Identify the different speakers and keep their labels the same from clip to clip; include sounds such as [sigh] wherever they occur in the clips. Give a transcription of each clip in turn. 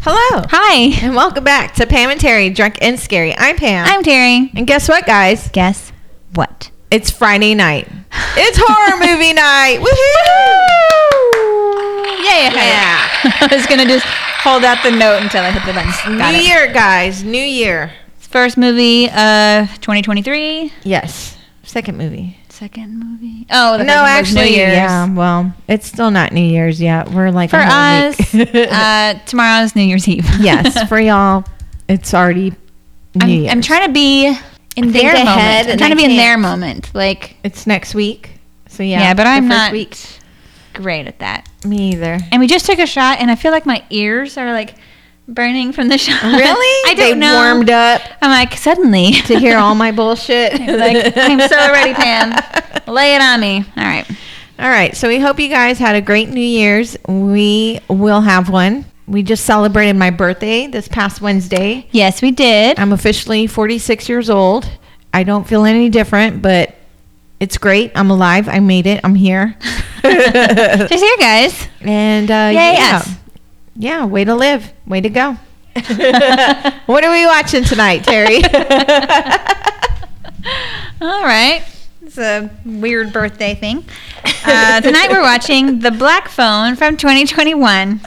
Speaker 1: Hello.
Speaker 2: Hi.
Speaker 1: And welcome back to Pam and Terry, Drunk and Scary. I'm Pam.
Speaker 2: I'm Terry.
Speaker 1: and guess what, guys?
Speaker 2: Guess what?
Speaker 1: It's Friday [sighs] night. It's horror movie [laughs] night. Woohoo!
Speaker 2: Yay.
Speaker 1: Yeah.
Speaker 2: [laughs] I was going to just hold out the note until I hit the button. Got
Speaker 1: New
Speaker 2: it.
Speaker 1: year, guys. New year.
Speaker 2: First movie of 2023.
Speaker 1: Yes. Second movie.
Speaker 2: Second movie. Oh, the
Speaker 1: no,
Speaker 2: first one was
Speaker 1: actually,
Speaker 2: New Year's.
Speaker 1: yeah. Well, it's still not New Year's yet. We're like
Speaker 2: For
Speaker 1: a whole [laughs]
Speaker 2: us,
Speaker 1: week.
Speaker 2: uh, tomorrow's New Year's Eve.
Speaker 1: yes,
Speaker 2: [laughs]
Speaker 1: for y'all, it's already New
Speaker 2: I'm,
Speaker 1: Year's.
Speaker 2: I'm trying to be in
Speaker 1: think
Speaker 2: their
Speaker 1: ahead
Speaker 2: moment. I'm
Speaker 1: and
Speaker 2: trying
Speaker 1: I
Speaker 2: to be in
Speaker 1: can't.
Speaker 2: their moment. Like,
Speaker 1: It's next week. So yeah.
Speaker 2: yeah, but
Speaker 1: the
Speaker 2: I'm
Speaker 1: first
Speaker 2: not
Speaker 1: Week.
Speaker 2: great at that.
Speaker 1: Me either.
Speaker 2: And we just took a shot, and I feel like my ears are like burning from the [laughs] shot.
Speaker 1: [laughs] Really? [laughs]
Speaker 2: I don't
Speaker 1: they
Speaker 2: know.
Speaker 1: warmed up
Speaker 2: I'm like suddenly
Speaker 1: to hear all
Speaker 2: [laughs]
Speaker 1: my bullshit.
Speaker 2: like, I'm so ready, Pam. Lay it on me. All right.
Speaker 1: All right. So we hope you guys had a great New Year's. We will have one. We just celebrated my birthday this past Wednesday.
Speaker 2: Yes, we did.
Speaker 1: I'm officially 46 years old. I don't feel any different, but it's great. I'm alive. I made it. I'm [laughs] here.
Speaker 2: Just here, guys.
Speaker 1: and uh,
Speaker 2: Yay,
Speaker 1: yeah,
Speaker 2: us.
Speaker 1: yeah. Way to live. Way to [laughs] go. [laughs] what are we watching tonight, [laughs] Terry?
Speaker 2: [laughs] All right. It's a weird birthday thing. Uh, tonight we're watching The Black Phone
Speaker 1: [laughs]
Speaker 2: from 2021.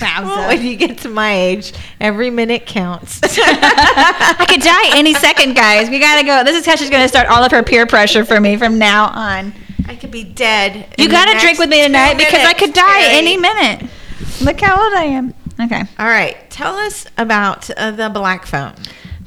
Speaker 1: Well, when you get to my age, every minute [laughs] counts.
Speaker 2: [laughs] I could die any second, guys. We gotta go. This is how she's gonna start all of her peer pressure for me from now on.
Speaker 1: I could be dead.
Speaker 2: You
Speaker 1: in the
Speaker 2: gotta
Speaker 1: next
Speaker 2: drink with me
Speaker 1: two
Speaker 2: tonight because I
Speaker 1: minutes,
Speaker 2: could die
Speaker 1: Terry.
Speaker 2: any minute. Look how old I am. Okay.
Speaker 1: All right, tell us about uh, the black phone.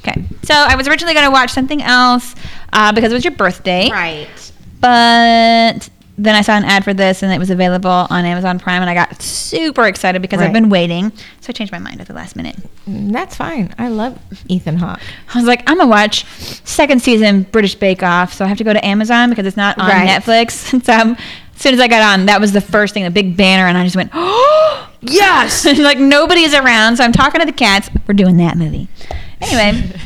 Speaker 2: Okay. So I was originally going to watch something else uh, because it was your birthday.
Speaker 1: Right.
Speaker 2: But then I saw an ad for this and it was available on Amazon Prime and I got super excited because I've
Speaker 1: Right.
Speaker 2: been waiting. So I changed my mind at the last minute.
Speaker 1: Mm, That's fine. I love Ethan Hawke.
Speaker 2: I was like, I'm going to watch second season British Bake Off. So I have to go to Amazon because it's not on
Speaker 1: Right.
Speaker 2: Netflix. [laughs] And so I'm- as soon as I got on, that was the first thing, the big banner. And I just went, [gasps] oh,
Speaker 1: [laughs] Yes.
Speaker 2: [laughs] like nobody's around. So I'm talking to the cats. We're doing that movie. Anyway.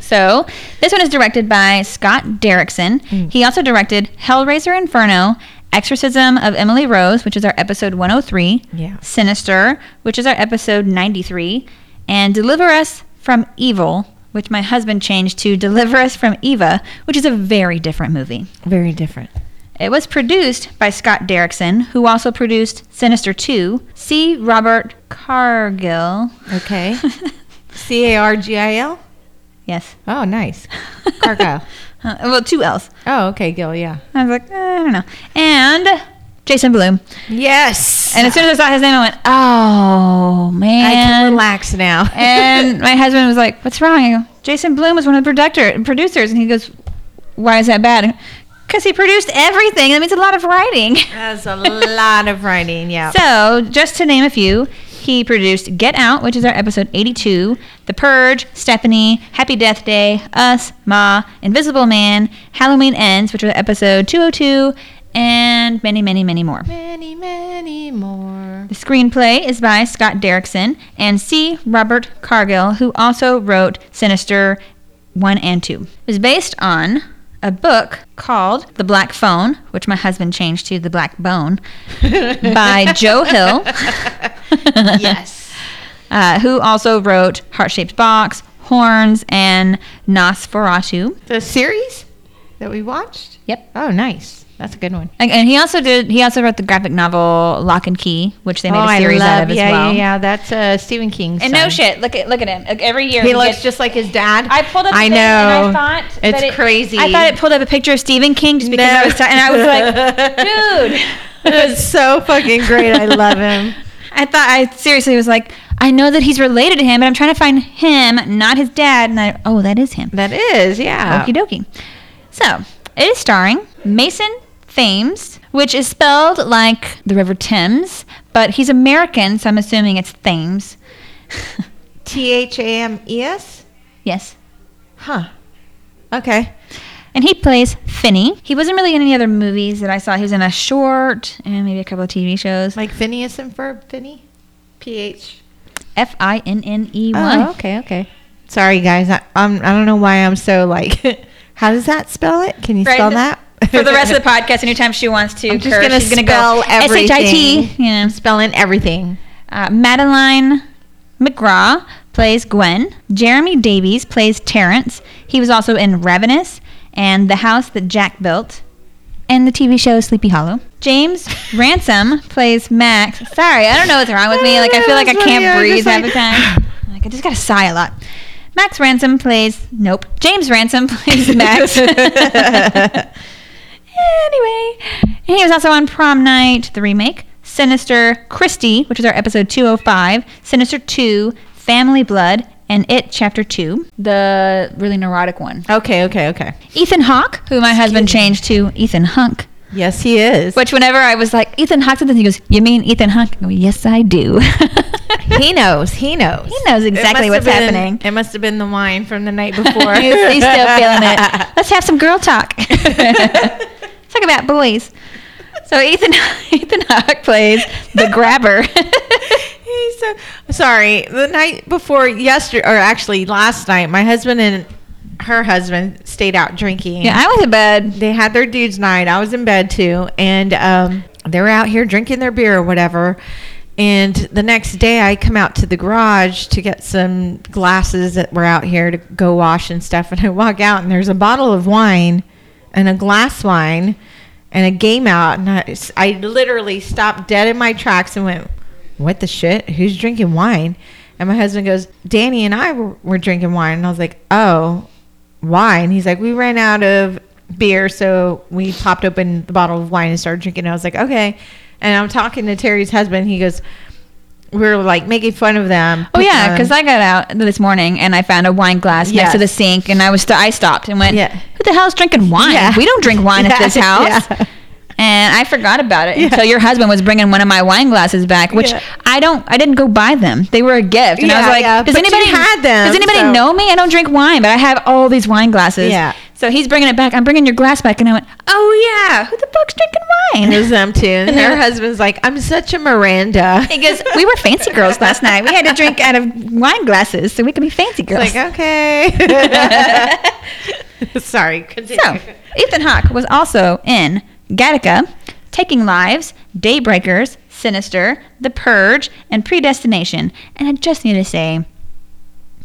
Speaker 2: So, this one is directed by Scott Derrickson.
Speaker 1: Hmm.
Speaker 2: He also directed Hellraiser Inferno, Exorcism of Emily Rose, which is our episode 103,
Speaker 1: Yeah.
Speaker 2: Sinister, which is our episode 93, and Deliver Us from Evil, which my husband changed to Deliver Us from Eva, which is a very different movie.
Speaker 1: [laughs] Very different.
Speaker 2: It was produced by Scott Derrickson, who also produced Sinister 2, C. Robert Cargill.
Speaker 1: Okay. C A R G I L.
Speaker 2: [laughs] yes.
Speaker 1: Oh, nice. Cargill.
Speaker 2: Uh, [laughs] well, two L's.
Speaker 1: Oh, okay, Gil. Yeah.
Speaker 2: I was like, eh, I don't know. And Jason Bloom.
Speaker 1: Yes.
Speaker 2: And as soon as I saw his name, I went, oh, man.
Speaker 1: I can relax now. [laughs]
Speaker 2: and my husband was like, what's wrong? I go, Jason Bloom was one of the productor, producers. And he goes, why is that bad? Because he produced everything. That means a lot of writing.
Speaker 1: That's a lot of writing. [laughs] Yeah.
Speaker 2: So, just to name a few, he produced Get Out, which is our episode 82, The Purge, Stephanie, Happy Death Day, Us, Ma, Invisible Man, Halloween Ends, which was episode 202, and many, many, many more.
Speaker 1: many, many more.
Speaker 2: The screenplay is by Scott Derrickson and C. Robert Cargill, who also wrote Sinister 1 and 2. It was based on a book called The Black Phone, which my husband changed to The Black Bone, by Joe [laughs] Hill.
Speaker 1: [laughs] Yes.
Speaker 2: uh, who also wrote Heart Shaped Box, Horns, and Nosferatu.
Speaker 1: The series that we watched.
Speaker 2: Yep.
Speaker 1: Oh, nice. That's a good one.
Speaker 2: And- And he also did. He also wrote the graphic novel Lock and Key, which they made a series out of as
Speaker 1: Oh, yeah,
Speaker 2: well.
Speaker 1: Yeah, yeah, that's uh, Stephen King's.
Speaker 2: And
Speaker 1: son.
Speaker 2: no shit, look at look at him. Like, every year
Speaker 1: He
Speaker 2: we
Speaker 1: looks
Speaker 2: get-
Speaker 1: just like his dad.
Speaker 2: I pulled up. the
Speaker 1: I
Speaker 2: thing
Speaker 1: know.
Speaker 2: And I thought
Speaker 1: it's
Speaker 2: that it-
Speaker 1: crazy.
Speaker 2: I thought it pulled up a picture of Stephen King just because I was ta- and I
Speaker 1: [laughs]
Speaker 2: was like, dude.
Speaker 1: it's so fucking great. I love him.
Speaker 2: [laughs] I thought I seriously was like, I know that he's related to him, but I'm trying to find him, not his dad. And I, oh, that is him.
Speaker 1: That is, yeah.
Speaker 2: Okie dokie. So, it is starring Mason Thames, which is spelled like the River Thames, but he's American, so I'm assuming it's Thames. [laughs]
Speaker 1: T H A M E S.
Speaker 2: yes.
Speaker 1: Huh. Okay.
Speaker 2: And he plays Finney. He wasn't really in any other movies that I saw. He was in a short and maybe a couple of TV shows.
Speaker 1: Like Phineas and Ferb. Finny. P H.
Speaker 2: F I N N E
Speaker 1: Oh,
Speaker 2: Y.
Speaker 1: okay, okay. Sorry, guys. I, I'm. I don't know why I'm so like. [laughs] How does that spell it? Can you
Speaker 2: Right.
Speaker 1: spell that?
Speaker 2: For
Speaker 1: [laughs]
Speaker 2: the rest of the podcast, anytime she wants to,
Speaker 1: I'm just
Speaker 2: curse,
Speaker 1: gonna
Speaker 2: she's gonna
Speaker 1: spell
Speaker 2: go S H I T.
Speaker 1: everything.
Speaker 2: Yeah.
Speaker 1: I'm spelling everything.
Speaker 2: Uh, Madeline McGraw plays Gwen. Jeremy Davies plays Terrence. He was also in Ravenous and The House That Jack Built and the TV show Sleepy Hollow.
Speaker 1: [laughs]
Speaker 2: James Ransom plays Max. Sorry, I don't know what's wrong with me. Like I feel like I
Speaker 1: That's funny,
Speaker 2: can't
Speaker 1: I was
Speaker 2: breathe
Speaker 1: just
Speaker 2: half the
Speaker 1: like- [laughs]
Speaker 2: time. Like I just gotta sigh a lot. Max Ransom plays Nope. James Ransom [laughs] plays Max. anyway, he was also on Prom Night, the remake, Sinister Christie, which is our episode 205, Sinister 2, Family Blood, and It Chapter 2, the really neurotic one.
Speaker 1: Okay, okay, okay.
Speaker 2: Ethan Hawke, who my husband changed to Ethan Hunk.
Speaker 1: Yes, he is.
Speaker 2: Which, whenever I was like, Ethan Hawke did this, he goes, You mean Ethan Hawke? I go, yes, I do. [laughs]
Speaker 1: he knows. He knows.
Speaker 2: He knows
Speaker 1: It
Speaker 2: exactly
Speaker 1: must
Speaker 2: what's
Speaker 1: have been-
Speaker 2: happening.
Speaker 1: It must have been the wine from the
Speaker 2: [laughs]
Speaker 1: night before.
Speaker 2: he's, he's still
Speaker 1: [laughs]
Speaker 2: feeling it. Let's have some girl talk. talk about boys. So, Ethan, [laughs] Ethan Hawke plays the
Speaker 1: [laughs]
Speaker 2: [laughs] grabber.
Speaker 1: He's so, sorry. The night before yesterday, or actually last night, my husband and her husband stayed out drinking.
Speaker 2: yeah, I was in bed.
Speaker 1: They had their dudes' night. I was in bed too, and um, they were out here drinking their beer or whatever. And the next day, I come out to the garage to get some glasses that were out here to go wash and stuff. [laughs] And I walk out, and there's a bottle of wine and a glass wine and a game out. And I, I literally stopped dead in my tracks and went, What the shit? Who's drinking wine? And my husband goes, Danny and I were, were drinking wine. And I was like, Oh, wine. He's like, we ran out of beer, so we popped open the bottle of wine and started drinking. I was like, okay. And I'm talking to Terry's husband. He goes, we we're like making fun of them.
Speaker 2: Oh yeah, because I got out this morning and I found a wine glass next to the
Speaker 1: um, Yes.
Speaker 2: sink, and I was st- I stopped and went,
Speaker 1: Yeah.
Speaker 2: "Who the hell's drinking wine?
Speaker 1: Yeah.
Speaker 2: We don't drink wine at
Speaker 1: [laughs] Yeah,
Speaker 2: this house."
Speaker 1: yeah.
Speaker 2: And I forgot about it.
Speaker 1: Yeah.
Speaker 2: So your husband was bringing one of my wine glasses back, which
Speaker 1: Yeah.
Speaker 2: I don't. I didn't go buy them. They were a gift, and I was
Speaker 1: Yeah,
Speaker 2: like,
Speaker 1: yeah,
Speaker 2: "Does
Speaker 1: but you
Speaker 2: anybody
Speaker 1: had them,
Speaker 2: Does anybody
Speaker 1: so-
Speaker 2: know me? I don't drink wine, but I have all these wine glasses."
Speaker 1: Yeah.
Speaker 2: So he's bringing it back. I'm bringing your glass back, and I went, "Oh yeah, who the fuck's drinking wine?"
Speaker 1: it was them too. And
Speaker 2: [laughs]
Speaker 1: her husband's like, I'm such a Miranda.
Speaker 2: He goes, "We were fancy girls last night. We had to drink out of wine glasses, so we could be fancy girls."
Speaker 1: It's like,
Speaker 2: [laughs]
Speaker 1: okay. [laughs] Sorry. Continue.
Speaker 2: So, Ethan Hawke was also in Gattaca, Taking Lives, Daybreakers, Sinister, The Purge, and Predestination. And I just need to say,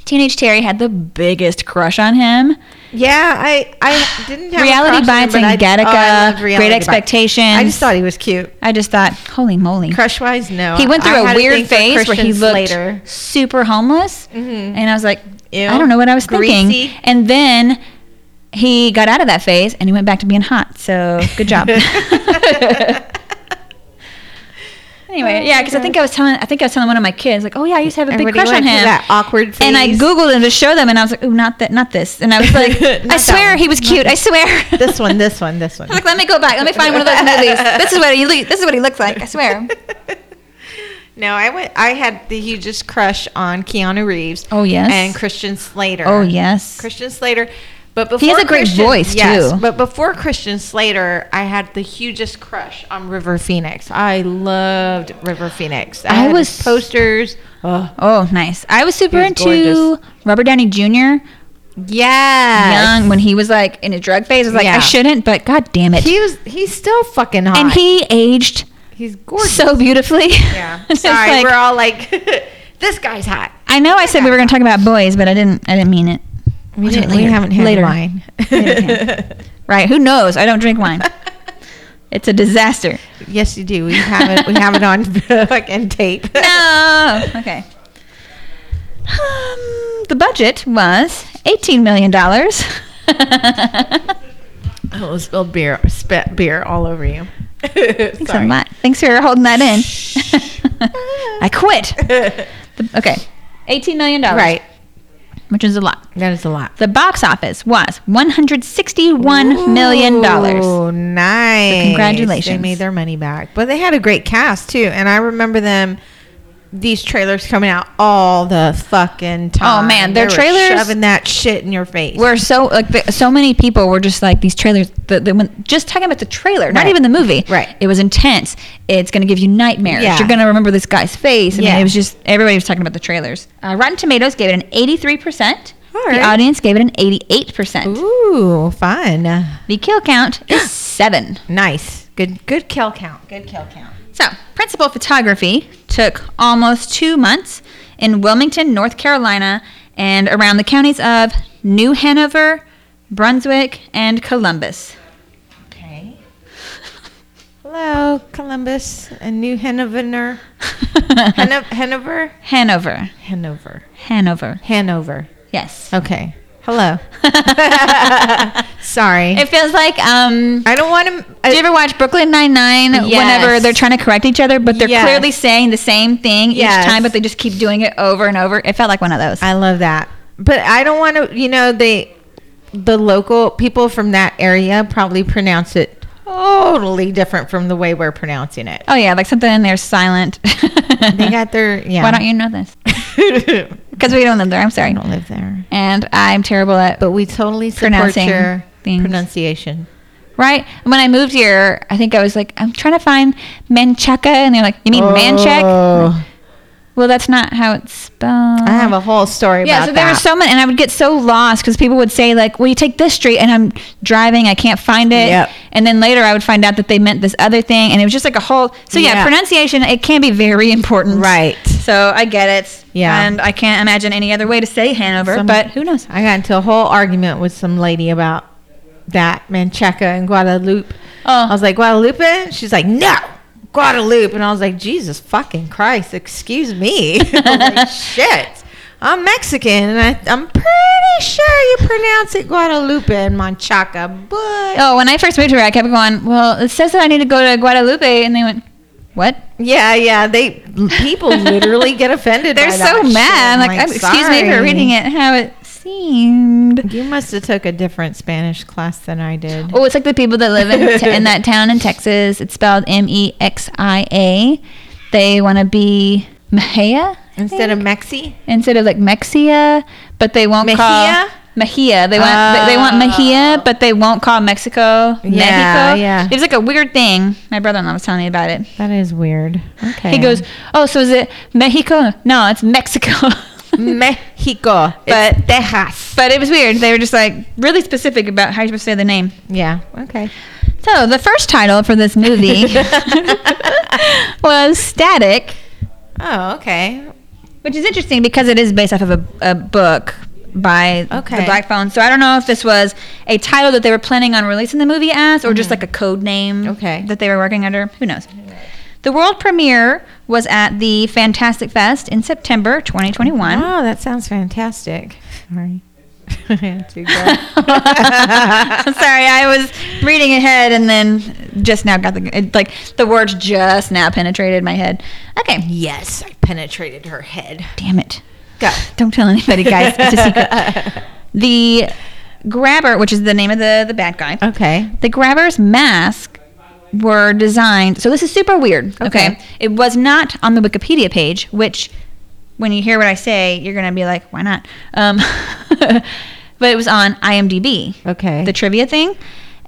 Speaker 2: Teenage Terry had the biggest crush on him.
Speaker 1: Yeah, I, I didn't have a
Speaker 2: Reality
Speaker 1: crush on
Speaker 2: Bites
Speaker 1: him, but
Speaker 2: and
Speaker 1: I- oh, I
Speaker 2: Gattaca,
Speaker 1: loved
Speaker 2: Great
Speaker 1: Reality Bites.
Speaker 2: Expectations.
Speaker 1: I just thought he was cute.
Speaker 2: I just thought, holy moly.
Speaker 1: Crush wise, no.
Speaker 2: He went
Speaker 1: I
Speaker 2: through a
Speaker 1: had
Speaker 2: weird
Speaker 1: thing for
Speaker 2: phase where he
Speaker 1: Christian
Speaker 2: looked
Speaker 1: Slater. Mm-hmm.
Speaker 2: super homeless, and I was like,
Speaker 1: Ew.
Speaker 2: I don't know what I was
Speaker 1: Greasy.
Speaker 2: thinking. And then he got out of that phase and he went back to being hot. So [laughs] good job. [laughs] Anyway, yeah, because I think I was telling I think I was telling one of my kids like, oh yeah, I used to have a big
Speaker 1: Oh, Everybody
Speaker 2: crush
Speaker 1: went
Speaker 2: on
Speaker 1: through
Speaker 2: him.
Speaker 1: that awkward
Speaker 2: And I
Speaker 1: phase.
Speaker 2: googled him to show them, and I was like, oh, not that, not this. And I
Speaker 1: [laughs]
Speaker 2: was like,
Speaker 1: Not
Speaker 2: I
Speaker 1: that
Speaker 2: swear
Speaker 1: one.
Speaker 2: he was cute. I swear.
Speaker 1: [laughs] [laughs] this one, this one, this one.
Speaker 2: [laughs] I was like, let me go back. Let me find one
Speaker 1: [laughs]
Speaker 2: of those movies. This is what he le- this is what he looks like. I swear.
Speaker 1: No, I went. I had the hugest crush on Keanu Reeves.
Speaker 2: Oh, yes.
Speaker 1: and Christian Slater.
Speaker 2: Oh yes.
Speaker 1: Christian Slater. But before
Speaker 2: He has a great
Speaker 1: Christian-
Speaker 2: voice,
Speaker 1: yes,
Speaker 2: too.
Speaker 1: But before Christian Slater, I had the hugest crush on River Phoenix. I loved River Phoenix. I,
Speaker 2: I
Speaker 1: had
Speaker 2: was-
Speaker 1: his posters. Oh,
Speaker 2: Oh, nice. I was super
Speaker 1: was
Speaker 2: into
Speaker 1: gorgeous.
Speaker 2: Robert Downey Jr.
Speaker 1: yeah,
Speaker 2: young when he was like in a drug phase. I was like, I
Speaker 1: Yeah.
Speaker 2: shouldn't, but god damn it.
Speaker 1: He was. He's still fucking hot.
Speaker 2: and he aged
Speaker 1: he's gorgeous.
Speaker 2: so beautifully.
Speaker 1: [laughs] yeah.
Speaker 2: [laughs] It's
Speaker 1: Sorry,
Speaker 2: like-
Speaker 1: we're all like, [laughs] this guy's hot.
Speaker 2: I know I said we were going to talk about boys, but I didn't. I didn't mean it.
Speaker 1: We,
Speaker 2: We'll do it
Speaker 1: didn't, we
Speaker 2: later.
Speaker 1: haven't had
Speaker 2: Later.
Speaker 1: wine. [laughs]
Speaker 2: Right? Who knows? I don't drink wine. it's a disaster.
Speaker 1: Yes, you do. We have it. We have it on [laughs] fucking tape.
Speaker 2: No. Okay. Um, the budget was eighteen million dollars.
Speaker 1: [laughs]
Speaker 2: [laughs]
Speaker 1: Oh, spilled beer, spit beer all over you. [laughs]
Speaker 2: Thanks a lot. Thanks for holding that in. [laughs] I quit. The- okay. $18 million.
Speaker 1: right,
Speaker 2: Which is a lot.
Speaker 1: that is a lot.
Speaker 2: The box office was $161 million. dollars.
Speaker 1: Oh, nice! They
Speaker 2: congratulations.
Speaker 1: made their money back, but they had a great cast too. And I remember them. These trailers coming out all the fucking time.
Speaker 2: Oh, man,
Speaker 1: They
Speaker 2: their
Speaker 1: were
Speaker 2: trailers-
Speaker 1: shoving that shit in your face.
Speaker 2: We're so like the, so many people were just like these trailers. The, the, when, just talking about the trailer, not
Speaker 1: Right.
Speaker 2: even the movie.
Speaker 1: Right.
Speaker 2: It was intense. It's going to give you nightmares.
Speaker 1: Yeah.
Speaker 2: You're going to remember this guy's face. I mean,
Speaker 1: Yeah.
Speaker 2: it was just everybody was talking about the trailers. Uh, Rotten Tomatoes gave it an 83. percent
Speaker 1: All
Speaker 2: The
Speaker 1: right.
Speaker 2: audience gave it an 88. percent
Speaker 1: Ooh, fun,
Speaker 2: The kill count is seven.
Speaker 1: nice, good, good kill count, good kill count.
Speaker 2: So, principal photography took almost two months. in Wilmington, North Carolina, and around the counties of New Hanover, Brunswick, and Columbus.
Speaker 1: Okay. Hello, Columbus and New
Speaker 2: [laughs]
Speaker 1: Hanover. Hano- Hanover?
Speaker 2: Hanover.
Speaker 1: Hanover.
Speaker 2: Hanover.
Speaker 1: Hanover. [laughs]
Speaker 2: Yes.
Speaker 1: Okay. Hello. Sorry.
Speaker 2: It feels like um
Speaker 1: I don't want to.
Speaker 2: Do you ever watch Brooklyn Nine Nine? Whenever
Speaker 1: Yes.
Speaker 2: they're trying to correct each other, but they're
Speaker 1: Yes.
Speaker 2: clearly saying the same thing
Speaker 1: Yes.
Speaker 2: each time, but they just keep doing it over and over. It felt like one of those.
Speaker 1: I love that. But I don't want to, you know, they the local people from that area probably pronounce it totally different from the way we're pronouncing
Speaker 2: [laughs]
Speaker 1: it.
Speaker 2: oh yeah, like something in there silent.
Speaker 1: [laughs] They got
Speaker 2: [laughs]
Speaker 1: their yeah.
Speaker 2: Why don't you know this? Because we don't live there. I'm sorry.
Speaker 1: I don't live there.
Speaker 2: And I'm terrible at
Speaker 1: But we totally support
Speaker 2: Pronouncing
Speaker 1: your
Speaker 2: things.
Speaker 1: pronunciation.
Speaker 2: right. When I moved here, I think I was like, I'm trying to find Manchaca, and they're like, you mean Manchac?
Speaker 1: Oh,
Speaker 2: Well, that's not how it's spelled.
Speaker 1: I have a whole story
Speaker 2: Yeah,
Speaker 1: about
Speaker 2: so there
Speaker 1: that.
Speaker 2: was so many, and I would get so lost because people would say like, "Well, you take this street," and I'm driving, I can't find it.
Speaker 1: Yep.
Speaker 2: And then later, I would find out that they meant this other thing, and it was just like a whole. So yeah,
Speaker 1: Yeah.
Speaker 2: pronunciation it can be very important.
Speaker 1: Right.
Speaker 2: So I get it.
Speaker 1: Yeah.
Speaker 2: And I can't imagine any other way to say Hanover,
Speaker 1: Some-
Speaker 2: but who knows?
Speaker 1: I got into a whole argument with some lady about that Manchaca and Guadalupe.
Speaker 2: Oh.
Speaker 1: I was like, Guadalupe? She's like, no, Guadalupe. And I was like, Jesus fucking Christ, excuse me. [laughs] I was like, Shit. I'm Mexican and I, I'm pretty sure you pronounce it Guadalupe and Manchaca, but
Speaker 2: Oh, when I first moved here, I kept going. Well, it says that I need to go to Guadalupe, and they went, "What?"
Speaker 1: yeah, yeah, they people literally get offended.
Speaker 2: [laughs] They're
Speaker 1: by
Speaker 2: so
Speaker 1: that shit.
Speaker 2: mad. I'm like, "I'm- excuse me for
Speaker 1: "Sorry."
Speaker 2: reading it how it seemed.
Speaker 1: You must have took a different Spanish class than I did.
Speaker 2: Oh, it's like the people that live in, te- in that town in Texas. It's spelled M E X I A. They want to be Mejia I
Speaker 1: Instead of
Speaker 2: think,
Speaker 1: Mexi?
Speaker 2: instead of like Mexia, but they won't call
Speaker 1: Mejia? Oh.
Speaker 2: Mejia. They want they, they want Mejia, but they won't call Mexico
Speaker 1: Yeah,
Speaker 2: Mexico.
Speaker 1: yeah.
Speaker 2: It was like a weird thing. My brother-in-law was telling me about it.
Speaker 1: That is weird. Okay.
Speaker 2: He goes, "Oh, so is it Mexico? No, it's Mexico."
Speaker 1: Mexico, but
Speaker 2: But-
Speaker 1: Texas.
Speaker 2: [laughs] but it was weird. They were just like really specific about how you're supposed to say the name.
Speaker 1: Yeah. Okay.
Speaker 2: So the first title for
Speaker 1: [laughs]
Speaker 2: this movie was Static,
Speaker 1: Oh, okay.
Speaker 2: which is interesting because it is based off of a, a book by the
Speaker 1: Okay.
Speaker 2: Black Phone. So I don't know if this was a title that they were planning on releasing the movie as, or just like a code name
Speaker 1: Mm-hmm. Okay.
Speaker 2: that they were working under. Who knows? The world premiere was at the Fantastic Fest in September 2021.
Speaker 1: Oh, that sounds fantastic. [laughs] Sorry. I had [laughs] to go.
Speaker 2: Sorry, I was reading ahead and then just now got the it, like the words just now penetrated my head. Okay,
Speaker 1: yes, I penetrated her head.
Speaker 2: damn it.
Speaker 1: Go.
Speaker 2: Don't tell anybody, guys. It's a secret. The grabber, which is the name of the, the bad guy,
Speaker 1: Okay.
Speaker 2: the grabber's mask were designed. So this is super weird. Okay.
Speaker 1: Okay.
Speaker 2: It was not on the Wikipedia page, which when you hear what I say, you're going to be like, why not? Um, [laughs] but it was on IMDb
Speaker 1: Okay.
Speaker 2: the trivia thing.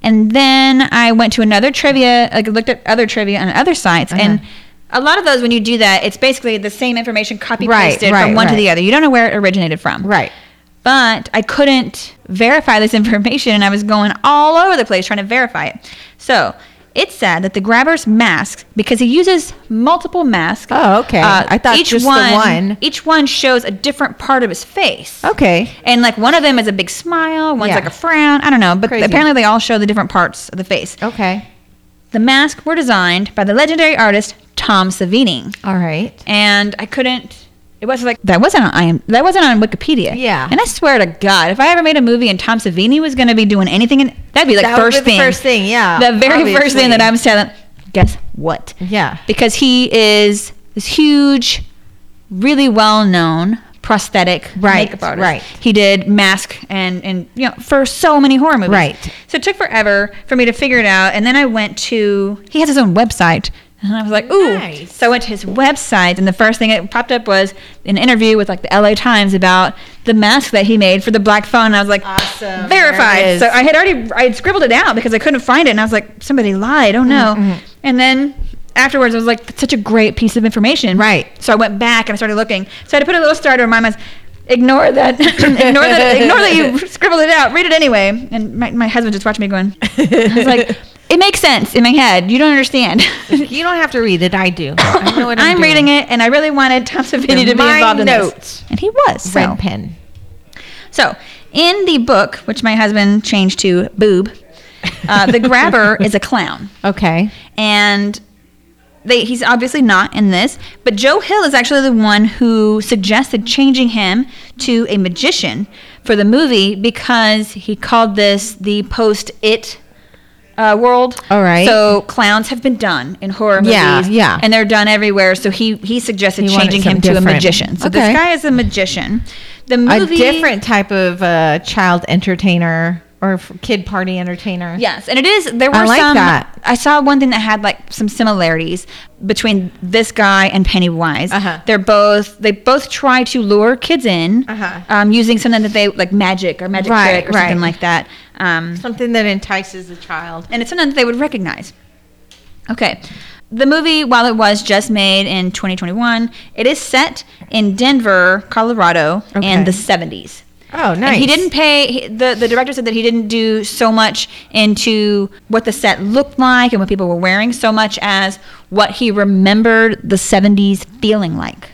Speaker 2: And then I went to another trivia, like looked at other trivia on other sites. And
Speaker 1: Uh-huh.
Speaker 2: a lot of those, when you do that, it's basically the same information copy
Speaker 1: Right,
Speaker 2: pasted from
Speaker 1: right,
Speaker 2: one to
Speaker 1: right.
Speaker 2: the other. You don't know where it originated from.
Speaker 1: right.
Speaker 2: But I couldn't verify this [laughs] information and I was going all over the place trying to verify it. So it said that the grabber's mask, because he uses multiple masks.
Speaker 1: Oh, okay. I thought just the one.
Speaker 2: Each one shows a different part of his face.
Speaker 1: Okay.
Speaker 2: And like one of them is a big smile, one's
Speaker 1: Yeah.
Speaker 2: like a frown. I don't know, but
Speaker 1: Crazy. Oh.
Speaker 2: apparently they all show the different parts of the face.
Speaker 1: Okay.
Speaker 2: The masks were designed by the legendary artist Tom Savini,
Speaker 1: All right.
Speaker 2: and I couldn't. It was like that wasn't on I am that wasn't on Wikipedia.
Speaker 1: Yeah.
Speaker 2: And I swear to God, if I ever made a movie and Tom Savini was going to be doing anything, in, that'd be like
Speaker 1: That would
Speaker 2: first
Speaker 1: be the
Speaker 2: thing.
Speaker 1: first thing, yeah,
Speaker 2: The very first thing that
Speaker 1: obviously.
Speaker 2: I'm telling. Guess what?
Speaker 1: Yeah.
Speaker 2: because he is this huge, really well-known prosthetic
Speaker 1: Right,
Speaker 2: makeup artist.
Speaker 1: right.
Speaker 2: He did Mask and and you know for so many horror movies.
Speaker 1: Right.
Speaker 2: So it took forever for me to figure it out, and then I went to he has his own website, and I was like, ooh.
Speaker 1: Nice.
Speaker 2: So I went to his website, and the first thing that popped up was an interview with like the L.A. Times about the mask that he made for the Black Phone. And I was like,
Speaker 1: Awesome. There it
Speaker 2: verified.
Speaker 1: is.
Speaker 2: So I had already I had scribbled it out because I couldn't find it, and I was like, somebody lied. Oh no! And then afterwards, I was like, that's such a great piece of information.
Speaker 1: Right.
Speaker 2: So I went back and I started looking. So I had to put a little star to remind myself. Ignore that. [laughs] ignore
Speaker 1: [laughs]
Speaker 2: that. Ignore that you scribbled it out. Read it anyway. And my, my husband just watched me going. I was like, it makes sense in my head. You don't understand. [laughs]
Speaker 1: You don't have to read it. I do. I know what I'm,
Speaker 2: I'm, reading it, and I really wanted Tom Savini to be
Speaker 1: my
Speaker 2: involved in
Speaker 1: notes.
Speaker 2: this, and he was. So.
Speaker 1: Red pen.
Speaker 2: So, in the book, which my husband changed to boob,
Speaker 1: [laughs]
Speaker 2: uh, the grabber is a clown,
Speaker 1: Okay.
Speaker 2: and they, he's obviously not in this. But Joe Hill is actually the one who suggested changing him to a magician for the movie because he called this the post-it. Uh, world.
Speaker 1: All right.
Speaker 2: So clowns have been done in horror movies.
Speaker 1: Yeah, yeah.
Speaker 2: And they're done everywhere. So he he suggested
Speaker 1: He wanted
Speaker 2: changing him
Speaker 1: something
Speaker 2: to a
Speaker 1: different.
Speaker 2: magician. So
Speaker 1: Okay.
Speaker 2: this guy is a magician. The
Speaker 1: A
Speaker 2: movie
Speaker 1: different type of uh, child entertainer or f- kid party entertainer.
Speaker 2: Yes, and it is. There were
Speaker 1: I like
Speaker 2: some.
Speaker 1: that.
Speaker 2: I saw one thing that had like some similarities between this guy and Pennywise.
Speaker 1: Uh-huh.
Speaker 2: They're both. They both try to lure kids in
Speaker 1: Uh-huh.
Speaker 2: um, using something that they like magic or magic
Speaker 1: Right,
Speaker 2: trick or something
Speaker 1: right.
Speaker 2: like that. Um,
Speaker 1: Something that entices the child.
Speaker 2: and it's something that they would recognize. Okay. The movie, while it was just made in 2021, it is set in Denver, Colorado,
Speaker 1: Okay.
Speaker 2: in the 70s.
Speaker 1: Oh, nice.
Speaker 2: And he didn't pay. he- the The director said that he didn't do so much into what the set looked like and what people were wearing, so much as what he remembered the '70s feeling like.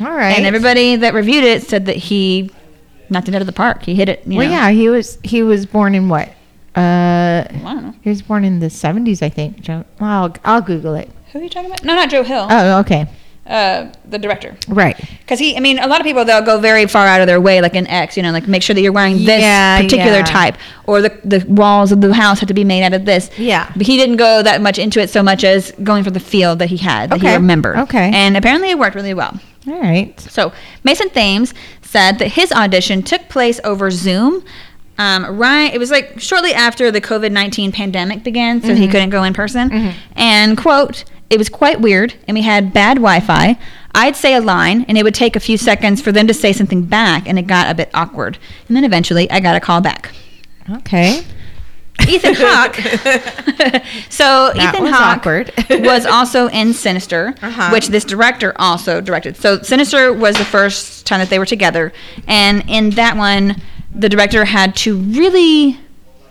Speaker 1: All right.
Speaker 2: And everybody that reviewed it said that he knocked it out of the park. He hit it. You
Speaker 1: well,
Speaker 2: know.
Speaker 1: yeah, he was. He was born in what? Uh,
Speaker 2: I don't know.
Speaker 1: he was born in the seventies, I think. Joe. Well, I'll, I'll Google it.
Speaker 2: Who are you talking about? No, not Joe Hill.
Speaker 1: Oh, okay.
Speaker 2: Uh, the director.
Speaker 1: Right.
Speaker 2: Because he, I mean, a lot of people they'll go very far out of their way, like an X, you know, like make sure that you're wearing this
Speaker 1: Yeah,
Speaker 2: particular
Speaker 1: yeah.
Speaker 2: type, or the the walls of the house have to be made out of this.
Speaker 1: Yeah.
Speaker 2: but he didn't go that much into it so much as going for the feel that he had that
Speaker 1: Okay,
Speaker 2: he remembered.
Speaker 1: okay.
Speaker 2: and apparently it worked really well.
Speaker 1: All right.
Speaker 2: So Mason Thames said that his audition took place over Zoom. Um, right, it was like shortly after the COVID nineteen pandemic began, so he couldn't go in person. And quote, it was quite weird, and we had bad Wi Fi. I'd say a line, and it would take a few seconds for them to say something back, and it got a bit awkward. And then eventually, I got a call back.
Speaker 1: Okay. [laughs]
Speaker 2: Ethan Hawke. so
Speaker 1: That
Speaker 2: Ethan
Speaker 1: was
Speaker 2: Hawke
Speaker 1: awkward.
Speaker 2: [laughs] was also in Sinister,
Speaker 1: Uh-huh.
Speaker 2: which this director also directed. So Sinister was the first time that they were together, and in that one, the director had to really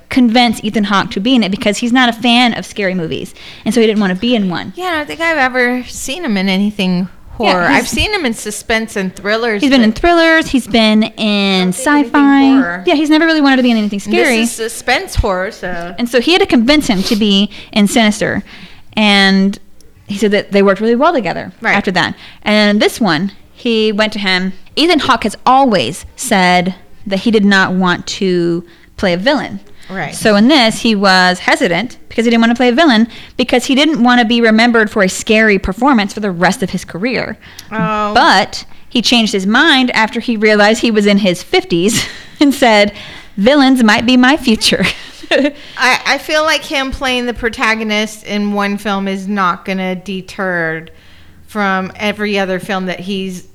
Speaker 2: convince Ethan Hawke to be in it because he's not a fan of scary movies, and so he didn't want to be in one.
Speaker 1: Yeah, I don't think I've ever seen him in anything horror.
Speaker 2: he's-
Speaker 1: I've seen him in suspense and thrillers.
Speaker 2: He's been in thrillers. He's been in
Speaker 1: think anything
Speaker 2: sci-fi.
Speaker 1: horror.
Speaker 2: Yeah, he's never really wanted to be in anything scary.
Speaker 1: This is suspense horror, so
Speaker 2: And so he had to convince him to be in Sinister. And he said that they worked really well together
Speaker 1: Right.
Speaker 2: after that. And this one, he went to him. Ethan Hawke has always said that he did not want to play a villain.
Speaker 1: Right.
Speaker 2: So in this, he was hesitant because he didn't want to play a villain because he didn't want to be remembered for a scary performance for the rest of his career.
Speaker 1: Oh.
Speaker 2: But he changed his mind after he realized he was in his 50s [laughs] and said, villains might be my future.
Speaker 1: [laughs] I, I feel like him playing the protagonist in one film is not going to deter from every other film that he's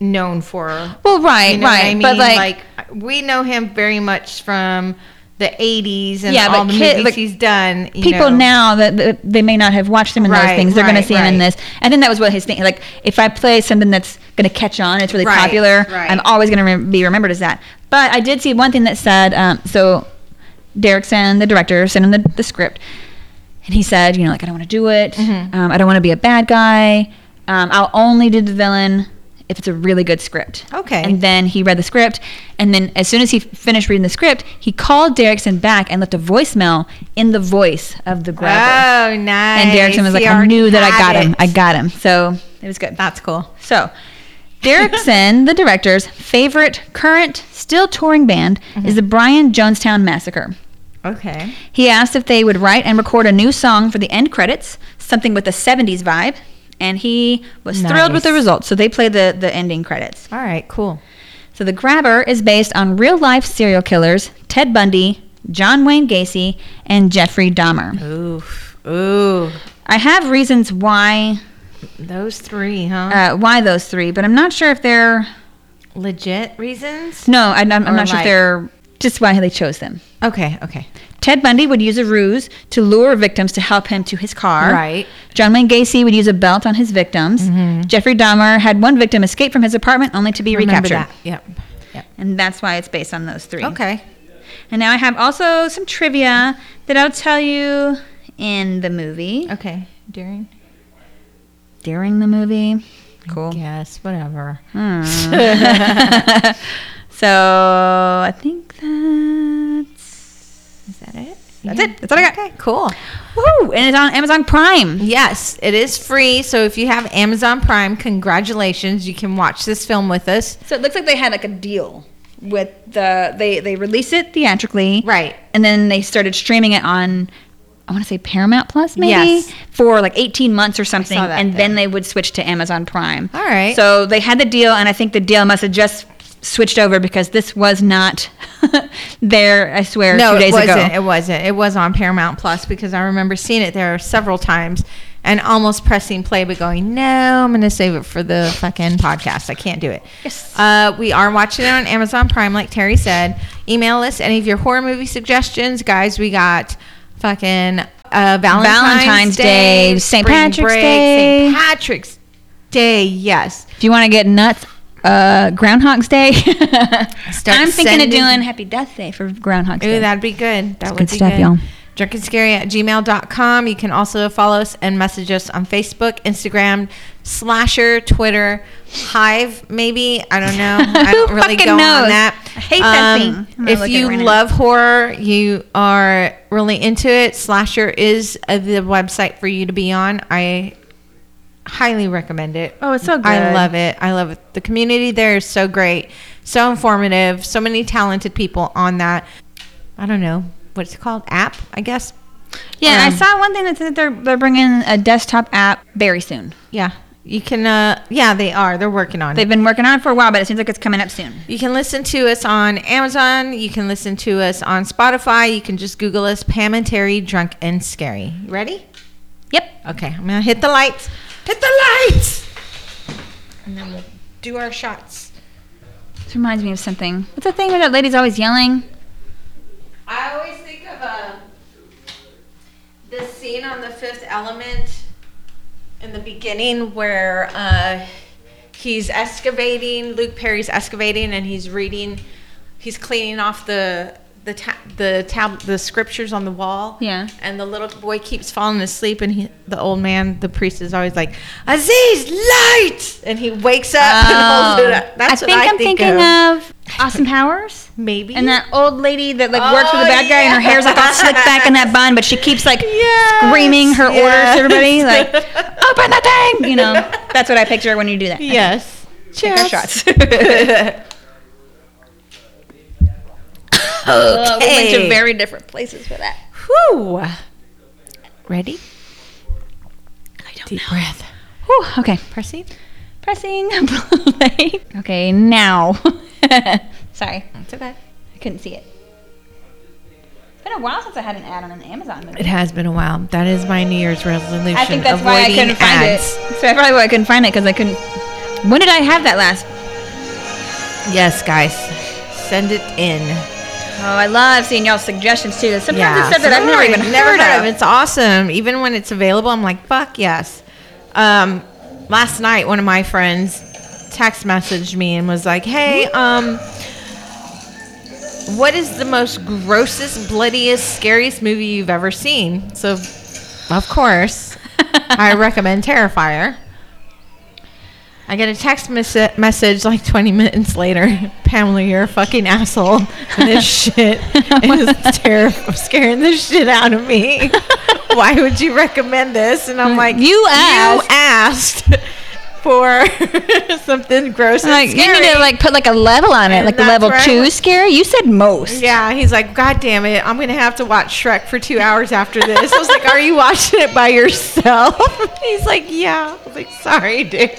Speaker 1: known for.
Speaker 2: Well, right,
Speaker 1: You know what
Speaker 2: right,
Speaker 1: I mean?
Speaker 2: but like,
Speaker 1: we know him very much from the 80s and
Speaker 2: Yeah, but
Speaker 1: all the
Speaker 2: kid-
Speaker 1: movies
Speaker 2: like,
Speaker 1: he's done. you
Speaker 2: people
Speaker 1: know.
Speaker 2: now that that they may not have watched him in those
Speaker 1: Right,
Speaker 2: things, they're going
Speaker 1: right,
Speaker 2: to see him in
Speaker 1: right.
Speaker 2: this. I think that was what his thing. Like, if I play something that's going to catch on, it's really
Speaker 1: Right,
Speaker 2: popular.
Speaker 1: right.
Speaker 2: I'm always going to re- be remembered as that. But I did see one thing that said um, so. Derrickson, the director, sent him the, the script, and he said, you know, like I don't want to do it.
Speaker 1: Mm-hmm.
Speaker 2: Um, I don't want to be a bad guy. Um, I'll only do the villain if it's a really good script.
Speaker 1: Okay.
Speaker 2: And then he read the script, and then as soon as he f- finished reading the script, he called Derrickson back and left a voicemail in the voice of the grabber.
Speaker 1: Oh, nice.
Speaker 2: and Derrickson was like,
Speaker 1: He
Speaker 2: "I knew
Speaker 1: already
Speaker 2: that I
Speaker 1: had
Speaker 2: got him.
Speaker 1: it.
Speaker 2: I got him." So it was good.
Speaker 1: That's cool.
Speaker 2: So, Derrickson, the director's favorite current still touring band
Speaker 1: Mm-hmm.
Speaker 2: is the Brian Jonestown Massacre.
Speaker 1: Okay.
Speaker 2: He asked if they would write and record a new song for the end credits, something with a 70s vibe, and he was thrilled with the
Speaker 1: Nice.
Speaker 2: results. So they play the, the ending credits.
Speaker 1: All right, cool.
Speaker 2: So The Grabber is based on real life serial killers Ted Bundy, John Wayne Gacy, and Jeffrey Dahmer.
Speaker 1: Ooh, ooh.
Speaker 2: I have reasons why
Speaker 1: Those three, huh?
Speaker 2: uh, why those three, but I'm not sure if they're
Speaker 1: Legit reasons?
Speaker 2: no, I, am I'm
Speaker 1: Or
Speaker 2: not sure if
Speaker 1: like-
Speaker 2: they're just why they chose them.
Speaker 1: Okay, okay.
Speaker 2: Ted Bundy would use a ruse to lure victims to help him to his car.
Speaker 1: Right. Mm-hmm.
Speaker 2: John Wayne Gacy would use a belt on his victims. Jeffrey Dahmer had one victim escape from his apartment only to be
Speaker 1: Remember
Speaker 2: recaptured.
Speaker 1: that. Yep. Yep.
Speaker 2: And that's why it's based on those three.
Speaker 1: Okay.
Speaker 2: And now I have also some trivia that I'll tell you in the movie.
Speaker 1: Okay. During.
Speaker 2: During the movie. Cool.
Speaker 1: Yes. Whatever.
Speaker 2: Hmm. [laughs] so I think that's
Speaker 1: Is that it?
Speaker 2: that's it. That's all I got.
Speaker 1: Okay. Cool.
Speaker 2: Woo! And it's on Amazon Prime.
Speaker 1: Yes, it is free. So if you have Amazon Prime, congratulations. You can watch this film with us.
Speaker 2: So it looks like they had like a deal with the they they release it theatrically,
Speaker 1: Right.
Speaker 2: And then they started streaming it on. I want to say Paramount Plus, maybe
Speaker 1: Yes.
Speaker 2: for like 18 months or something,
Speaker 1: that
Speaker 2: and then
Speaker 1: thing.
Speaker 2: they would switch to Amazon Prime.
Speaker 1: All right.
Speaker 2: So they had the deal, and I think the deal must have just switched over because this was not [laughs] there. I swear,
Speaker 1: no,
Speaker 2: two
Speaker 1: it
Speaker 2: days
Speaker 1: wasn't.
Speaker 2: ago.
Speaker 1: It wasn't. It was on Paramount Plus because I remember seeing it there several times and almost pressing play but going, no, I'm going to save it for the fucking podcast. I can't do it.
Speaker 2: Yes.
Speaker 1: Uh, we are watching it on Amazon Prime, like Terry said. Email us any of your horror movie suggestions. Guys, we got fucking uh, Valentine's,
Speaker 2: Valentine's
Speaker 1: Day,
Speaker 2: Day, St.
Speaker 1: Spring
Speaker 2: Patrick's
Speaker 1: Break,
Speaker 2: Day.
Speaker 1: St. Patrick's Day, yes.
Speaker 2: If you want to get nuts, uh, Groundhog's Day. [laughs] I'm thinking
Speaker 1: sending-
Speaker 2: of doing Happy Death Day for Groundhog's
Speaker 1: Ooh,
Speaker 2: Day.
Speaker 1: that'd be good. That would
Speaker 2: good
Speaker 1: be
Speaker 2: stuff,
Speaker 1: good.
Speaker 2: y'all.
Speaker 1: Drunk and scary at gmail.com. You can also follow us and message us on Facebook, Instagram, Slasher, Twitter, Hive, maybe. I don't
Speaker 2: [laughs]
Speaker 1: know. I
Speaker 2: Who
Speaker 1: don't really
Speaker 2: fucking
Speaker 1: go on
Speaker 2: knows?
Speaker 1: that. Um,
Speaker 2: I hate that thing. I'm gonna look
Speaker 1: If
Speaker 2: at
Speaker 1: you
Speaker 2: it right now.
Speaker 1: love horror, you are really into it, Slasher is uh, the website for you to be on. I highly recommend it.
Speaker 2: Oh, it's so
Speaker 1: I
Speaker 2: good.
Speaker 1: love it. I love it. The community there is so great, so informative, so many talented people on that. I don't know what it's called app, I guess.
Speaker 2: yeah, and I
Speaker 1: Um,
Speaker 2: saw one thing that said they're they're bringing a desktop app very soon.
Speaker 1: Yeah, you can. Uh, yeah, they are. They're working on it.
Speaker 2: They've been working on it for a while, but it seems like it's coming up soon.
Speaker 1: You can listen to us on Amazon. You can listen to us on Spotify. You can just Google us, Pam and Terry, drunk and scary. You Ready?
Speaker 2: Yep.
Speaker 1: Okay, I'm gonna hit the lights. Hit the lights. And then we'll do our shots.
Speaker 2: This reminds me of something. What's the thing where that lady's always yelling?
Speaker 1: I always think of uh, the scene on The Fifth Element in the beginning where uh, he's excavating. Luke Perry's excavating, and he's reading. He's cleaning off the the ta- the tab the scriptures on the wall.
Speaker 2: Yeah.
Speaker 1: And the little boy keeps falling asleep, and he, the old man, the priest, is always like, "Aziz, light!" And he wakes up
Speaker 2: [laughs]
Speaker 1: and holds it
Speaker 2: Oh.
Speaker 1: up. That's
Speaker 2: I
Speaker 1: what
Speaker 2: think
Speaker 1: I
Speaker 2: I'm
Speaker 1: think
Speaker 2: thinking
Speaker 1: of.
Speaker 2: of Austin [laughs] Powers.
Speaker 1: Maybe.
Speaker 2: And that old lady that like works for the
Speaker 1: Oh,
Speaker 2: bad guy and her hair's [laughs] like all slicked back in that bun, but she keeps like
Speaker 1: Yes,
Speaker 2: screaming her orders
Speaker 1: yes.
Speaker 2: to everybody, like, [laughs] open the thing! You know. [laughs] That's what I picture when you do that.
Speaker 1: Yes.
Speaker 2: Take our
Speaker 1: Cheers.
Speaker 2: [laughs] shots. Uh, we went to
Speaker 1: Okay.
Speaker 2: very different places for that.
Speaker 1: Whew. Ready?
Speaker 2: I don't
Speaker 1: Deep breath.
Speaker 2: Whew, okay.
Speaker 1: Percy?
Speaker 2: Pressing [laughs] play. Okay, now. [laughs] Sorry.
Speaker 1: It's okay.
Speaker 2: I couldn't see it. It's been a while since I had an ad on an Amazon movie.
Speaker 1: It has been a while. That is my New Year's resolution.
Speaker 2: I think that's why I couldn't find
Speaker 1: find
Speaker 2: it. So I probably why I couldn't find it because I couldn't. When did I have that last?
Speaker 1: it. Yes, guys. Send it in.
Speaker 2: Oh, I love seeing y'all's suggestions too. Sometimes it's stuff that I've never even heard, of.
Speaker 1: It's awesome. Even when it's available, I'm like, fuck yes. Um, last night, one of my friends text messaged me and was like, hey, um, what is the most grossest, bloodiest, scariest movie you've ever seen? So, of course,
Speaker 2: [laughs]
Speaker 1: I recommend Terrifier. I get a text mes- message like 20 minutes later. [laughs] Pamela, you're a fucking asshole. And
Speaker 2: [laughs]
Speaker 1: this shit is terrible, scaring the shit out of
Speaker 2: [laughs]
Speaker 1: me. Why would you recommend this? And I'm like,
Speaker 2: You asked."
Speaker 1: asked for [laughs] something gross and
Speaker 2: like you
Speaker 1: scary.
Speaker 2: need to like put like a level on it,
Speaker 1: And
Speaker 2: like the
Speaker 1: that's
Speaker 2: level
Speaker 1: where I
Speaker 2: two
Speaker 1: went.
Speaker 2: scary. You said most.
Speaker 1: yeah, he's like, God damn it, I'm gonna have to watch Shrek for two hours after this. I was like, Are you watching it by yourself? [laughs] he's like, Yeah. I was like, Sorry, dude.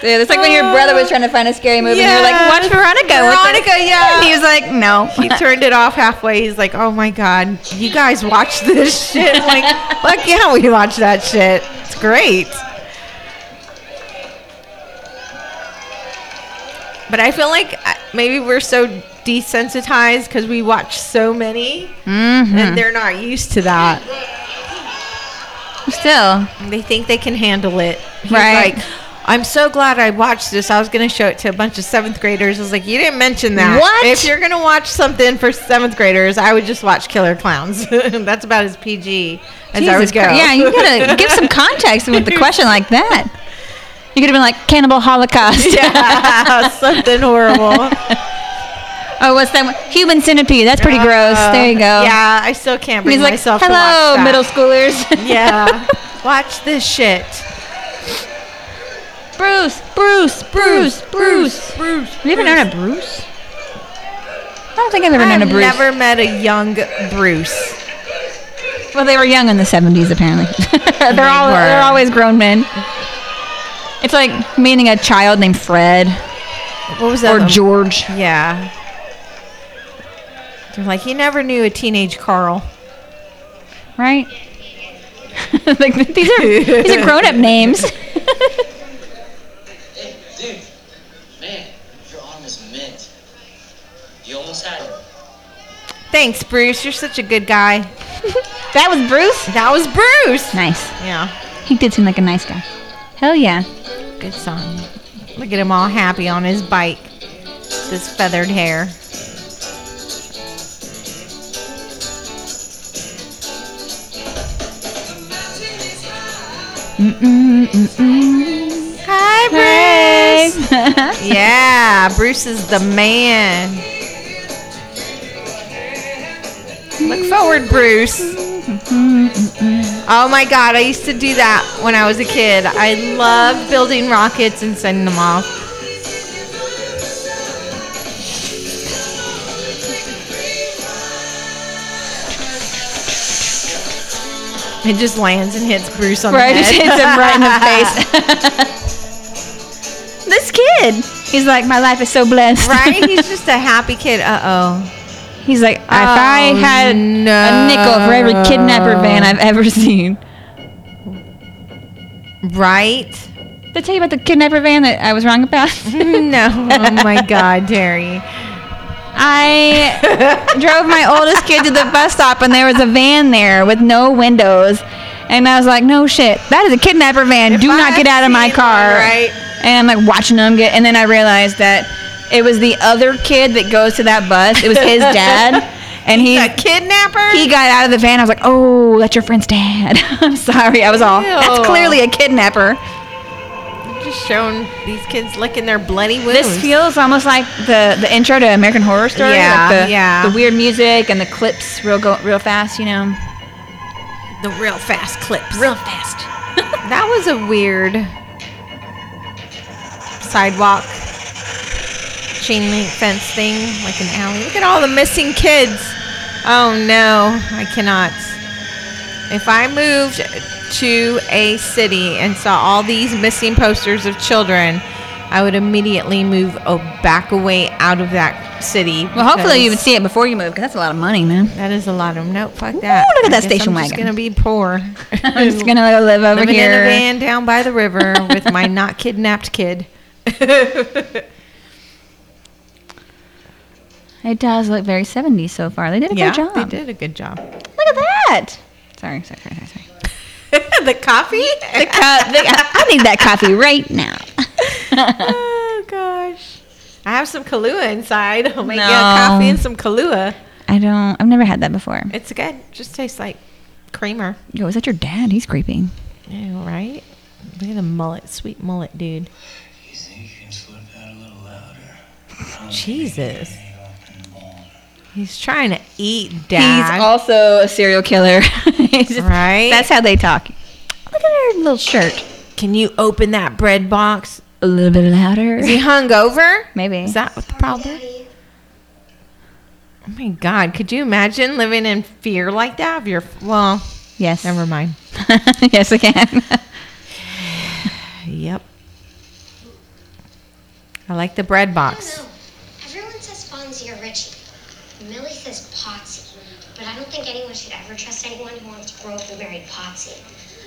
Speaker 2: Dude, it's like when your brother was trying to find a scary movie, and you're
Speaker 1: Yeah.
Speaker 2: like, "Watch Veronica." with us."
Speaker 1: Veronica, yeah.
Speaker 2: And he was like, "No." [laughs]
Speaker 1: He turned it off halfway. He's like, "Oh my god, you guys watch this [laughs] shit?" I'm like, "Fuck yeah, we watch that shit. It's great." But I feel like uh, maybe we're so desensitized because we watch so many,
Speaker 2: Mm-hmm.
Speaker 1: and they're not used to that.
Speaker 2: Still,
Speaker 1: They think they can handle it. He's
Speaker 2: Right.
Speaker 1: Like, I'm so glad I watched this. I was going to show it to a bunch of seventh graders. I was like, you didn't mention that.
Speaker 2: What?
Speaker 1: If you're going to watch something for seventh graders, I would just watch Killer Clowns. [laughs] That's about as PG as I
Speaker 2: Jesus
Speaker 1: would go.
Speaker 2: Christ. Yeah, you gotta give some context with a question like that. You could have been like cannibal holocaust.
Speaker 1: [laughs] [laughs]
Speaker 2: [laughs]
Speaker 1: yeah, [laughs] something horrible.
Speaker 2: oh, what's that? one? Human centipede. That's pretty gross. There you go.
Speaker 1: Uh, Yeah, I still can't
Speaker 2: And
Speaker 1: bring
Speaker 2: he's like,
Speaker 1: myself to watch
Speaker 2: hello,
Speaker 1: that. [laughs]
Speaker 2: middle schoolers. [laughs]
Speaker 1: Yeah, watch this shit.
Speaker 2: Bruce, Bruce, Bruce, Bruce.
Speaker 1: Bruce.
Speaker 2: Have you ever known a Bruce? I don't think I've ever known a
Speaker 1: I've
Speaker 2: Bruce.
Speaker 1: never met a young Bruce.
Speaker 2: Well, they were young in the 70s, apparently. [laughs] they're all
Speaker 1: were.
Speaker 2: they're always grown men. It's like meeting a child named Fred
Speaker 1: What was that?
Speaker 2: or
Speaker 1: one?
Speaker 2: George.
Speaker 1: Yeah. They're like, you never knew a teenage Carl.
Speaker 2: right? [laughs] like th- these are these are grown up names. [laughs]
Speaker 3: Hey, dude, man, your arm is mint. You almost had it.
Speaker 1: Thanks, Bruce. You're such a good guy.
Speaker 2: that was Bruce.
Speaker 1: That was Bruce.
Speaker 2: Nice.
Speaker 1: Yeah.
Speaker 2: He did seem like a nice guy. Hell yeah.
Speaker 1: Good song. Look at him all happy on his bike. This feathered hair. Hi, Bruce.
Speaker 2: Hey.
Speaker 1: Yeah, Bruce is the man. Look forward, Bruce. Oh my God, I used to do that when I was a kid. I loved building rockets and sending them off. It just lands and hits Bruce on
Speaker 2: right,
Speaker 1: the
Speaker 2: it
Speaker 1: head.
Speaker 2: hits him right
Speaker 1: [laughs]
Speaker 2: in the face. this kid, he's like, my life is so blessed.
Speaker 1: right? He's just a happy kid. Uh oh.
Speaker 2: He's like, if I
Speaker 1: Oh,
Speaker 2: had a nickel for every kidnapper van
Speaker 1: no.
Speaker 2: I've ever [laughs] seen. [laughs]
Speaker 1: Right?
Speaker 2: Did I tell you about the kidnapper van that I was wrong about? [laughs]
Speaker 1: no. Oh my God, Terry. [laughs]
Speaker 2: I drove my oldest kid to the bus stop and there was a van there with no windows. And I was like, no shit, that is a kidnapper van. Do
Speaker 1: If
Speaker 2: not
Speaker 1: I've
Speaker 2: get out of my
Speaker 1: seen
Speaker 2: car.
Speaker 1: one, right.
Speaker 2: And I'm like watching them get, and then I realized that it was the other kid that goes to that bus. It
Speaker 1: [laughs]
Speaker 2: was his dad. And he,
Speaker 1: A kidnapper?
Speaker 2: he got out of the van. I was like, oh, that's your friend's dad. [laughs] I'm sorry. I was all,
Speaker 1: Ew.
Speaker 2: that's clearly a kidnapper.
Speaker 1: just shown these kids licking their bloody wounds.
Speaker 2: This feels almost like the, the intro to American Horror Story.
Speaker 1: Yeah,
Speaker 2: like the,
Speaker 1: yeah.
Speaker 2: The weird music and the clips, real go, real fast. You know,
Speaker 1: the real fast clips.
Speaker 2: [laughs] fast.
Speaker 1: That was a weird sidewalk chain link fence thing, like an alley. Look at all the missing kids. Oh no, I cannot. If I moved to a city and saw all these missing posters of children, I would immediately move a back away out of that city.
Speaker 2: well, hopefully you would
Speaker 1: because
Speaker 2: see it before you move, 'cause that's a lot of money, man.
Speaker 1: That is a lot of no. Fuck that.
Speaker 2: look at
Speaker 1: I
Speaker 2: that
Speaker 1: guess
Speaker 2: station
Speaker 1: I'm just
Speaker 2: wagon.
Speaker 1: gonna be
Speaker 2: [laughs]
Speaker 1: poor.
Speaker 2: I'm just gonna live over
Speaker 1: Living in a
Speaker 2: here.
Speaker 1: van down by the river with my not kidnapped kid.
Speaker 2: It does look very 70s so far. They did a good job.
Speaker 1: they did a good job.
Speaker 2: Look at that. Sorry, sorry, sorry, sorry.
Speaker 1: the coffee?
Speaker 2: [laughs] [laughs] The cup. the- Uh, I need that coffee right now.
Speaker 1: oh gosh. I have some Kahlua inside. I'll make you a
Speaker 2: No.
Speaker 1: coffee and some Kahlua.
Speaker 2: [laughs] I don't. I've never had that before.
Speaker 1: It's good. Just tastes like creamer.
Speaker 2: Yo, is that your dad? He's creepy.
Speaker 1: Yeah, right? Look at the mullet, sweet mullet dude.
Speaker 4: You think you can slip out a little louder?
Speaker 1: [laughs] Jesus. He's trying to eat dad.
Speaker 2: He's also a serial killer. [laughs] He's just-
Speaker 1: Right?
Speaker 2: That's how they talk. Look at her little shirt.
Speaker 1: Can you open that bread box?
Speaker 2: A little bit
Speaker 1: [laughs]
Speaker 2: louder.
Speaker 1: Is he hungover?
Speaker 2: Maybe.
Speaker 1: Is that what the problem is? Oh my God. Could you imagine living in fear like that? Of your, well,
Speaker 2: yes.
Speaker 1: never mind.
Speaker 2: [laughs] yes, I can.
Speaker 1: Yep. I like the bread box.
Speaker 5: don't know. Everyone says Fonzie or Richie. Millie says Potsy. But I don't think anyone should ever trust anyone who wants to grow up and marry Potsy.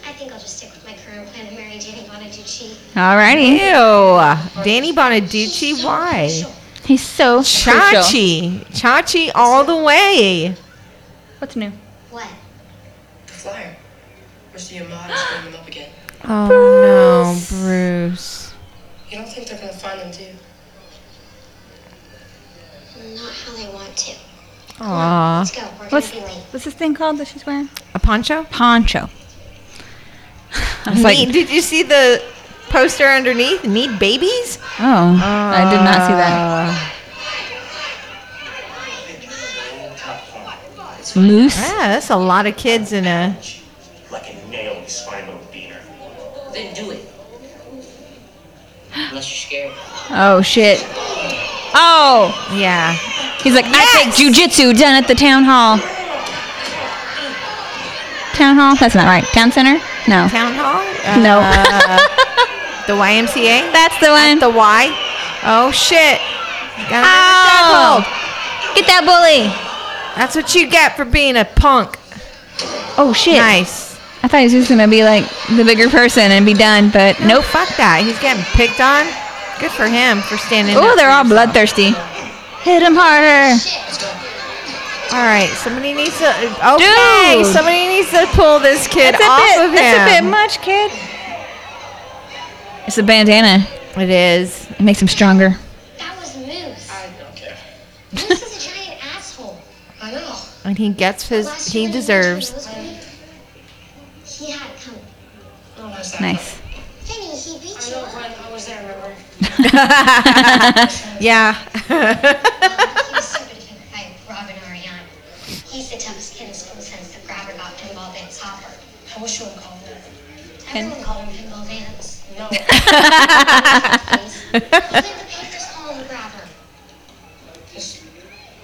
Speaker 5: I think I'll just stick with my current plan of marrying Danny Bonaducci.
Speaker 1: Ew.
Speaker 2: Alrighty.
Speaker 1: uh, Danny Bonaducci,
Speaker 5: She's so
Speaker 1: why?
Speaker 5: crucial.
Speaker 2: He's so crucial.
Speaker 1: Chachi. Chachi all the way.
Speaker 2: What's new?
Speaker 5: What?
Speaker 6: Flyer. We're seeing Mod is coming up again.
Speaker 1: Oh no, Bruce.
Speaker 6: You don't think they're gonna find them, do you?
Speaker 5: Not how they want to. Come on,
Speaker 1: Aw.
Speaker 5: Let's go. We're
Speaker 2: What's,
Speaker 5: gonna be late.
Speaker 2: what's this thing called that she's wearing?
Speaker 1: A poncho?
Speaker 2: Poncho. I was
Speaker 1: Need-
Speaker 2: like,
Speaker 1: did you see the poster underneath? Need babies?
Speaker 2: oh, I did not see
Speaker 1: Uh,
Speaker 2: that. Moose.
Speaker 1: Yeah, that's a lot of kids in a.
Speaker 7: Like a nail in the spine of a beaner.
Speaker 3: Then do it. Unless you're scared.
Speaker 2: Oh shit. Oh,
Speaker 1: Yeah.
Speaker 2: he's like, I take jujitsu done at the town hall. Town hall? That's not right. Town center? No.
Speaker 1: Town hall?
Speaker 2: No.
Speaker 1: Uh, the YMCA?
Speaker 2: [laughs] That's the one.
Speaker 1: The Y? Oh, shit. Gotta
Speaker 2: Ow.
Speaker 1: make it
Speaker 2: Get that bully.
Speaker 1: tackled. That's what you get for being a punk.
Speaker 2: Oh shit.
Speaker 1: Nice.
Speaker 2: I thought he was just gonna be like the bigger person and be done, but nope.
Speaker 1: Fuck that. He's getting picked on. Good for him for standing
Speaker 2: Oh,
Speaker 1: up
Speaker 2: they're
Speaker 1: for
Speaker 2: all
Speaker 1: himself.
Speaker 2: bloodthirsty. Hit him harder.
Speaker 1: All right, somebody needs to. Okay,
Speaker 2: Dude.
Speaker 1: somebody needs to pull this kid
Speaker 2: That's a
Speaker 1: off
Speaker 2: bit.
Speaker 1: of him.
Speaker 2: That's a bit much, kid. It's a bandana.
Speaker 1: It is.
Speaker 2: It makes him stronger.
Speaker 5: That was Moose.
Speaker 6: I don't care.
Speaker 5: Moose is a giant asshole.
Speaker 6: I know.
Speaker 1: And he gets his.
Speaker 5: Last
Speaker 1: He
Speaker 5: year when
Speaker 1: deserves.
Speaker 5: was with me, He had it coming.
Speaker 6: No, that's
Speaker 2: [laughs]
Speaker 6: that.
Speaker 2: Nice.
Speaker 5: Vinny, he beat
Speaker 6: I
Speaker 5: you
Speaker 6: know
Speaker 5: up.
Speaker 6: when I was there, remember?
Speaker 1: yeah.
Speaker 5: He was so defeated by Robin Ariana. He's the toughest kid in school since the grabber got pinball dance hopper.
Speaker 6: I wish you would call them.
Speaker 5: Everyone called him pinball dance.
Speaker 6: No.
Speaker 5: Please. Even the papers call him grabber.
Speaker 6: Just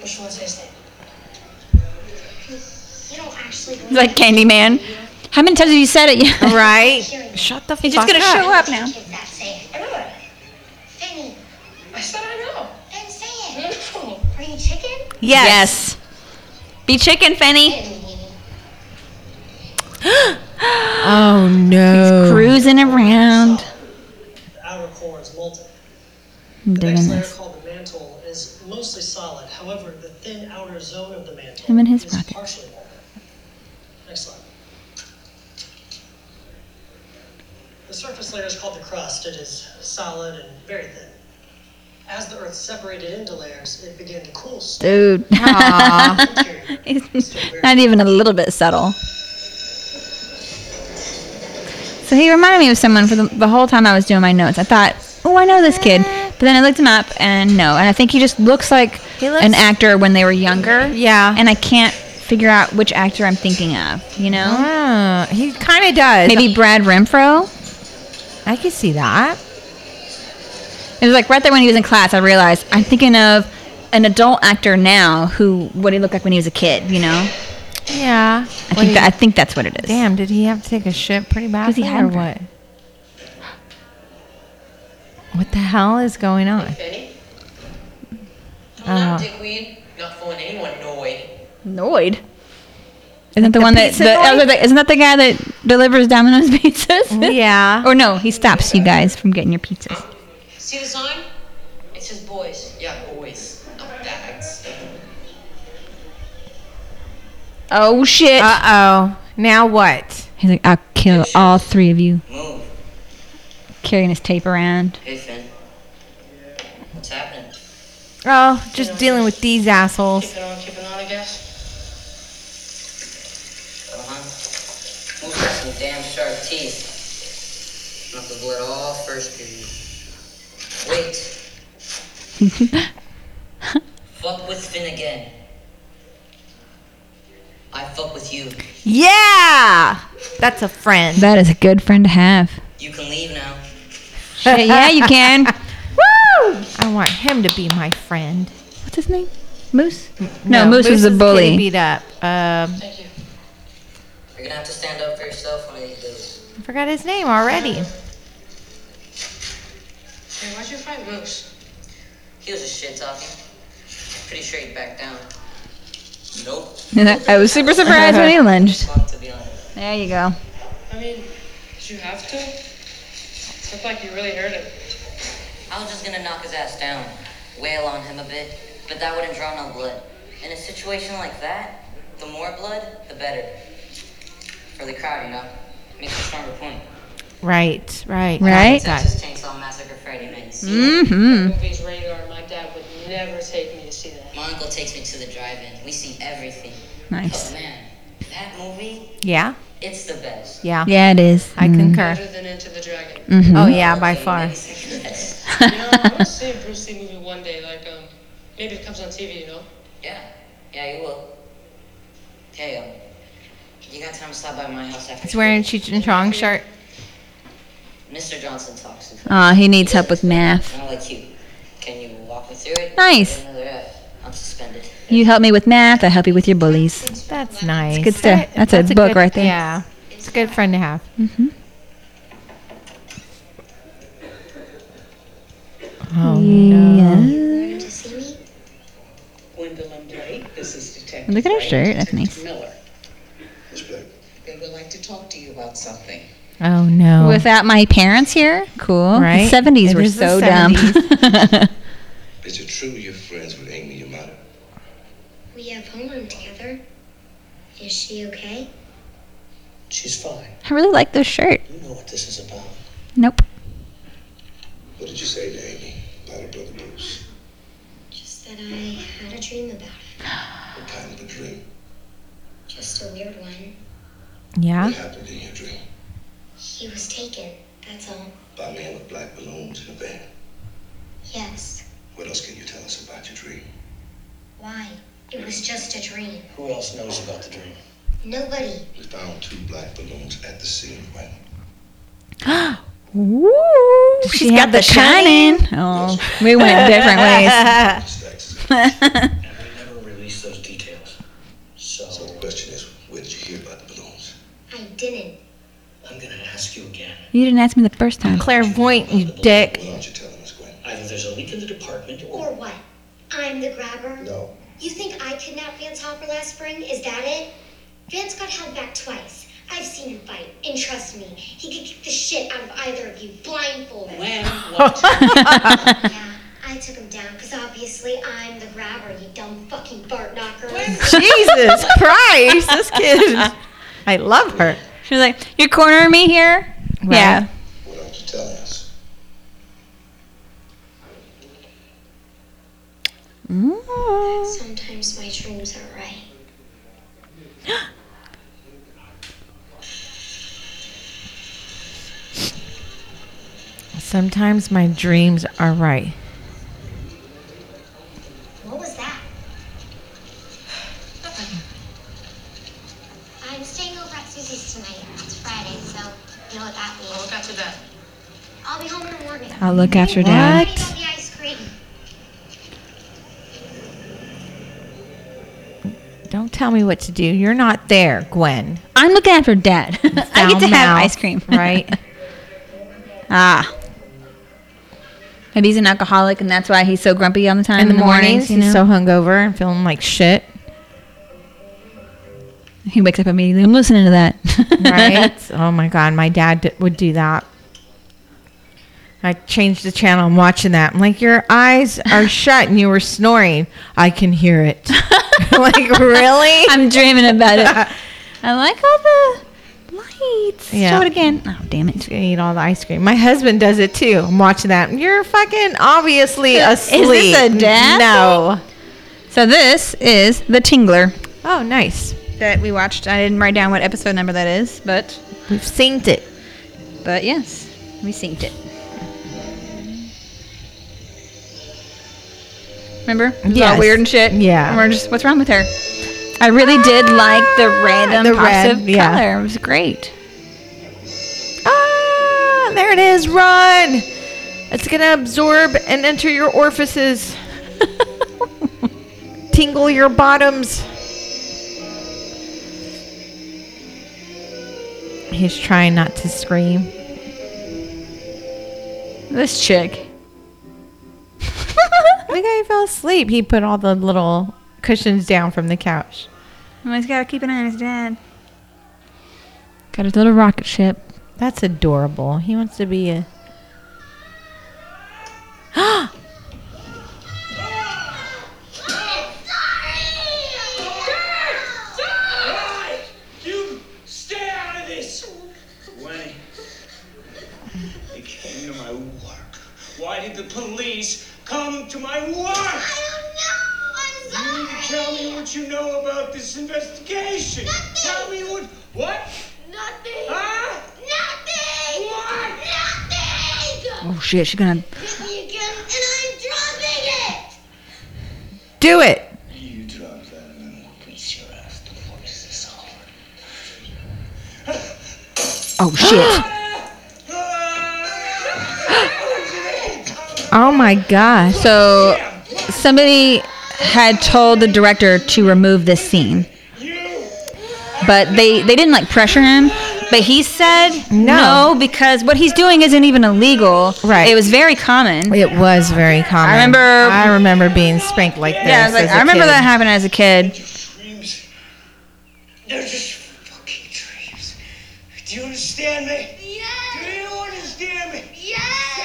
Speaker 6: wish you would say something.
Speaker 5: You don't actually believe
Speaker 2: It's like Candyman. How many times have you said it? [laughs]
Speaker 1: [laughs]
Speaker 2: yet?
Speaker 1: right. Shut the
Speaker 2: He's
Speaker 1: fuck
Speaker 2: just gonna
Speaker 1: up.
Speaker 2: show up now.
Speaker 5: kids that safe.
Speaker 6: I know that.
Speaker 5: Vinny,
Speaker 6: I said I know. Mm-hmm.
Speaker 5: then say it.
Speaker 6: No.
Speaker 5: Are you chicken?
Speaker 1: Yes.
Speaker 2: Yes. Be chicken, Fanny.
Speaker 5: Vinny.
Speaker 1: Oh no.
Speaker 2: Cruising around.
Speaker 8: The outer core is molten.
Speaker 2: I'm
Speaker 8: The next
Speaker 2: digging
Speaker 8: layer
Speaker 2: this.
Speaker 8: called the mantle is mostly solid. However, the thin outer zone of the mantle
Speaker 2: Him and his
Speaker 8: is
Speaker 2: rocket.
Speaker 8: partially molten. Next slide. The surface layer is called the crust. It is solid and very thin. As the Earth separated into layers, it began to
Speaker 2: [laughs]
Speaker 8: cool. s-
Speaker 2: Dude.
Speaker 1: Aw.
Speaker 8: interior.
Speaker 2: He's not even a little bit subtle. So he reminded me of someone for the, the whole time I was doing my notes. I thought, oh, I know this kid. But then I looked him up and no. And I think he just looks like
Speaker 1: He looks-
Speaker 2: an actor when they were younger.
Speaker 1: Yeah.
Speaker 2: And I can't figure out which actor I'm thinking of, you know?
Speaker 1: Ah, he kind of does.
Speaker 2: Maybe Brad Renfro?
Speaker 1: I could see that.
Speaker 2: It was like right there when he was in class, I realized I'm thinking of an adult actor now who what he looked like when he was a kid, you know? I
Speaker 1: Yeah. What
Speaker 2: think
Speaker 1: he-
Speaker 2: that, I think that's what it is.
Speaker 1: damn, did he have to take a shit pretty bad
Speaker 2: 'Cause he had
Speaker 1: or
Speaker 2: him-
Speaker 1: what? What the hell is going on?
Speaker 3: Benny? I'm
Speaker 1: Uh,
Speaker 3: not dickweed. Not fooling anyone, no way.
Speaker 2: Noid. [laughs] Isn't that the, one that
Speaker 1: pizza
Speaker 2: the,
Speaker 1: Noid?
Speaker 2: oh, was like, isn't that the guy Oh, that delivers Domino's [laughs] pizzas?
Speaker 1: Yeah.
Speaker 2: or no, he stops you guys from getting your pizzas.
Speaker 3: See the sign? It says boys. Yeah, boys. Not bags.
Speaker 2: Oh shit!
Speaker 1: Uh oh. Now what?
Speaker 2: He's like, I'll kill all three of you.
Speaker 3: Move.
Speaker 2: Carrying his tape around.
Speaker 3: Hey, Finn. What's happening?
Speaker 1: Oh, just dealing with these assholes.
Speaker 6: Keep it on, keep it on, I guess.
Speaker 3: Uh-huh. Move with some damn sharp teeth. Enough to blood all first period. Wait. fuck with Finn again. I fuck with you.
Speaker 1: Yeah. That's a friend.
Speaker 2: That is a good friend to have.
Speaker 3: You can leave now.
Speaker 2: Shit, yeah, [laughs] you can.
Speaker 1: Woo! I want him to be my friend.
Speaker 2: What's his name? Moose? No, Moose, was a
Speaker 1: the kid
Speaker 2: bully.
Speaker 1: he beat up. Um,
Speaker 6: Thank you.
Speaker 3: You're gonna have to stand up for yourself when I eat those.
Speaker 1: I forgot his name already.
Speaker 6: Hey, why'd you fight Moose?
Speaker 3: He was a shit talking. Pretty sure he'd back down. Nope.
Speaker 2: [laughs] I was super surprised when he lunged.
Speaker 3: Fuck to be honest.
Speaker 2: There you go.
Speaker 6: I mean, did you have to? Looked like you really hurt him.
Speaker 3: I was just gonna knock his ass down, wail on him a bit, but that wouldn't draw no blood. In a situation like that, the more blood, the better. For the crowd, you know. Makes a stronger point.
Speaker 1: Right, right.
Speaker 2: Right?
Speaker 3: Texas Chainsaw Massacre Friday night.
Speaker 6: seen
Speaker 1: Mm.
Speaker 6: it.
Speaker 2: Mm-hmm. Hmm.
Speaker 6: That movie's radar. My dad would never take me to see that.
Speaker 3: My uncle takes me to the drive-in. We see everything.
Speaker 2: Nice.
Speaker 3: Oh man, that movie,
Speaker 1: Yeah.
Speaker 3: it's the best.
Speaker 1: Yeah.
Speaker 2: Yeah, it is. Mm-hmm.
Speaker 1: I concur.
Speaker 6: Better than Into the Dragon.
Speaker 1: Oh yeah, by
Speaker 3: Okay,
Speaker 1: far.
Speaker 3: maybe second best.
Speaker 6: You know, I want to see a Bruce Lee movie one day. Like, um, maybe it comes on TV. You know.
Speaker 3: Yeah, yeah, you will. Hey, um, you got time to stop by my house after?
Speaker 1: He's wearing a Cheech and Chong shirt.
Speaker 3: Mr. Johnson talks to me.
Speaker 2: [laughs] Aw, he needs help with math.
Speaker 3: Not like you. Can you walk me through it?
Speaker 2: Nice.
Speaker 3: Another F. I'm suspended.
Speaker 2: You help me with math, I help you with your bullies.
Speaker 1: That's nice.
Speaker 2: good stuff.
Speaker 1: That-
Speaker 2: That's a book
Speaker 1: good-
Speaker 2: right there.
Speaker 1: Yeah. It's a good friend to have. Mm-hmm. Oh no.
Speaker 5: Wanted to see me?
Speaker 9: Gwendolyn Blake, this is Detective.
Speaker 2: Look at her
Speaker 9: Blake,
Speaker 2: shirt, that's
Speaker 9: Detective
Speaker 2: nice.
Speaker 9: Miller. They would like to talk to you about
Speaker 2: [laughs]
Speaker 9: something.
Speaker 1: Oh no.
Speaker 2: Without my parents here, cool. The
Speaker 1: Right?
Speaker 2: 70s
Speaker 1: It
Speaker 2: were
Speaker 1: is the
Speaker 2: so dumb.
Speaker 4: Is it true you're friends with Amy, your mother?
Speaker 5: We have homeroom together. Is she okay?
Speaker 9: She's fine.
Speaker 2: [laughs] I really like this shirt.
Speaker 9: You know what this is about.
Speaker 2: Nope.
Speaker 4: What did you say to Amy about her brother Bruce?
Speaker 5: Just that I had a dream about it.
Speaker 4: What kind of a dream?
Speaker 5: Just a weird one.
Speaker 1: yeah.
Speaker 4: What happened in your dream?
Speaker 5: He was taken, that's all.
Speaker 4: By a man with black balloons in a van.
Speaker 5: Yes.
Speaker 4: What else can you tell us about your dream?
Speaker 5: Why? It was just a dream.
Speaker 9: Who else knows about the dream?
Speaker 5: Nobody.
Speaker 4: We found two black balloons at the scene when
Speaker 2: Woo!
Speaker 1: she have the shining?
Speaker 2: Oh, we went different ways.
Speaker 4: stacks.
Speaker 2: [laughs]
Speaker 9: And we never released those details.
Speaker 4: So
Speaker 9: So
Speaker 4: the question is, where did you hear about the balloons?
Speaker 5: I didn't.
Speaker 9: I'm gonna ask you again.
Speaker 2: You didn't ask me the first time.
Speaker 1: [laughs]
Speaker 2: [laughs]
Speaker 1: Clairvoyant, you dick.
Speaker 4: Why aren't you telling us, Gwen?
Speaker 9: Either there's a leak in the department
Speaker 5: Or
Speaker 9: or
Speaker 5: what? I'm the grabber?
Speaker 4: No.
Speaker 5: You think I kidnapped Vance Hopper last spring? Is that it? Vance got held back twice. I've seen him fight, and trust me, he could kick the shit out of either of you blindfolded.
Speaker 9: when what?
Speaker 5: yeah, I took him down because obviously I'm the grabber, you dumb fucking Bart
Speaker 2: [laughs]
Speaker 5: knocker.
Speaker 1: Jesus Christ, this kid. I love her.
Speaker 2: She was like, "You're cornering me here."
Speaker 1: Right.
Speaker 2: Yeah.
Speaker 4: What aren't you telling us?
Speaker 5: Sometimes my dreams are right.
Speaker 1: Sometimes my dreams are right.
Speaker 5: What was that? I'm staying over at Susie's tonight. It's Friday, so you know what that means.
Speaker 6: I'll look after that.
Speaker 5: I'll be home in the morning.
Speaker 2: I'll look after
Speaker 5: Already
Speaker 2: dad.
Speaker 5: got the ice cream.
Speaker 1: Don't tell me what to do. You're not there, Gwen.
Speaker 2: I'm looking after dad. [laughs] I get
Speaker 1: Foul
Speaker 2: to have
Speaker 1: mouth,
Speaker 2: ice [laughs] cream,
Speaker 1: [laughs] right?
Speaker 2: ah. Maybe he's an alcoholic, and that's why he's so grumpy all the time
Speaker 1: In the mornings,
Speaker 2: You
Speaker 1: he's so
Speaker 2: know,
Speaker 1: hungover and feeling like shit,
Speaker 2: he wakes up immediately. I'm listening to that.
Speaker 1: [laughs]
Speaker 2: [laughs]
Speaker 1: right? oh my god, my dad d- would do that. I changed the channel. I'm watching that. I'm like, your eyes [laughs] are shut and you were snoring. I can hear [laughs] it. like, really?
Speaker 2: [laughs] I'm dreaming about [laughs] it. I like all the lights.
Speaker 1: Yeah.
Speaker 2: Show it again. Oh, damn it.
Speaker 1: gonna eat all the ice cream. My husband does it too. I'm watching that. You're fucking [laughs] obviously
Speaker 2: Is this
Speaker 1: asleep.
Speaker 2: a dad
Speaker 1: No.
Speaker 2: So this is the Tingler
Speaker 1: Oh, nice.
Speaker 2: that we watched. I didn't write down what episode number that is, but
Speaker 1: We've synced it.
Speaker 2: but yes, we synced it. Remember? It was all
Speaker 1: Yes.
Speaker 2: weird and shit.
Speaker 1: Yeah.
Speaker 2: And we're just what's wrong with her? I really did like the random
Speaker 1: Ah, The
Speaker 2: pops
Speaker 1: red,
Speaker 2: of
Speaker 1: yeah.
Speaker 2: color. It was great.
Speaker 1: Ah, there it is. Run. It's gonna absorb and enter your [laughs] orifices. Tingle your bottoms. He's trying not to scream.
Speaker 2: This chick.
Speaker 1: [laughs] The guy fell asleep. He put all the little cushions down from the couch.
Speaker 2: Always gotta keep an eye on his dad. Got his little rocket ship.
Speaker 1: That's adorable. He wants to be a.
Speaker 9: You stay out of this! When it came to my work,
Speaker 7: Why did the police come to my wife?
Speaker 5: I don't know.
Speaker 7: You
Speaker 5: I'm
Speaker 7: need to
Speaker 5: sorry.
Speaker 7: tell me what you know about this investigation.
Speaker 5: Nothing.
Speaker 7: Tell me what. What?
Speaker 5: Nothing.
Speaker 7: Huh?
Speaker 5: Nothing.
Speaker 7: What?
Speaker 5: Nothing.
Speaker 2: Oh shit, she's gonna.
Speaker 5: Hit me again, and I'm dropping it.
Speaker 1: Do it.
Speaker 4: You drop that and then we'll beat your ass before this is over.
Speaker 2: Oh
Speaker 1: [gasps]
Speaker 2: [gasps] shit.
Speaker 1: Oh my gosh.
Speaker 2: so somebody had told the director to remove this scene, but they they didn't like pressure him. But he said
Speaker 1: No.
Speaker 2: no, because what he's doing isn't even illegal.
Speaker 1: Right.
Speaker 2: It was very common.
Speaker 1: It was very common.
Speaker 2: I remember-
Speaker 1: I remember being spanked like this.
Speaker 2: Yeah, I was like,
Speaker 1: as a
Speaker 2: I remember
Speaker 1: kid.
Speaker 2: that happened as a kid.
Speaker 7: Dreams. They're just fucking dreams. Do you understand me? Do
Speaker 5: Yes.
Speaker 7: you understand me?
Speaker 5: Yes.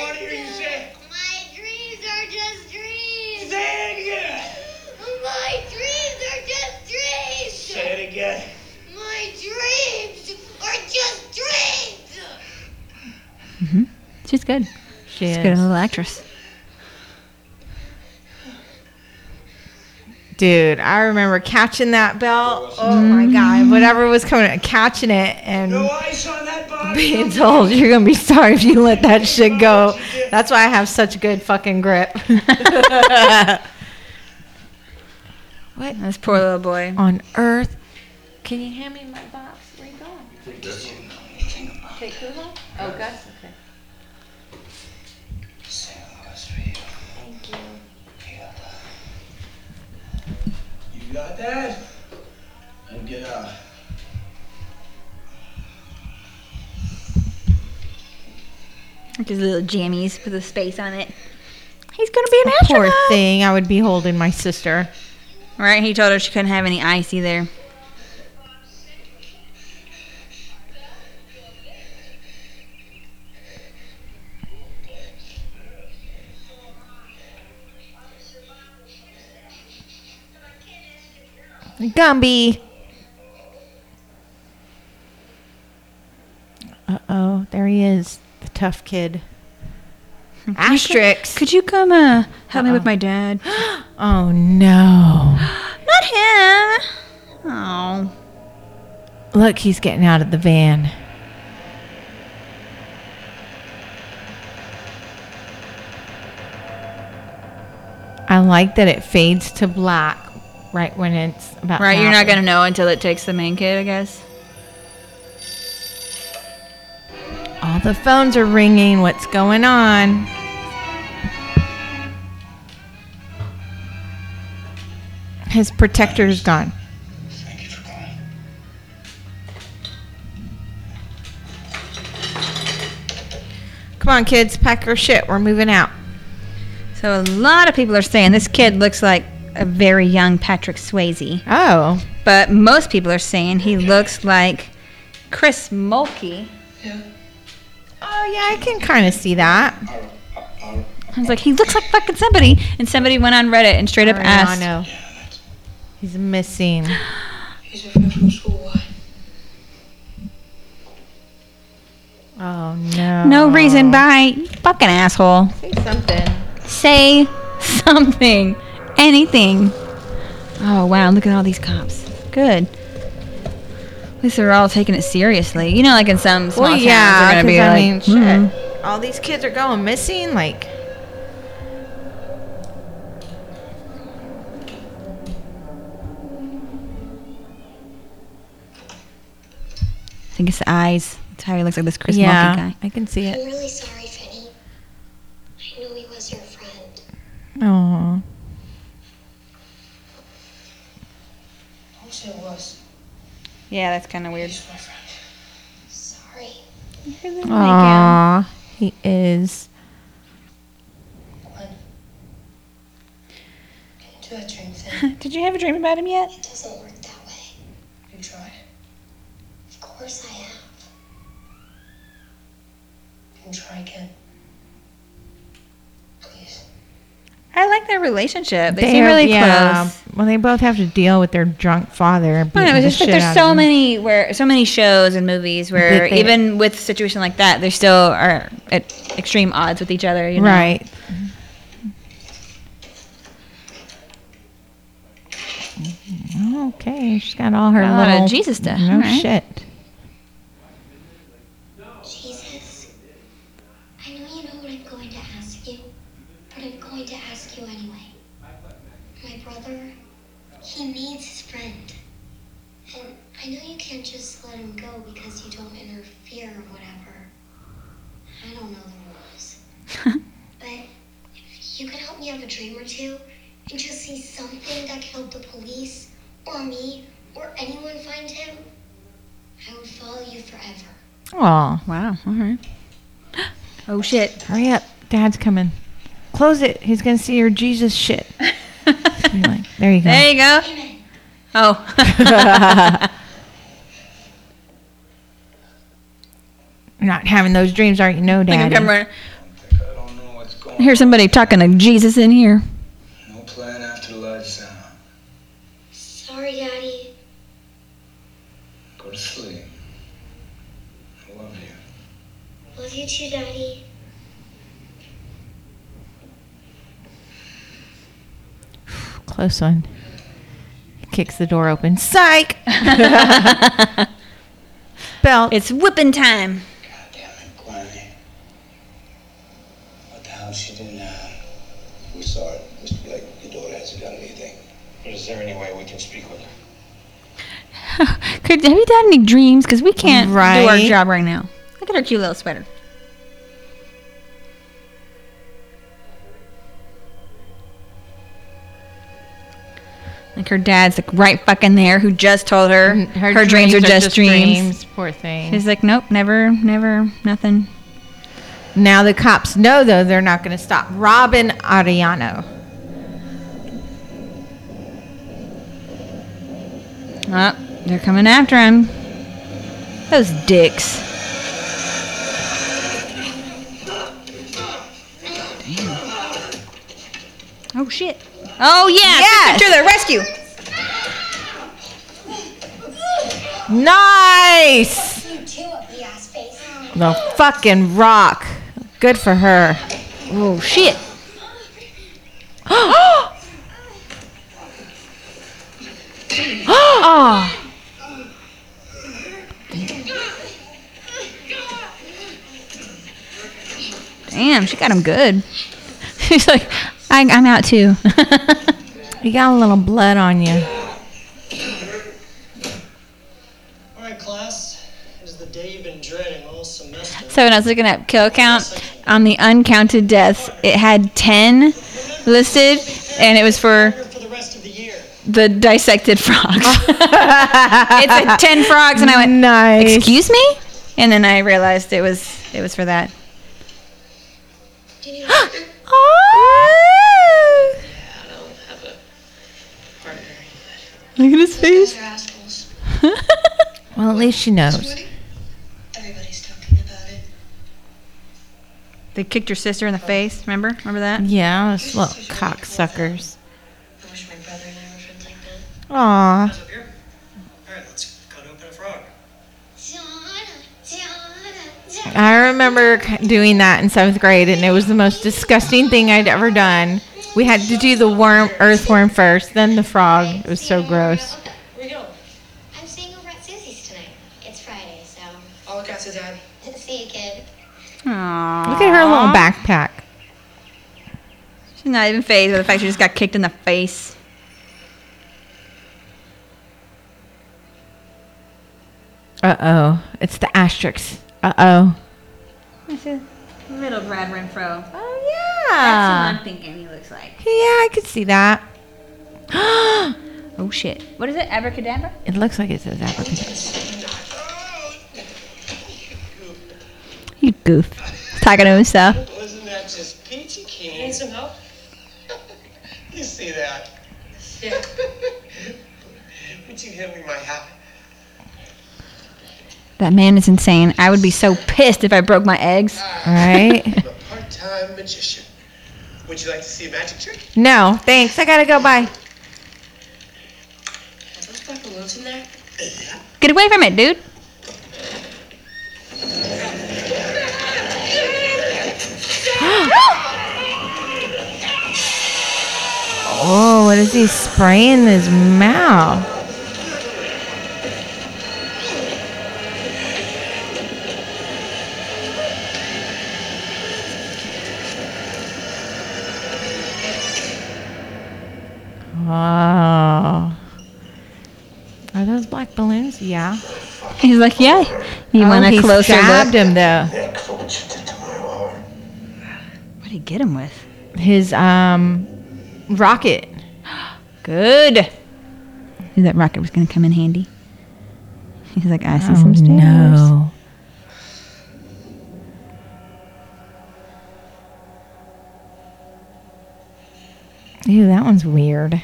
Speaker 7: What are you saying?
Speaker 5: My dreams are just dreams.
Speaker 7: Say it again.
Speaker 5: My dreams are just dreams.
Speaker 7: Say it again.
Speaker 5: My dreams are just dreams.
Speaker 2: She's good.
Speaker 1: She
Speaker 2: She's a good
Speaker 1: is.
Speaker 2: little actress.
Speaker 1: Dude, I remember catching that belt. Oh my god, whatever was coming, catching it
Speaker 7: No
Speaker 1: and
Speaker 7: ice on that body.
Speaker 1: being told you're gonna be sorry if you let that shit go. That's why I have such good fucking grip. what
Speaker 2: This poor little boy.
Speaker 1: on earth? Can you hand me my box? Where you going?
Speaker 4: Does you know anything about
Speaker 1: Take Kuhel? Oh, Gus. Okay.
Speaker 4: St. Louis for you?
Speaker 1: Thank you.
Speaker 4: You got that.
Speaker 7: You got that?
Speaker 4: And get out.
Speaker 2: Like his little jammies with a space on it. He's gonna be an
Speaker 1: Poor
Speaker 2: astronaut.
Speaker 1: thing, I would be holding my sister.
Speaker 2: Right? He told her she couldn't have any ice either.
Speaker 1: Gumby. Uh oh, there he is, the tough kid. Asterix.
Speaker 2: Could you come uh, help me with my dad?
Speaker 1: Oh no.
Speaker 2: Not him. Oh.
Speaker 1: Look, he's getting out of the van. I like that it fades to black right when it's about
Speaker 2: Right, you're not
Speaker 1: halfway.
Speaker 2: gonna know until it takes the main kid, I guess.
Speaker 1: All the phones are ringing. What's going on? His protector's gone.
Speaker 4: Thank you for calling.
Speaker 1: Come on, kids, pack your shit. We're moving out.
Speaker 2: So a lot of people are saying this kid looks like a very young Patrick Swayze,
Speaker 1: Oh,
Speaker 2: but most people are saying he looks like Chris Mulkey.
Speaker 1: oh yeah, I can kind of see that.
Speaker 2: I was like, he looks like fucking somebody, and somebody went on Reddit and
Speaker 1: Oh,
Speaker 2: straight up asked.
Speaker 1: Mariano. He's missing.
Speaker 6: He's different from school. Why?
Speaker 1: Oh no.
Speaker 2: No reason. Bye. You fucking asshole.
Speaker 1: Say something.
Speaker 2: Say something. Anything. Oh, wow. Look at all these cops. Good. At least they're all taking it seriously. You know, like in some small
Speaker 1: Well,
Speaker 2: towns,
Speaker 1: yeah,
Speaker 2: they're going
Speaker 1: 'cause
Speaker 2: to be
Speaker 1: I
Speaker 2: like,
Speaker 1: mean,
Speaker 2: "Hmm."
Speaker 1: shit. All these kids are going missing. Like,
Speaker 2: I think it's the eyes. That's how he looks like this Chris
Speaker 1: yeah,
Speaker 2: Mulkey guy.
Speaker 1: I can see it.
Speaker 5: I'm really sorry, Finny. I knew he was your friend.
Speaker 1: Oh.
Speaker 6: I wish I was.
Speaker 2: Yeah, that's kind of weird.
Speaker 6: He's my friend.
Speaker 5: Sorry.
Speaker 1: Aww, he is.
Speaker 6: Can you do that dream thing?
Speaker 2: Did you have a dream about him yet?
Speaker 5: It doesn't work that way.
Speaker 6: You tried.
Speaker 5: Of course I have.
Speaker 6: Can you try again? Please.
Speaker 2: I like their relationship. They,
Speaker 1: They
Speaker 2: seem
Speaker 1: are-
Speaker 2: really
Speaker 1: yeah,
Speaker 2: close.
Speaker 1: Well, they both have to deal with their drunk father.
Speaker 2: I don't know,
Speaker 1: beating the
Speaker 2: it's just that
Speaker 1: shit out
Speaker 2: there's
Speaker 1: of
Speaker 2: so
Speaker 1: them.
Speaker 2: many where so many shows and movies where
Speaker 1: That they-
Speaker 2: even with a situation like that, they still are at extreme odds with each other. You know?
Speaker 1: Right. Okay, she's got all her
Speaker 2: Got a lot of
Speaker 1: little
Speaker 2: Jesus stuff,
Speaker 1: No
Speaker 2: alright.
Speaker 1: shit.
Speaker 5: Jesus, I know you know what I'm going to ask you, but I'm going to ask you anyway. My brother, he needs his friend. And I know you can't just let him go because you don't interfere or whatever. I don't know the rules. but if you could help me have a dream or two and just see something that could help the police or me or anyone find him, I would follow you forever.
Speaker 1: Oh,
Speaker 2: Wow. All right. Oh shit.
Speaker 1: hurry up. Dad's coming. Close it. He's going to see your Jesus shit. You're like, there you go.
Speaker 2: [laughs] There you go.
Speaker 5: Amen.
Speaker 2: [laughs]
Speaker 1: [laughs]
Speaker 2: Oh.
Speaker 1: You're not having those dreams, aren't you? No,
Speaker 2: Like I'm
Speaker 1: Daddy.
Speaker 2: coming running.
Speaker 4: I don't know what's going
Speaker 2: Hear somebody talking to Jesus in here.
Speaker 4: No plan after the lights out.
Speaker 5: Sorry, Daddy.
Speaker 4: Go to sleep. I love you.
Speaker 5: Love you too, Daddy.
Speaker 1: Close one. Kicks the door open.
Speaker 2: [laughs]
Speaker 1: Psych! Belt.
Speaker 2: [laughs] It's whipping time.
Speaker 7: God damn it, Gwendy. What the hell she do now?
Speaker 4: We're sorry, Mr. Blake. Your daughter hasn't done anything.
Speaker 7: But is there any way we can speak with her?
Speaker 2: Could have you had any dreams? Because we can't do our
Speaker 1: Right.
Speaker 2: job right now. Look at her cute little sweater. Like her dad's like right fucking there, who just told her Mm-hmm. her, dreams, are, just, dreams.
Speaker 1: Poor thing.
Speaker 2: She's like, nope, never, never, nothing.
Speaker 1: Now the cops know, though, they're not going to stop. Robin Ariano.
Speaker 2: Oh, they're coming after him. Those dicks. Damn. Oh shit. Oh yeah.
Speaker 1: Yes.
Speaker 2: To the rescue.
Speaker 1: Nice!
Speaker 5: You too, ugly ass face. [gasps]
Speaker 1: The fucking rock. Good for her.
Speaker 2: Oh shit.
Speaker 1: oh.
Speaker 2: [gasps] Damn, she got him good. [laughs] She's like, I, I'm out too. [laughs]
Speaker 1: You got a little blood on you.
Speaker 8: All right, class. It is the day you've been dreading all semester.
Speaker 2: so when I was looking up kill count on the uncounted deaths, it had ten listed, and it was for
Speaker 8: For the rest of the year.
Speaker 2: the dissected frogs. [laughs] it said ten frogs, and I went,
Speaker 1: Nice.
Speaker 2: "Excuse me," and then I realized it was it was for that.
Speaker 1: [gasps]
Speaker 2: Oh!
Speaker 6: I don't have a partner.
Speaker 2: Look at his
Speaker 5: Those
Speaker 2: face.
Speaker 5: are assholes.
Speaker 1: Well, at least she knows.
Speaker 5: Everybody's talking about it.
Speaker 2: [laughs] they kicked your sister in the face. Remember? Remember that?
Speaker 1: Yeah, those little cocksuckers.
Speaker 5: I wish my brother and I were friends like that.
Speaker 1: Aw.
Speaker 8: Eyes up here. All right, let's cut open a frog.
Speaker 5: Donna, Donna, Donna.
Speaker 1: I remember c- doing that in seventh grade, and it was the most disgusting thing I'd ever done. We had to do the worm, earthworm first, then the frog. It was so gross.
Speaker 6: Where you going?
Speaker 5: I'm staying over at Susie's tonight. It's Friday, so
Speaker 6: I'll look after Dad.
Speaker 5: see you, kid.
Speaker 2: Aww.
Speaker 1: Look at her little backpack.
Speaker 2: She's not even phased by the fact she just got kicked in the face.
Speaker 1: Uh oh, it's the asterisk. Uh oh.
Speaker 2: Little Brad Renfro.
Speaker 1: Oh
Speaker 2: thinking he looks like.
Speaker 1: Yeah, I could see that. [gasps]
Speaker 2: Oh shit. What is it? Abracadabra?
Speaker 1: It looks like it says applicant.
Speaker 2: You goof. Talking to himself.
Speaker 7: Wasn't that just peachy
Speaker 6: You need
Speaker 7: keen?
Speaker 6: some help?
Speaker 8: [laughs]
Speaker 7: you see that?
Speaker 6: Yeah.
Speaker 8: [laughs]
Speaker 7: Would you hand me my hat?
Speaker 2: That man is insane. I would be so pissed if I broke my eggs.
Speaker 1: Right?
Speaker 2: [laughs]
Speaker 7: I'm a part-time magician. Would you like to see a magic trick?
Speaker 1: no, thanks. I gotta go. Bye.
Speaker 6: actually lives in there?
Speaker 2: Get away from it, dude.
Speaker 1: Oh, what is he spraying his mouth? Oh. Are those black balloons? Yeah. Oh,
Speaker 2: He's like, yeah. You want
Speaker 1: he
Speaker 2: a closer
Speaker 1: stabbed
Speaker 2: look?
Speaker 1: him though.
Speaker 7: They're closer to my heart.
Speaker 2: What did he get him with?
Speaker 1: His um rocket. [gasps]
Speaker 2: Good. Knew that rocket was going to come in handy. He's like, I see some stairs.
Speaker 1: Oh, no. Ew, that one's weird.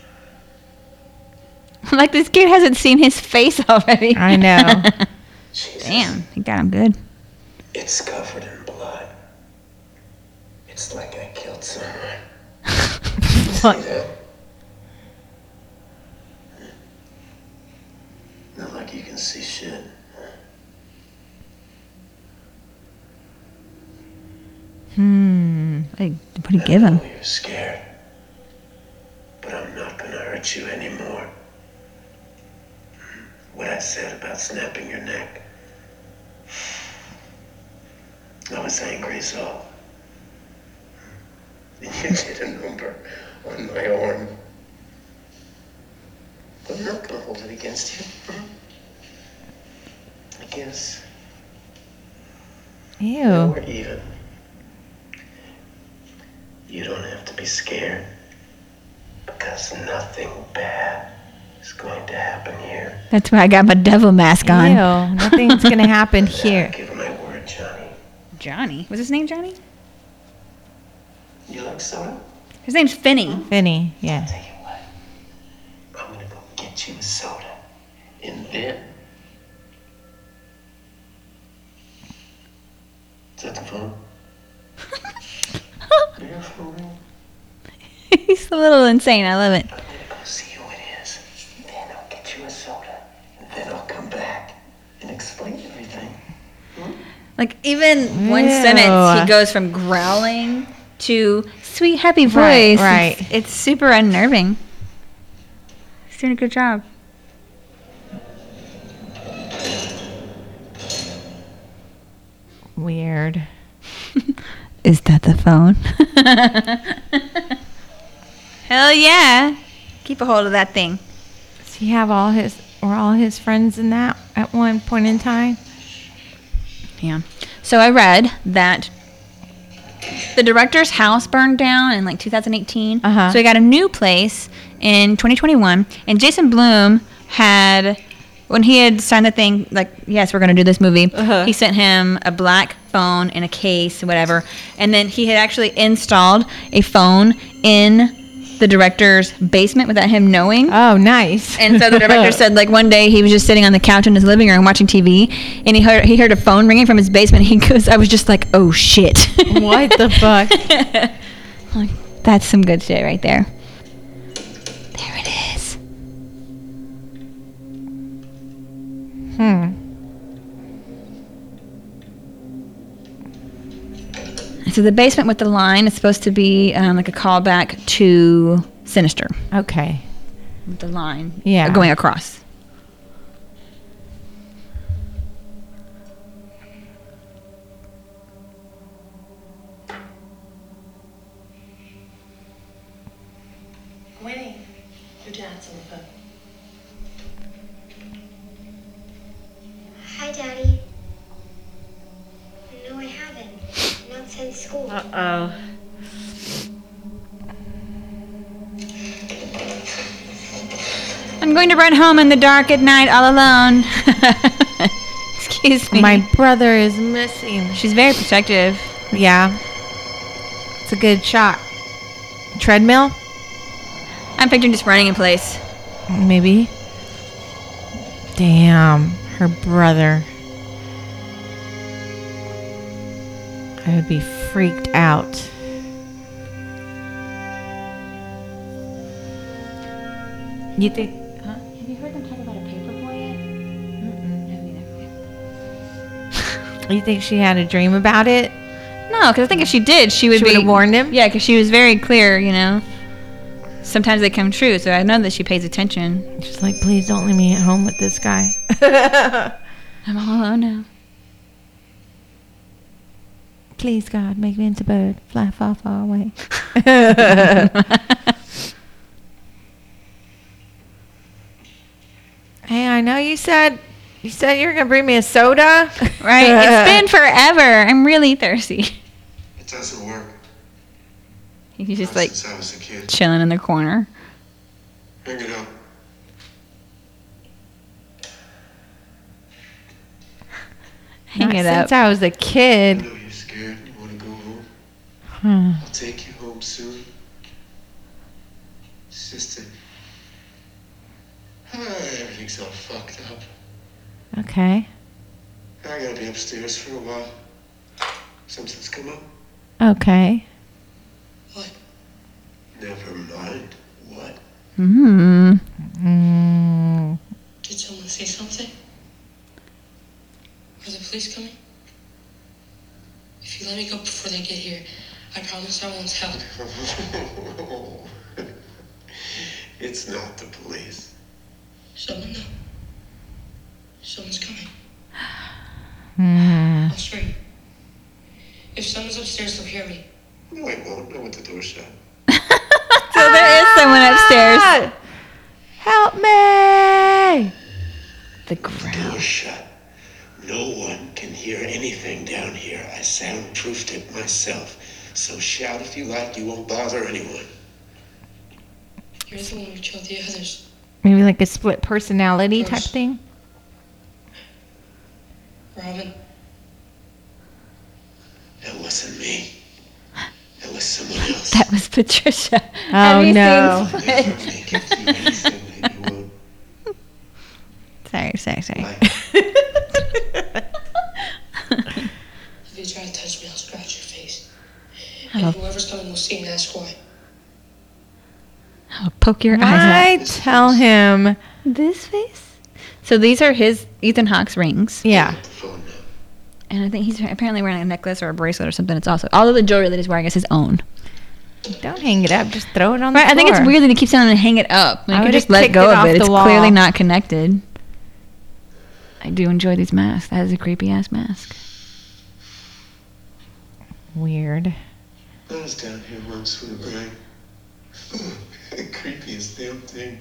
Speaker 2: [laughs] like this kid hasn't seen his face already.
Speaker 1: I know.
Speaker 7: Jesus.
Speaker 2: [laughs] Damn, he got him good.
Speaker 7: It's covered in blood. It's like I killed someone. See that? Not like you can see shit.
Speaker 2: Like, what did he give him?
Speaker 7: I know You're scared. But I'm not gonna hurt you anymore. What I said about snapping your neck. I was angry, so. And you [laughs] did a number on my arm. I'm not gonna hold it against you. I guess
Speaker 1: [laughs] Ew.
Speaker 7: we're even. You don't have to be scared because nothing bad is going to happen here.
Speaker 2: That's why I got my devil mask on.
Speaker 1: Ew. Nothing's gonna happen here.
Speaker 7: Give my word, Johnny.
Speaker 2: Johnny. Was his name Johnny?
Speaker 7: You like soda?
Speaker 2: His name's Finny.
Speaker 1: Finny, yeah.
Speaker 7: Tell you what, I'm gonna go get you a soda, and then. Is that the
Speaker 1: [laughs]
Speaker 7: phone? Are you phone ring?
Speaker 2: [laughs] He's a little insane. I love it.
Speaker 7: I'm gonna go see who it is. Then I'll get you a soda. And then I'll come back and explain everything.
Speaker 2: Like even one
Speaker 1: Ew.
Speaker 2: sentence, he goes from growling to sweet happy voice.
Speaker 1: right.
Speaker 2: It's, it's super unnerving. He's doing a good job.
Speaker 1: Weird.
Speaker 2: Is that the phone? [laughs] Hell yeah! Keep a hold of that thing.
Speaker 1: Does he have all his were all his friends in that at one point in time?
Speaker 2: Yeah. So I read that the director's house burned down in like 2018.
Speaker 1: Uh-huh.
Speaker 2: So he got a new place in 2021. And Jason Bloom had, when he had signed the thing, like, yes, we're going to do this movie,
Speaker 1: Uh-huh.
Speaker 2: he sent him a black phone in a case, whatever. And then he had actually installed a phone in the director's basement without him knowing.
Speaker 1: Oh nice.
Speaker 2: And so
Speaker 1: [laughs]
Speaker 2: the director said, like one day he was just sitting on the couch in his living room watching TV, and he heard he heard a phone ringing from his basement. He goes, "I was just like, oh shit."
Speaker 1: What the fuck?
Speaker 2: [laughs] like, that's some good shit right there. There it is.
Speaker 1: Hmm.
Speaker 2: So the basement with the line is supposed to be um, like a callback to Sinister,
Speaker 1: Okay.
Speaker 2: with the line uh,
Speaker 1: Yeah.
Speaker 2: going across.
Speaker 6: Winnie, your dad's on the phone.
Speaker 5: Hi, Daddy. No, I haven't. Not since school. [gasps]
Speaker 1: Uh oh.
Speaker 2: I'm going to run home in the dark at night all alone. [laughs] Excuse me.
Speaker 1: My brother is missing.
Speaker 2: She's very protective.
Speaker 1: Yeah. It's a good shot. Treadmill?
Speaker 2: I'm picturing just running in place.
Speaker 1: Maybe. Damn, her brother. I would be freaked out. You think?
Speaker 2: Have you heard them talk about a paper boy yet?
Speaker 1: [laughs] You think she had a dream about it?
Speaker 2: No, because I think if she did, she would
Speaker 1: She
Speaker 2: be
Speaker 1: would've warned him?
Speaker 2: Yeah, because she was very clear. You know, sometimes they come true. So I know that she pays attention.
Speaker 1: She's like, please don't leave me at home with this
Speaker 2: [laughs]
Speaker 1: guy.
Speaker 2: I'm all
Speaker 1: oh, [laughs]
Speaker 2: alone now.
Speaker 1: please, God, make me into a bird, fly far, far
Speaker 2: [laughs]
Speaker 1: away. [laughs] hey, I know you said you said you were gonna bring me a soda,
Speaker 2: [laughs] right?
Speaker 1: [laughs]
Speaker 2: It's been forever. I'm really thirsty. [laughs]
Speaker 4: It doesn't work.
Speaker 2: He's just like
Speaker 4: since I was a kid.
Speaker 2: chilling in the corner.
Speaker 4: Bring it up.
Speaker 1: Not
Speaker 2: Hang it
Speaker 1: since
Speaker 2: up.
Speaker 1: I was a
Speaker 4: I
Speaker 1: kid.
Speaker 4: know you're scared. You want to go home?
Speaker 1: Hmm.
Speaker 4: I'll take you home soon. It's just that [sighs] everything's all fucked up.
Speaker 1: Okay.
Speaker 4: I gotta be upstairs for a while. Something's come up.
Speaker 1: Okay.
Speaker 4: Never mind. What?
Speaker 2: Hmm.
Speaker 1: Mm.
Speaker 6: Did someone say something? Are the police coming? If you let me go before they get here, I promise I won't tell.
Speaker 4: [laughs] it's not the police.
Speaker 6: Someone though. Someone's coming.
Speaker 1: Mm.
Speaker 6: I'll show you. If someone's upstairs, they'll hear me.
Speaker 4: No, I won't. I want the door shut.
Speaker 2: [laughs] So there is someone upstairs.
Speaker 1: Ah! Help me!
Speaker 2: The
Speaker 4: Door
Speaker 2: ground.
Speaker 4: shut. No one can hear anything down here. I soundproofed it myself. So shout if you like. You won't bother anyone.
Speaker 6: You're the one who killed the others.
Speaker 1: Maybe like a split personality type
Speaker 6: Gross.
Speaker 1: thing.
Speaker 6: Robin,
Speaker 4: That wasn't me. That was someone else.
Speaker 2: That was Patricia. Oh
Speaker 1: Oh, no. [laughs]
Speaker 4: Never make it do anything that you won't
Speaker 2: Sorry, sorry, sorry.
Speaker 4: like.
Speaker 1: [laughs]
Speaker 6: if you try to touch me, I'll scratch your face. And whoever's coming will see and ask why.
Speaker 2: [laughs] I'll poke your eyes out.
Speaker 1: I tell him,
Speaker 2: This face. So these are his Ethan Hawke's rings,
Speaker 1: yeah.
Speaker 4: The phone now.
Speaker 2: and I think he's apparently wearing a necklace or a bracelet or something. It's also all of the jewelry that he's wearing is his own.
Speaker 1: Don't hang it up. Just throw it on
Speaker 2: Right.
Speaker 1: the
Speaker 2: I think it's
Speaker 1: floor.
Speaker 2: weird that he keeps telling him to hang it up. Like,
Speaker 1: I
Speaker 2: I could
Speaker 1: would've
Speaker 2: just let
Speaker 1: kicked
Speaker 2: go
Speaker 1: it
Speaker 2: of
Speaker 1: off
Speaker 2: it.
Speaker 1: the
Speaker 2: It's
Speaker 1: wall.
Speaker 2: clearly not connected. I do enjoy these masks. That is a creepy ass mask. [laughs]
Speaker 1: Weird.
Speaker 4: I was down here once with a brain. [laughs] the creepiest damn thing.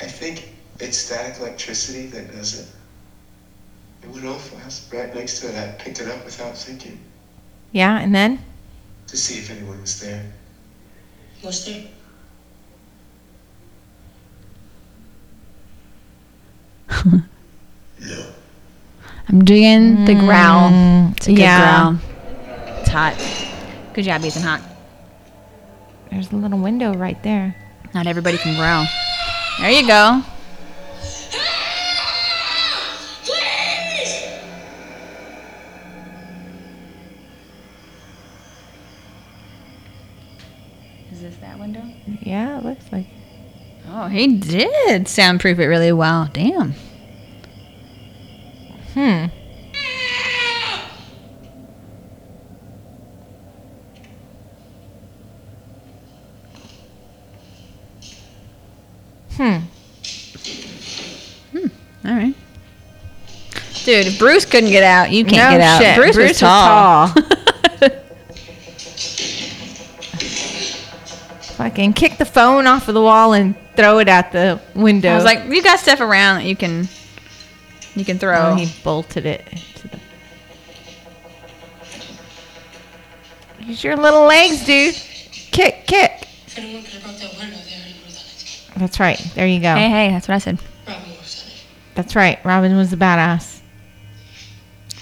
Speaker 4: I think it's static electricity that does it. It went off last right next to it. I picked it up without thinking
Speaker 1: Yeah, and then
Speaker 4: to see if anyone was there.
Speaker 6: What's there?
Speaker 4: No.
Speaker 2: I'm doing the growl.
Speaker 1: Mm,
Speaker 2: It's a good
Speaker 1: yeah.
Speaker 2: growl. It's hot. Good job, Ethan Hawke.
Speaker 1: There's a little window right there.
Speaker 2: Not everybody can growl. There you go. Is this that window?
Speaker 1: Yeah, it looks like.
Speaker 2: Oh, he did soundproof it really well. Damn.
Speaker 1: Hmm. Hmm.
Speaker 2: All right. Dude, if Bruce couldn't get out, you can't
Speaker 1: No
Speaker 2: get out.
Speaker 1: shit.
Speaker 2: Bruce,
Speaker 1: Bruce
Speaker 2: was
Speaker 1: was
Speaker 2: tall.
Speaker 1: Fucking kick the phone off of the wall and throw it at the window.
Speaker 2: [laughs] I was like, you got stuff around that you can you can throw.
Speaker 1: and he bolted it. Into the... Use your little legs, dude. Kick, kick.
Speaker 6: If anyone could have brought that window, they already would have done it.
Speaker 1: That's right. There you go.
Speaker 2: Hey, hey, that's what I said.
Speaker 6: Robin would have done it.
Speaker 1: That's right. Robin was a badass.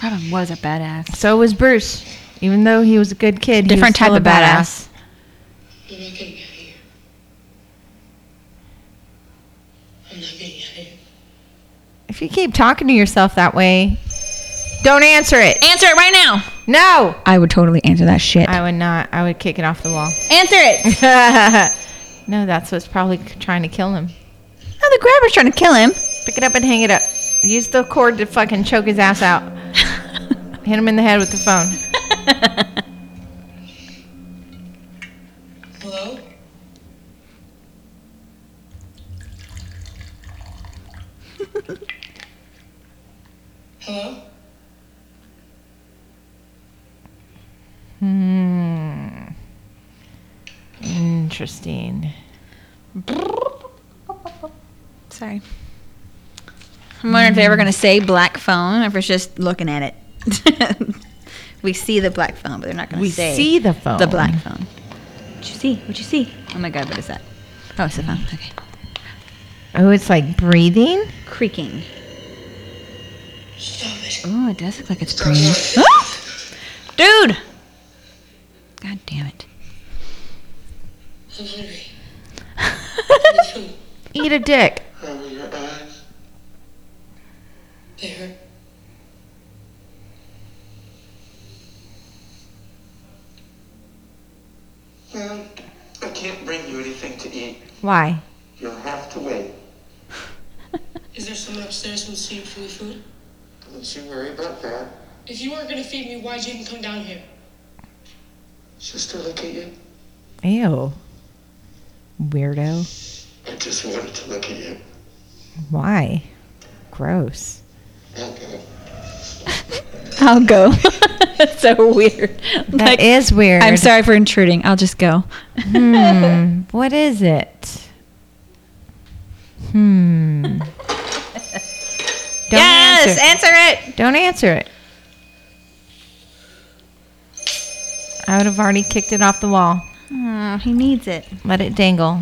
Speaker 2: Robin was a badass.
Speaker 1: So was Bruce. Even though he was a good kid, he was
Speaker 2: Different type
Speaker 1: still a
Speaker 2: of badass.
Speaker 6: Maybe I couldn't get out of here. I'm not getting out of here.
Speaker 1: If you keep talking to yourself that way, don't answer it.
Speaker 2: Answer it right now.
Speaker 1: No,
Speaker 2: I would totally answer that shit.
Speaker 1: I would not. I would kick it off the wall.
Speaker 2: Answer it.
Speaker 1: [laughs] No, that's what's probably c- trying to kill him.
Speaker 2: [laughs] Oh, the grabber's trying to kill him.
Speaker 1: Pick it up and hang it up. Use the cord to fucking choke his ass out. Hit him in the head with the phone.
Speaker 6: Hello? Hello?
Speaker 1: Hmm. Interesting.
Speaker 2: [laughs] Sorry. I'm wondering if they were going to say black phone or if it's just looking at it. [laughs] we see the black phone, but they're not going
Speaker 1: We
Speaker 2: to say
Speaker 1: see the phone.
Speaker 2: the black phone. What'd you see? What'd you see? Oh my God, what is that? Oh, it's the phone. Okay.
Speaker 1: Oh, it's like breathing.
Speaker 2: Creaking.
Speaker 6: Stop it.
Speaker 2: Oh, it does look like it's breathing. Ah! [gasps] Dude! God damn it.
Speaker 6: I'm hungry. food.
Speaker 1: Eat a dick.
Speaker 4: Over your eyes.
Speaker 6: They hurt.
Speaker 4: Ma'am, I can't bring you anything to eat.
Speaker 1: Why?
Speaker 4: You'll have to wait.
Speaker 6: Is there someone upstairs who's saved for the food?
Speaker 4: Don't you worry about that.
Speaker 6: If you weren't gonna feed me, why'd you even come down here?
Speaker 4: Just to look at you.
Speaker 1: Ew. Weirdo.
Speaker 4: I just wanted to look at you.
Speaker 1: Why? Gross.
Speaker 4: I'll go.
Speaker 2: [laughs] I'll go. [laughs] That's so weird.
Speaker 1: That is weird.
Speaker 2: I'm sorry for intruding. I'll just go.
Speaker 1: Hmm. what is it? Hmm. Don't
Speaker 2: yes,
Speaker 1: answer.
Speaker 2: answer it.
Speaker 1: Don't answer it. I would have already kicked it off the wall.
Speaker 2: Oh, he needs it.
Speaker 1: Let it dangle.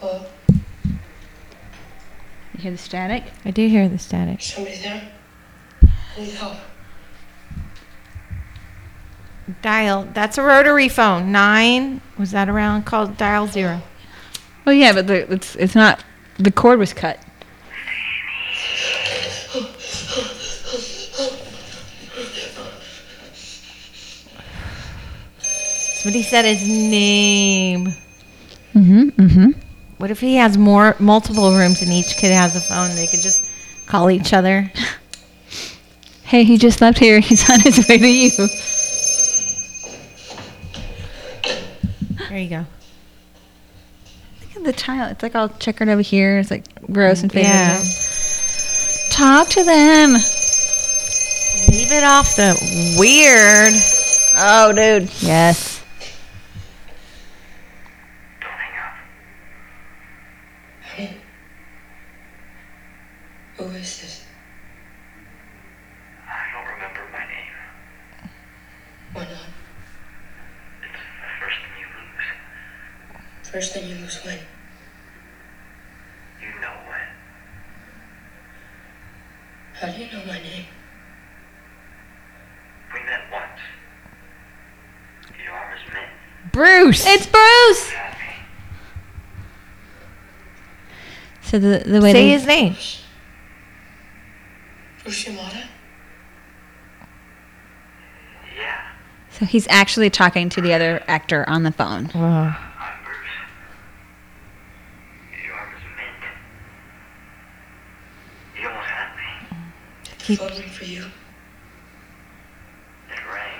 Speaker 6: Hello?
Speaker 2: You hear the static?
Speaker 1: I do hear the static.
Speaker 6: Is somebody there? I need help.
Speaker 1: Dial. That's a rotary phone. Nine. Was that around called dial zero?
Speaker 2: Well, yeah, but the, it's it's not. The cord was cut.
Speaker 1: Somebody said his name.
Speaker 2: Mm-hmm. Mm-hmm.
Speaker 1: What if he has more multiple rooms and each kid has a phone? They could just call each other.
Speaker 2: Hey, he just left here. [laughs] He's on his way to you.
Speaker 1: [laughs] There you go.
Speaker 2: Look at the child. It's like all checkered over here. It's like gross and faded.
Speaker 1: Yeah.
Speaker 2: Yeah. Talk to them.
Speaker 1: Leave it off the weird.
Speaker 2: Oh, dude. Yes.
Speaker 6: Who is this?
Speaker 7: I don't remember my name.
Speaker 6: Why not?
Speaker 7: It's the first thing you lose.
Speaker 6: First thing you lose when?
Speaker 7: You know when.
Speaker 6: How do you know my name?
Speaker 7: We met once. Your arm is mint.
Speaker 1: Bruce.
Speaker 2: It's Bruce.
Speaker 7: Got me.
Speaker 2: So the the way
Speaker 1: Say
Speaker 2: they,
Speaker 1: his name.
Speaker 6: Bruce Yamada?
Speaker 7: Yeah,
Speaker 2: so he's actually talking to the other actor on the phone.
Speaker 7: I'm Bruce. Your arm is mint. You almost had me.
Speaker 6: Did the phone ring for you?
Speaker 7: It rang,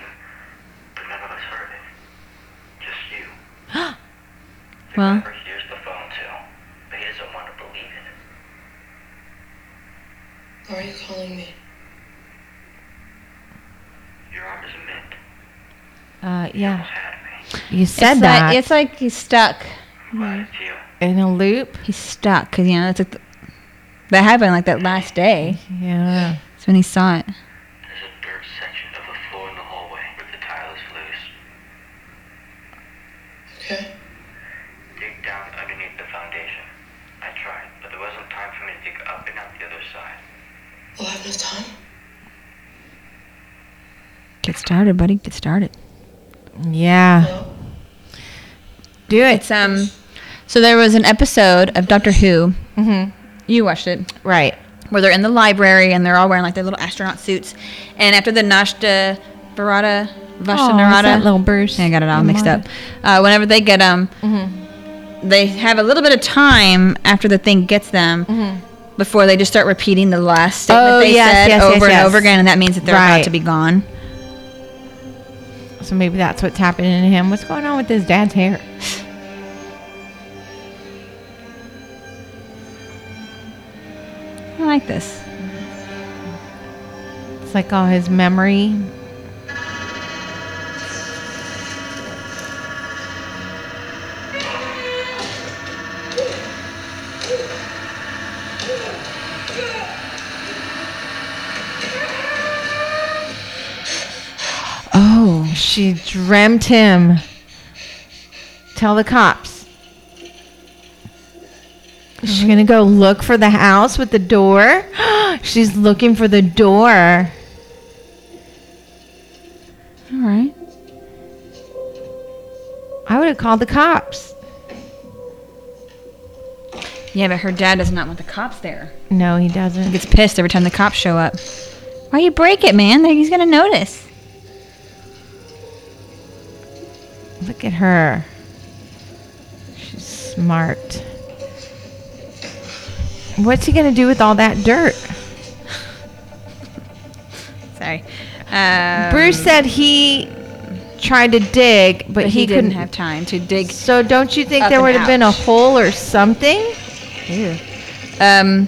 Speaker 7: but none of us heard it. Just you. the
Speaker 2: Well.
Speaker 7: grabber hears the phone too, but he doesn't want to believe it.
Speaker 6: Why are you calling me?
Speaker 7: Your arm is mint.
Speaker 1: Uh,
Speaker 7: You
Speaker 1: yeah.
Speaker 7: almost had me.
Speaker 1: You said
Speaker 2: it's
Speaker 1: that
Speaker 2: Like, it's like he's stuck.
Speaker 7: Why it's you?
Speaker 1: in a loop.
Speaker 2: He's stuck because you know that's like the, that happened like that last day.
Speaker 1: Yeah.
Speaker 2: That's when he saw it.
Speaker 7: There's a dirt section of the floor in the hallway where the tile is loose.
Speaker 6: Okay.
Speaker 7: Dig down underneath the foundation. I tried, but there wasn't time for me to dig up and out the other side.
Speaker 6: We'll have no time.
Speaker 2: Get started, buddy. Get started.
Speaker 1: Yeah.
Speaker 6: Hello?
Speaker 1: Do it.
Speaker 2: It's um. So there was an episode of Doctor Who.
Speaker 1: Mhm.
Speaker 2: You watched it.
Speaker 1: Right.
Speaker 2: where they're in the library and they're all wearing like their little astronaut suits. And after the Nashta Barada,
Speaker 1: Aw, it's
Speaker 2: Vashanarada.
Speaker 1: that little Bruce.
Speaker 2: I got it all
Speaker 1: and
Speaker 2: mixed
Speaker 1: Martha.
Speaker 2: up. Uh, whenever they get them,
Speaker 1: Mm-hmm.
Speaker 2: they have a little bit of time after the thing gets them before they just start repeating the last statement
Speaker 1: Mm-hmm. Oh,
Speaker 2: they
Speaker 1: yes,
Speaker 2: said
Speaker 1: yes, yes,
Speaker 2: over and
Speaker 1: yes.
Speaker 2: over again, and that means that they're
Speaker 1: Right.
Speaker 2: about to be gone.
Speaker 1: So maybe that's what's happening to him. What's going on with his dad's hair?
Speaker 2: I like this.
Speaker 1: It's like all his memory. Oh, she dreamt him. Tell the cops. She's gonna go look for the house with the door. [gasps] She's looking for the door.
Speaker 2: All right.
Speaker 1: I would have called the cops.
Speaker 2: Yeah, but her dad does not want the cops there.
Speaker 1: No, he
Speaker 2: He
Speaker 1: doesn't.
Speaker 2: gets pissed every time the cops show up. Why you break it, man? He's gonna notice.
Speaker 1: Look at her. She's smart. What's he gonna do with all that dirt?
Speaker 2: Sorry. Uh,
Speaker 1: Bruce said he tried to dig, but,
Speaker 2: but
Speaker 1: he,
Speaker 2: he,
Speaker 1: couldn't.
Speaker 2: didn't have time to dig.
Speaker 1: so don't you think
Speaker 2: Up
Speaker 1: there
Speaker 2: and
Speaker 1: would have been a
Speaker 2: out.
Speaker 1: hole or something?
Speaker 2: Um,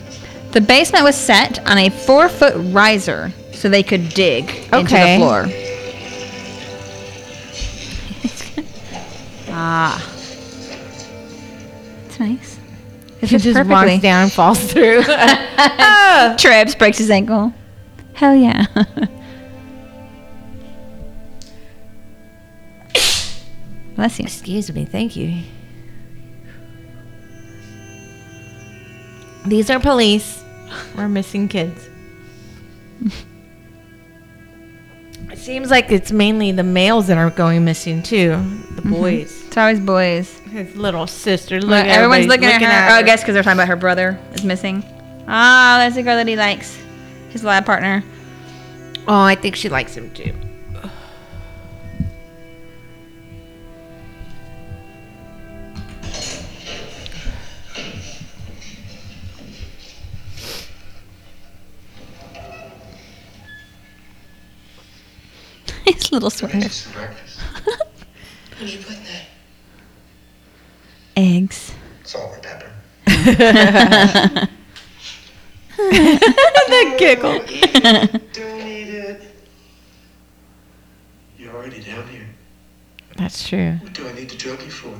Speaker 2: the basement was set on a four-foot riser so they could dig into the
Speaker 1: Okay. [laughs]
Speaker 2: floor. ah, it's nice. It
Speaker 1: He
Speaker 2: fits
Speaker 1: just
Speaker 2: perfectly.
Speaker 1: walks down and falls [laughs] through.
Speaker 2: [laughs]
Speaker 1: Ah!
Speaker 2: Trips, breaks his ankle. Hell yeah. [laughs] Bless you.
Speaker 1: Excuse me, thank you. These are police. We're missing kids. it seems like it's mainly the males that are going missing too. The boys.
Speaker 2: It's always boys.
Speaker 1: His little sister. Mm-hmm. Look,
Speaker 2: Look, everyone's
Speaker 1: everybody's
Speaker 2: looking, at her. Oh, I guess because they're talking about her brother is missing. Ah, that's the girl that he likes. His lab partner.
Speaker 1: Oh, I think she likes him too.
Speaker 2: [laughs] His little sweater.
Speaker 4: Some breakfast.
Speaker 6: What did you put in that?
Speaker 2: [laughs] Eggs.
Speaker 4: Salt and pepper.
Speaker 1: that giggle.
Speaker 4: Don't eat it. You're already down here.
Speaker 1: That's true.
Speaker 4: What do I need to drug you for?
Speaker 2: [laughs]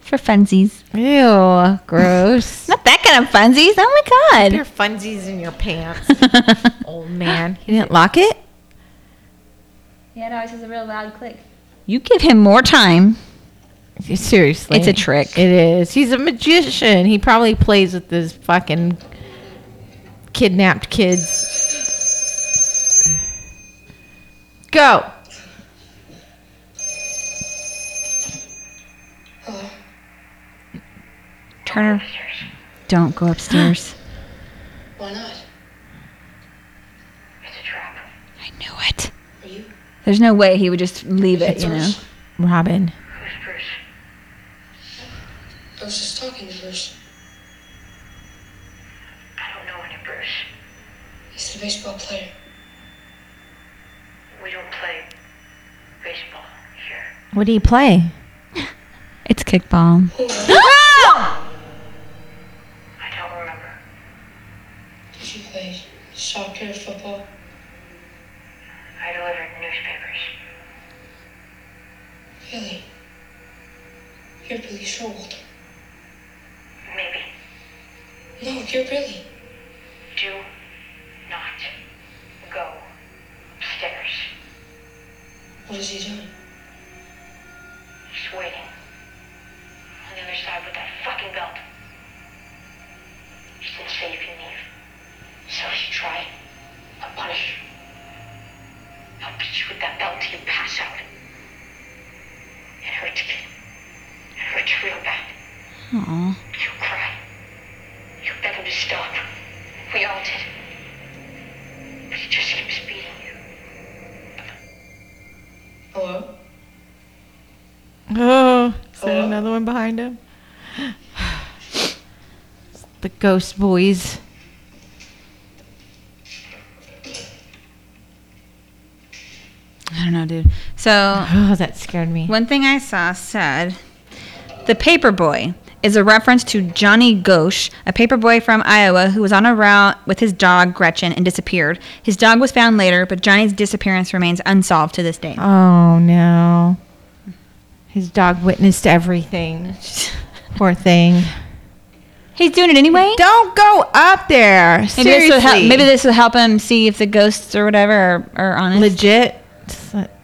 Speaker 2: For funsies.
Speaker 1: Ew, [laughs] gross.
Speaker 2: Not that kind of funsies. Oh my
Speaker 1: your
Speaker 2: god.
Speaker 1: funsies in your pants, old man. You didn't lock it?
Speaker 2: yeah, it always has a real loud click. You give him more time.
Speaker 1: Seriously.
Speaker 2: It's a trick.
Speaker 1: It is. He's a magician. He probably plays with his fucking kidnapped kids. Go.
Speaker 2: Turner. Don't go upstairs.
Speaker 6: Why not?
Speaker 2: [gasps] I knew it.
Speaker 6: Are you?
Speaker 2: There's no way he would just leave it, you know.
Speaker 1: Robin.
Speaker 6: I was just talking to Bruce.
Speaker 5: I don't know any Bruce.
Speaker 6: He's the baseball player.
Speaker 5: We don't play baseball here.
Speaker 1: What do you play?
Speaker 2: It's kickball. [laughs]
Speaker 5: I don't remember.
Speaker 6: Did you play soccer, football?
Speaker 5: I delivered newspapers.
Speaker 6: Really? You're Billy Showalter.
Speaker 5: Maybe.
Speaker 6: No, you're Billy.
Speaker 5: Do not go upstairs.
Speaker 6: What is he doing?
Speaker 5: He's waiting. On the other side with that fucking belt. She didn't say if you leave. So if you try, I'll punish you. I'll beat you with that belt till you pass out. It hurts, kid. It hurts real bad.
Speaker 2: Aw.
Speaker 5: You cry. You beg him to stop. We all did. But he just keeps beating you.
Speaker 1: Oh. another one behind him. the ghost boys.
Speaker 2: I don't know, dude. So
Speaker 1: Oh, that scared me.
Speaker 2: One thing I saw said the paperboy is a reference to Johnny Gosh, a paperboy from Iowa who was on a route with his dog Gretchen and disappeared. His dog was found later, but Johnny's disappearance remains unsolved to this day.
Speaker 1: Oh no. His dog witnessed everything. Poor thing.
Speaker 2: He's doing it anyway.
Speaker 1: Don't go up there.
Speaker 2: Maybe this, will help,
Speaker 1: Seriously.
Speaker 2: maybe this will help him see if the ghosts or whatever are, are honest.
Speaker 1: legit. Just let-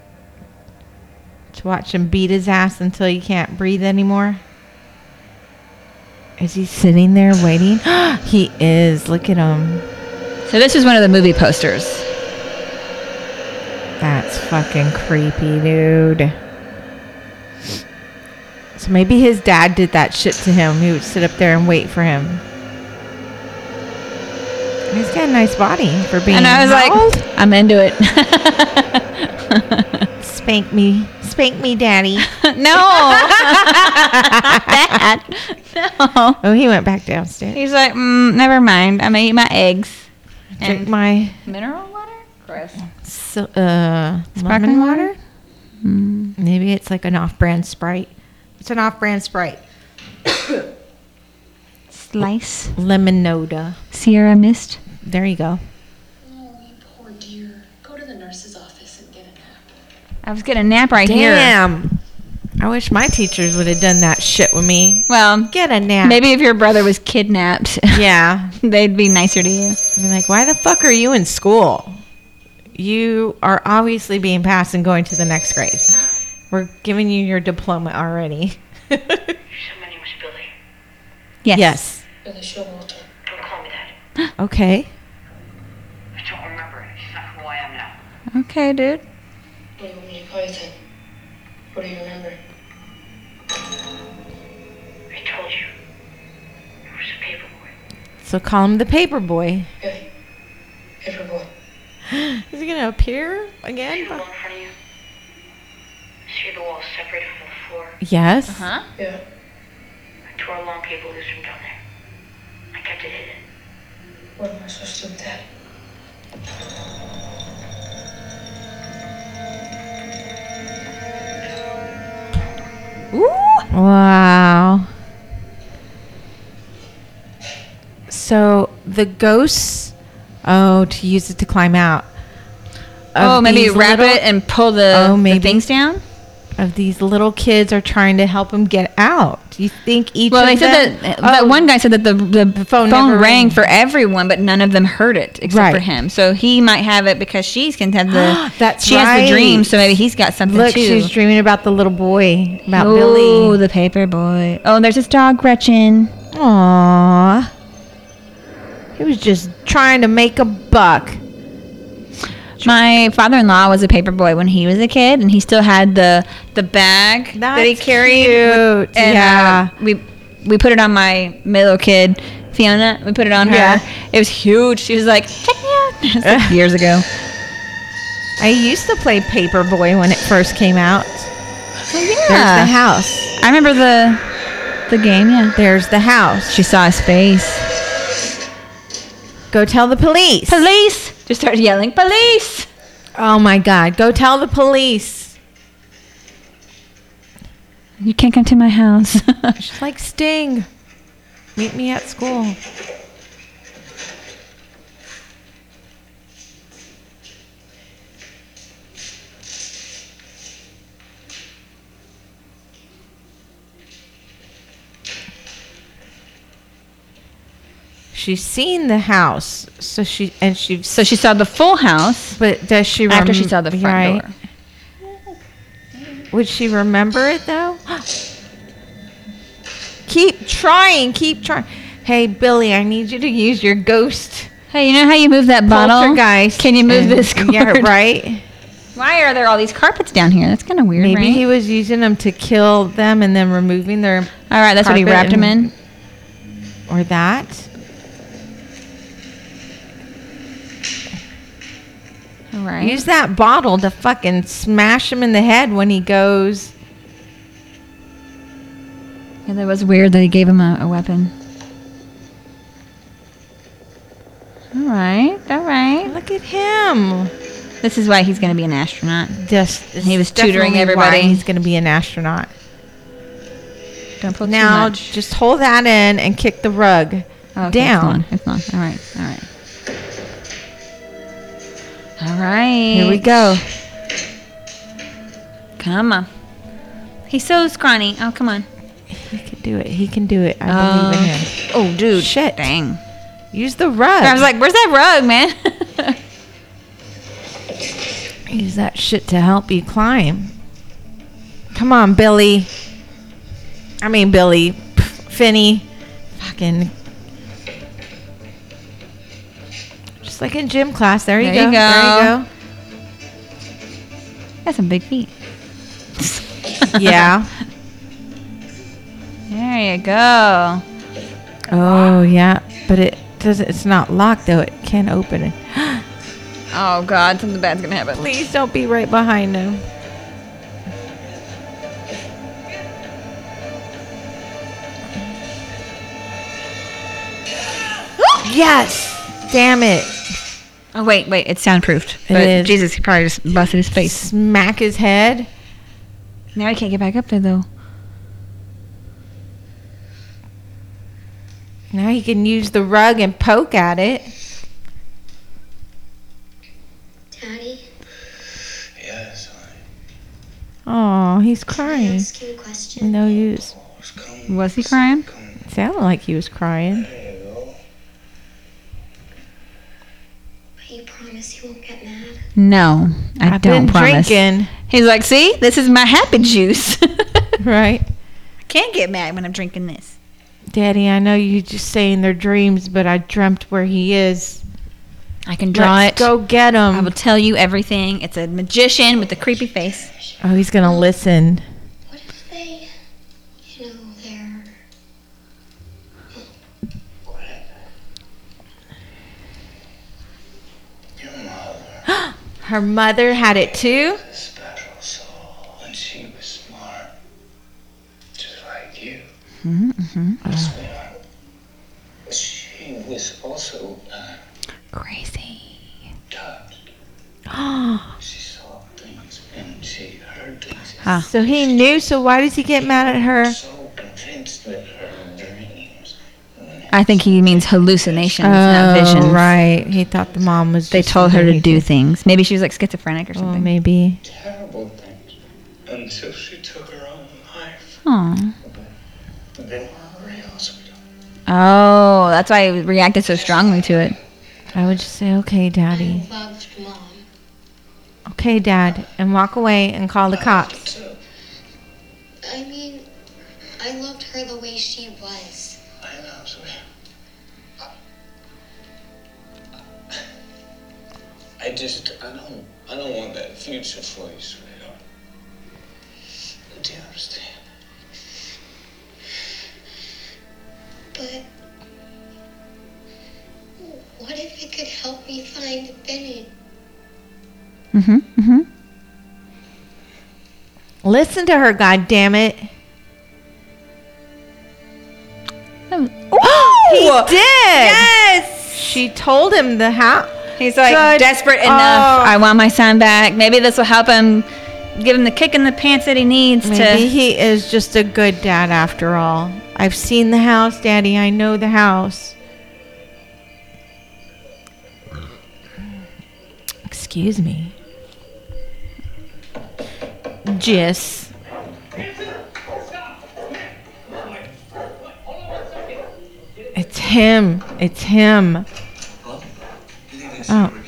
Speaker 1: To watch him beat his ass until you can't breathe anymore. Is he sitting there waiting? [gasps] he is. Look at him.
Speaker 2: So this is one of the movie posters.
Speaker 1: That's fucking creepy, dude. So maybe his dad did that shit to him. He would sit up there and wait for him. And He's got a nice body for being. "Oh,
Speaker 2: And I was
Speaker 1: how old?
Speaker 2: like, I'm into it.
Speaker 1: "Spank me, spank me,
Speaker 2: [laughs]
Speaker 1: daddy."
Speaker 2: [laughs]
Speaker 1: [laughs]
Speaker 2: no. [laughs] Dad. No.
Speaker 1: Oh, he went back downstairs.
Speaker 2: He's like, mm, never mind. I'm going to eat my eggs.
Speaker 1: Drink
Speaker 2: And
Speaker 1: my
Speaker 2: mineral water? Gross.
Speaker 1: so, uh, lemon
Speaker 2: Sparkling
Speaker 1: water.
Speaker 2: water? Mm.
Speaker 1: Maybe it's like an off-brand Sprite. It's an off-brand Sprite.
Speaker 2: Slice.
Speaker 1: Lemonada.
Speaker 2: Sierra Mist.
Speaker 1: There you go.
Speaker 6: Oh, you poor dear. Go to the nurse's office and get a nap.
Speaker 2: I was getting a nap right here.
Speaker 1: Damn. I wish my teachers would have done that shit with me.
Speaker 2: Well,
Speaker 1: Get a nap.
Speaker 2: maybe if your brother was kidnapped, [laughs]
Speaker 1: Yeah.
Speaker 2: they'd be nicer to you.
Speaker 1: Be like, why the fuck are you in school? You are obviously being passed and going to the next grade. We're giving you your diploma already.
Speaker 7: You said my name was Billy.
Speaker 2: Yes.
Speaker 1: yes.
Speaker 6: Billy Showalter.
Speaker 7: Don't call me that.
Speaker 1: Okay.
Speaker 7: I don't remember. it. It's not who I am now.
Speaker 2: Okay, dude.
Speaker 6: What do you want me to call you then? What do you remember?
Speaker 7: I told you. It was a paperboy.
Speaker 1: So call him the paper boy.
Speaker 6: Okay. Paperboy.
Speaker 1: Is he gonna appear
Speaker 7: See
Speaker 1: again?
Speaker 7: the wall in front of you? See the wall separated from the floor?
Speaker 1: Yes.
Speaker 6: Yeah.
Speaker 7: I tore a long cable loose from down there. I kept it hidden.
Speaker 6: What am I supposed to do with that?
Speaker 2: Ooh.
Speaker 1: Wow. So the ghosts. Oh, to use it to climb out.
Speaker 2: Oh,
Speaker 1: Of
Speaker 2: maybe
Speaker 1: these
Speaker 2: wrap
Speaker 1: little-
Speaker 2: it and pull the,
Speaker 1: Oh,
Speaker 2: the
Speaker 1: maybe.
Speaker 2: things down.
Speaker 1: of these little kids are trying to help him get out. Do you think each
Speaker 2: Well,
Speaker 1: of
Speaker 2: they
Speaker 1: them? Oh,
Speaker 2: said that uh, that one guy said that the the, phone,
Speaker 1: phone never
Speaker 2: rang,
Speaker 1: rang.
Speaker 2: for everyone, but none of them heard it except for
Speaker 1: Right.
Speaker 2: him. So he might have it because she's can have the
Speaker 1: [gasps] That's
Speaker 2: she has the dream,
Speaker 1: right.
Speaker 2: so maybe he's got something
Speaker 1: Look,
Speaker 2: too.
Speaker 1: she's dreaming about the little boy, about
Speaker 2: Oh,
Speaker 1: Billy.
Speaker 2: the paper boy. Oh, there's his dog Gretchen.
Speaker 1: Aww. He was just trying to make a buck.
Speaker 2: My father-in-law was a paper boy when he was a kid, and he still had the the bag that he
Speaker 1: That's
Speaker 2: carried.
Speaker 1: cute.
Speaker 2: And, uh,
Speaker 1: Yeah.
Speaker 2: we we put it on my middle kid, Fiona. We put it on her.
Speaker 1: Yeah.
Speaker 2: It was huge. She was like, check me out. [laughs] It was like years ago.
Speaker 1: I used to play Paperboy when it first came out. [laughs] There's the
Speaker 2: Yeah.
Speaker 1: house.
Speaker 2: I remember the the game, yeah.
Speaker 1: There's the house.
Speaker 2: She saw his face.
Speaker 1: Go tell the police.
Speaker 2: Police! Just started yelling, police!
Speaker 1: Oh my God. Go tell the police.
Speaker 2: You can't come to my house.
Speaker 1: She's like Sting. Meet me at school. She's seen the house, so she and she.
Speaker 2: [laughs] so she saw the full house
Speaker 1: but does she
Speaker 2: after she
Speaker 1: rem-
Speaker 2: saw the front
Speaker 1: Um, right?
Speaker 2: door.
Speaker 1: Would she remember it though? [gasps] keep trying, keep trying. Hey Billy, I need you to use your ghost
Speaker 2: Hey, you know how you move that bottle?
Speaker 1: poltergeist.
Speaker 2: Can you move
Speaker 1: and-
Speaker 2: this
Speaker 1: [laughs]
Speaker 2: cord?
Speaker 1: Yeah, right.
Speaker 2: Why are there all these carpets down here? That's kind of weird,
Speaker 1: Maybe
Speaker 2: right?
Speaker 1: he was using them to kill them and then removing their
Speaker 2: all right, that's what he
Speaker 1: carpet
Speaker 2: wrapped him in.
Speaker 1: and- or that.
Speaker 2: All right.
Speaker 1: Use that bottle to fucking smash him in the head when he goes.
Speaker 2: Yeah, that was weird that he gave him a, a weapon. All right, all right.
Speaker 1: Look at him.
Speaker 2: This is why he's going to be an astronaut.
Speaker 1: Just
Speaker 2: He was tutoring
Speaker 1: definitely
Speaker 2: everybody.
Speaker 1: why He's going to be an astronaut.
Speaker 2: Don't pull
Speaker 1: Now,
Speaker 2: too much.
Speaker 1: just hold that in and kick the rug
Speaker 2: Oh, okay,
Speaker 1: down.
Speaker 2: It's long. It's long. All right, all right. All right.
Speaker 1: Here we go.
Speaker 2: Come on. He's so scrawny. Oh, come on.
Speaker 1: He can do it. He can do it. I believe in him.
Speaker 2: Oh, dude.
Speaker 1: Shit.
Speaker 2: Dang.
Speaker 1: Use the rug.
Speaker 2: I was like, where's that rug, man? [laughs]
Speaker 1: Use that shit to help you climb. Come on, Billy. I mean, Billy. Finny. Fucking. Just like in gym class. There you,
Speaker 2: There you
Speaker 1: go. There you
Speaker 2: Got some
Speaker 1: [laughs]
Speaker 2: big feet.
Speaker 1: go.
Speaker 2: [laughs]
Speaker 1: Yeah.
Speaker 2: There you go.
Speaker 1: oh, yeah. But it doesn't, it's not locked though. It can open it.
Speaker 2: Oh God, something bad's gonna happen.
Speaker 1: Please don't be right behind him. yes! Damn it.
Speaker 2: Oh wait, wait, it's soundproofed.
Speaker 1: It
Speaker 2: but
Speaker 1: is.
Speaker 2: Jesus, he probably just busted his face.
Speaker 1: Smack his head.
Speaker 2: Now he can't get back up there though.
Speaker 1: Now he can use the rug and poke at it.
Speaker 5: Daddy,
Speaker 4: Yeah, it's fine.
Speaker 1: Oh, he's
Speaker 5: can I
Speaker 1: crying.
Speaker 5: ask you a question?
Speaker 1: No use.
Speaker 4: Just come.
Speaker 2: Was he crying?
Speaker 4: Come.
Speaker 1: It sounded like he was crying.
Speaker 4: There you go.
Speaker 5: You promise you won't get mad?
Speaker 2: No, I
Speaker 1: have
Speaker 2: don't
Speaker 1: been
Speaker 2: promise.
Speaker 1: drinking,
Speaker 2: He's like, see, this is my happy juice. [laughs] I
Speaker 1: right?
Speaker 2: can't get mad when I'm drinking this.
Speaker 1: Daddy, I know you just say in their dreams, but I dreamt where he is.
Speaker 2: I can draw
Speaker 1: Let's
Speaker 2: it.
Speaker 1: go get him.
Speaker 2: I will tell you everything. It's a magician with a creepy face.
Speaker 1: Oh, he's gonna listen.
Speaker 5: What if they, you know, they're.
Speaker 4: Your mother
Speaker 1: Her mother had it too.
Speaker 4: is a special soul, and she was smart. Just like you. Sweetheart. She was also uh,
Speaker 2: Crazy.
Speaker 4: touched. She saw things and she heard things.
Speaker 1: So he knew. So why does he get mad at her?
Speaker 4: So convinced that her dreams.
Speaker 2: [gasps] I think he means hallucinations, not visions.
Speaker 1: right. He thought the mom was.
Speaker 2: They
Speaker 1: just
Speaker 2: told her to
Speaker 1: underneath
Speaker 2: do
Speaker 1: it.
Speaker 2: things. Maybe she was like schizophrenic or
Speaker 1: Well,
Speaker 2: something.
Speaker 1: maybe.
Speaker 4: terrible things until she took her own life.
Speaker 2: Aw.
Speaker 4: They were real, sweetheart.
Speaker 2: Oh, that's why he reacted so strongly to it.
Speaker 1: I would just say, okay, daddy,
Speaker 5: I loved mom.
Speaker 1: okay, dad, and walk away and call the cops.
Speaker 4: So
Speaker 5: I mean, I loved her the way she was.
Speaker 4: I know, sweetheart. I just, I don't, I don't want that future for you, sweetheart. Do you understand?
Speaker 5: But. What if it could help me find Benny?
Speaker 2: Mm-hmm. Mm-hmm.
Speaker 1: Listen to her, god damn it.
Speaker 2: Oh,
Speaker 1: He did.
Speaker 2: Yes.
Speaker 1: She told him the how.
Speaker 2: He's like
Speaker 1: Good.
Speaker 2: desperate enough.
Speaker 1: Oh.
Speaker 2: I want my son back. Maybe this will help him give him the kick in the pants that he needs
Speaker 1: Maybe
Speaker 2: to.
Speaker 1: he is just a good dad after all. I've seen the house, Daddy. I know the house. Excuse me. Jis. It's him. It's him. Oh.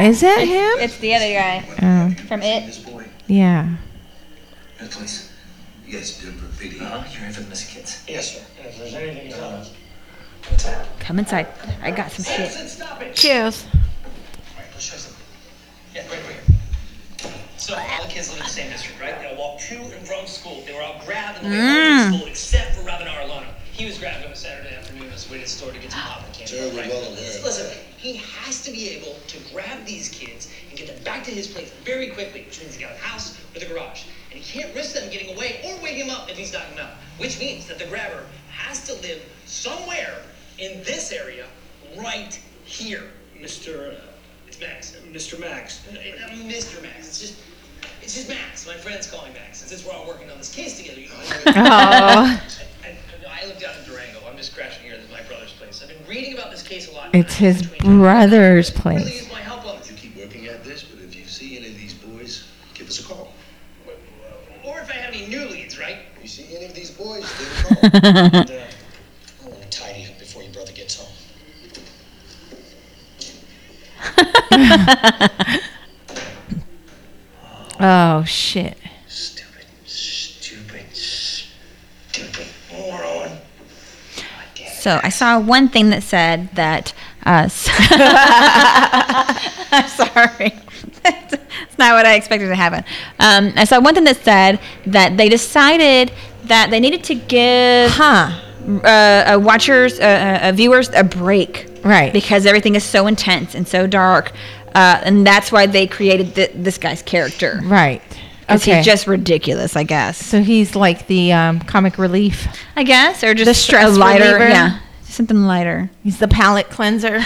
Speaker 1: Is that him?
Speaker 2: It's the other guy
Speaker 1: Oh,
Speaker 2: Hmm. from it.
Speaker 1: yeah.
Speaker 10: That place. Yes, Denver PD. Uh-huh. You're here for the missing kids.
Speaker 8: Yes, sir. If there's anything you tell us.
Speaker 2: Come inside. I got some shit.
Speaker 8: stop it!
Speaker 1: Cheers.
Speaker 8: Alright, let's show something. Yeah, right over here. So all the kids live in the same district, right? They all walk to and from school. They were all grabbed on the way home from school, except for Robin Arlano. He was grabbed on a Saturday afternoon as a way to the store to get some pop candy.
Speaker 11: Terribly well aware.
Speaker 8: Listen, he has to be able to grab these kids and get them back to his place very quickly, which means he got a house or the garage. And he can't risk them getting away or wake him up if he's knocking them out, which means that the grabber has to live somewhere in this area right here. Mr. Uh, it's Max. Mr. Max. Mr. Max. It's just. It's just Max. My friends call me Max. Since we're all working on this case together, you know.
Speaker 2: [laughs]
Speaker 1: Oh.
Speaker 8: I, I live down in Durango. I'm just crashing here. This is my brother's place. I've been reading about this case a lot.
Speaker 1: It's his brother's place.
Speaker 8: Here's my help on this.
Speaker 11: You keep working at this, but if you see any of these boys, give us a call.
Speaker 8: Or if I have any new leads, right?
Speaker 11: You see any of these boys, give a call. And, uh,
Speaker 9: I want to tidy up before your brother gets home.
Speaker 1: Oh shit.
Speaker 7: Stupid, stupid, stupid moron.
Speaker 2: So I saw one thing that said that. Uh, [laughs] s- I'm sorry. That's not what I expected to happen. Um, I saw one thing that said that they decided that they needed to give uh, uh, watchers, uh, uh, uh, viewers, a break.
Speaker 1: Right.
Speaker 2: Because everything is so intense and so dark. Uh, and that's why they created th- this guy's character.
Speaker 1: Right.
Speaker 2: 'Cause
Speaker 1: Okay.
Speaker 2: he's just ridiculous, I guess.
Speaker 1: So he's like the um, comic relief.
Speaker 2: I guess, or just
Speaker 1: The stress
Speaker 2: a lighter,
Speaker 1: reliever?
Speaker 2: yeah, just something lighter.
Speaker 1: He's the palate
Speaker 2: [laughs]
Speaker 1: cleanser.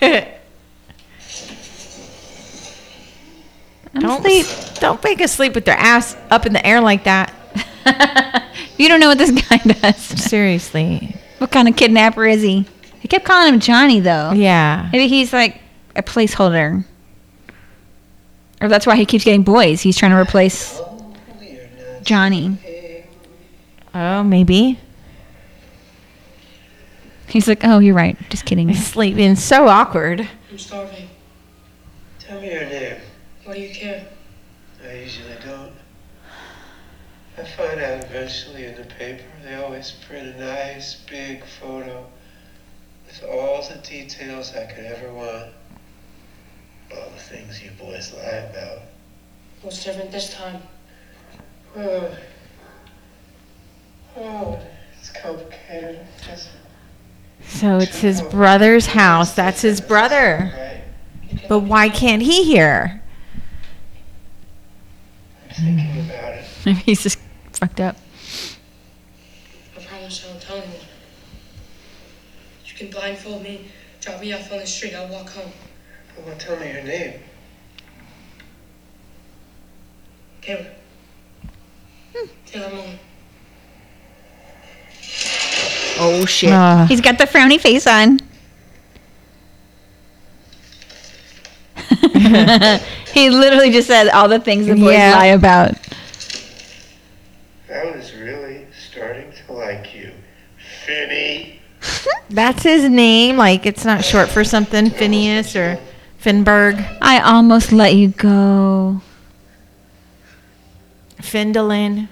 Speaker 1: don't leave. Don't make us sleep with their ass up in the air like that.
Speaker 2: [laughs] you don't know what this [laughs] guy does.
Speaker 1: Seriously.
Speaker 2: What kind of kidnapper is he? He kept calling him Johnny
Speaker 1: Oh.
Speaker 2: though.
Speaker 1: Yeah.
Speaker 2: Maybe he's like a placeholder. Or that's why he keeps getting boys. He's trying to replace Johnny.
Speaker 1: Oh, maybe.
Speaker 2: He's like, oh, you're right. Just kidding. [laughs]
Speaker 1: Sleeping so awkward.
Speaker 6: I'm starving.
Speaker 4: Tell me your name.
Speaker 6: Why do you care?
Speaker 4: I usually don't. I find out eventually in the paper they always print a nice big photo with all the details I could ever want. All the things you boys lie about.
Speaker 6: What's different this time?
Speaker 4: Oh, oh it's complicated. It's just
Speaker 1: So it's his brother's house. That's his brother.
Speaker 4: right.
Speaker 1: But why can't he hear?
Speaker 4: I'm thinking about it.
Speaker 2: Maybe [laughs] he's just fucked up.
Speaker 6: I promise I won't tell anyone. You can blindfold me, drop me off on the street, I'll walk home.
Speaker 4: Well, tell me your name.
Speaker 6: Taylor. Taylor Mullen.
Speaker 2: Oh shit.
Speaker 1: Ah.
Speaker 2: He's got the frowny face on. [laughs] he literally just said all the things the boys
Speaker 1: Yeah.
Speaker 2: lie about.
Speaker 4: I was really starting to like you. Finny.
Speaker 1: That's his name. Like it's not short for something. Phineas or Finberg.
Speaker 2: I almost let you go.
Speaker 1: Findelin.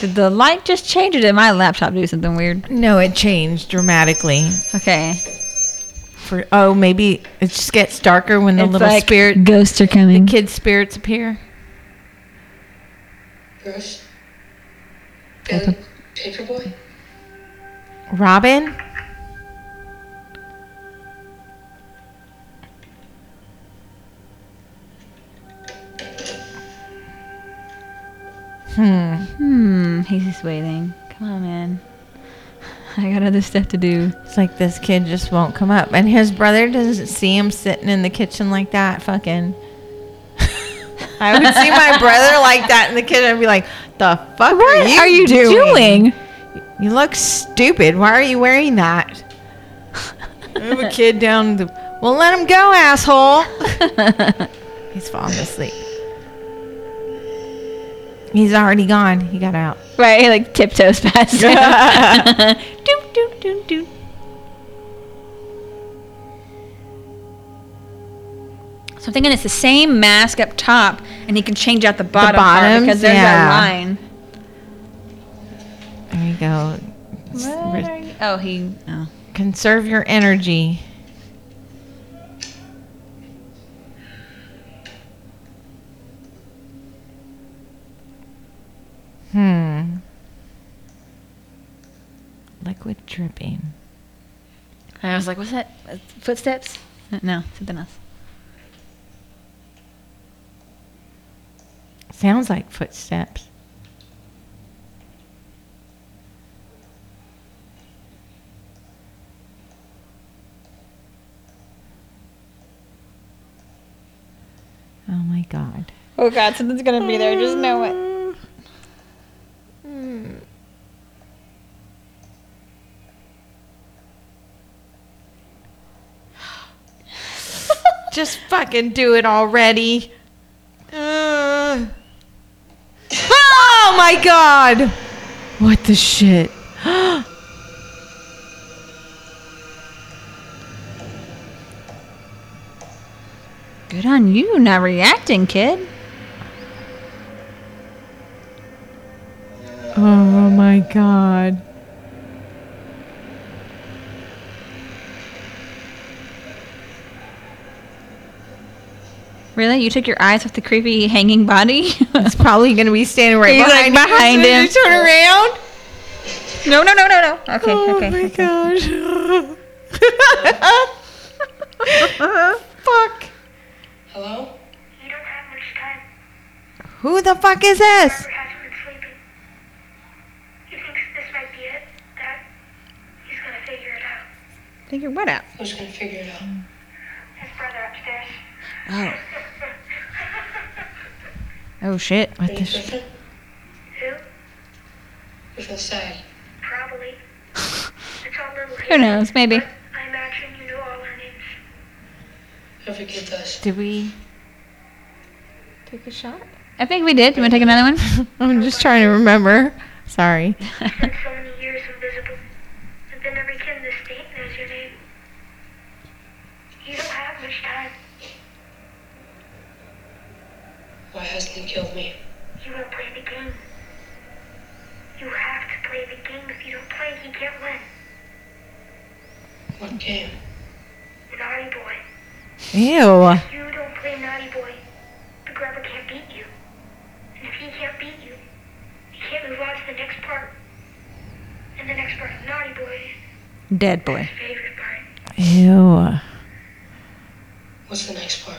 Speaker 2: Did the light just change or did my laptop do something weird?
Speaker 1: No, it changed dramatically.
Speaker 2: Okay.
Speaker 1: For oh, maybe it just gets darker when the
Speaker 2: It's
Speaker 1: little
Speaker 2: like
Speaker 1: spirit,
Speaker 2: Ghosts are
Speaker 1: the
Speaker 2: coming.
Speaker 1: kid spirits appear.
Speaker 6: Bruce? Billy? Paperboy?
Speaker 1: Robin. Hmm.
Speaker 2: hmm. He's just waiting. Come on, man. [laughs] I got other stuff to do.
Speaker 1: It's like this kid just won't come up, and his brother doesn't see him sitting in the kitchen like that. Fucking. [laughs] I would see my brother like that in the kitchen and be like, "The fuck are you, You look stupid. Why are you wearing that?" I have a kid down the. Well, let him go, asshole. He's falling asleep. He's already gone. He got out.
Speaker 2: [laughs] right, he like tiptoes
Speaker 1: [laughs]
Speaker 2: past him. [laughs] doop, doop, doop, doop. So I'm thinking it's the same mask up top, and he can change out the bottom part
Speaker 1: bottoms,
Speaker 2: because there's
Speaker 1: yeah.
Speaker 2: that line.
Speaker 1: There you go.
Speaker 2: What are you- Oh, he. Oh.
Speaker 1: Conserve your energy. Hmm. dripping.
Speaker 2: And I was like, what's that? Uh, Footsteps? Uh, No, something else.
Speaker 1: Sounds like footsteps. Oh my god.
Speaker 2: Oh God, something's gonna be there. Just know it.
Speaker 1: Just fucking do it already. Uh. Oh my god. What the shit?
Speaker 2: Good on you, not reacting, kid.
Speaker 1: Oh my god.
Speaker 2: Really? You took your eyes off the creepy hanging body? [laughs]
Speaker 1: It's probably gonna be standing right
Speaker 2: He's, like,
Speaker 1: behind, you.
Speaker 2: behind
Speaker 1: Did
Speaker 2: him.
Speaker 1: You turn around.
Speaker 2: no, no, no, no, no. Okay,
Speaker 1: oh
Speaker 2: okay.
Speaker 1: my
Speaker 2: [laughs] okay.
Speaker 1: god. Fuck.
Speaker 6: Hello?
Speaker 7: You don't have much time.
Speaker 1: Who the fuck is this?
Speaker 7: Robert hasn't been sleeping. He thinks this might be it. That he's gonna figure it out.
Speaker 2: Figure what out?
Speaker 6: Who's gonna figure it out?
Speaker 7: His brother upstairs.
Speaker 2: Oh. Oh shit.
Speaker 1: What
Speaker 6: Are
Speaker 1: the
Speaker 6: you
Speaker 1: shit?
Speaker 6: Griffin?
Speaker 7: Who?
Speaker 6: You're from the side.
Speaker 7: Probably. [laughs] It's all little
Speaker 2: Who knows? Maybe.
Speaker 7: I imagine you know all our names.
Speaker 6: Every kid does.
Speaker 1: Did we?
Speaker 2: Take a shot. I think we did. You want to take another one?
Speaker 1: I'm just trying to remember. Sorry.
Speaker 7: Spent so many years invisible. And then every kid in the state knows your name. You don't have much time.
Speaker 6: Why hasn't he killed me?
Speaker 7: You won't play the game. You have to play the game. If you don't play, he can't win.
Speaker 6: What game?
Speaker 7: Naughty boy.
Speaker 1: Ew.
Speaker 7: If you don't play naughty boy, the grubber can't beat you. And if he can't beat you, he can't move on to the next part. And the next part of naughty boy
Speaker 2: Dead
Speaker 7: is
Speaker 2: boy.
Speaker 7: his favorite part.
Speaker 1: Ew.
Speaker 6: What's the next part?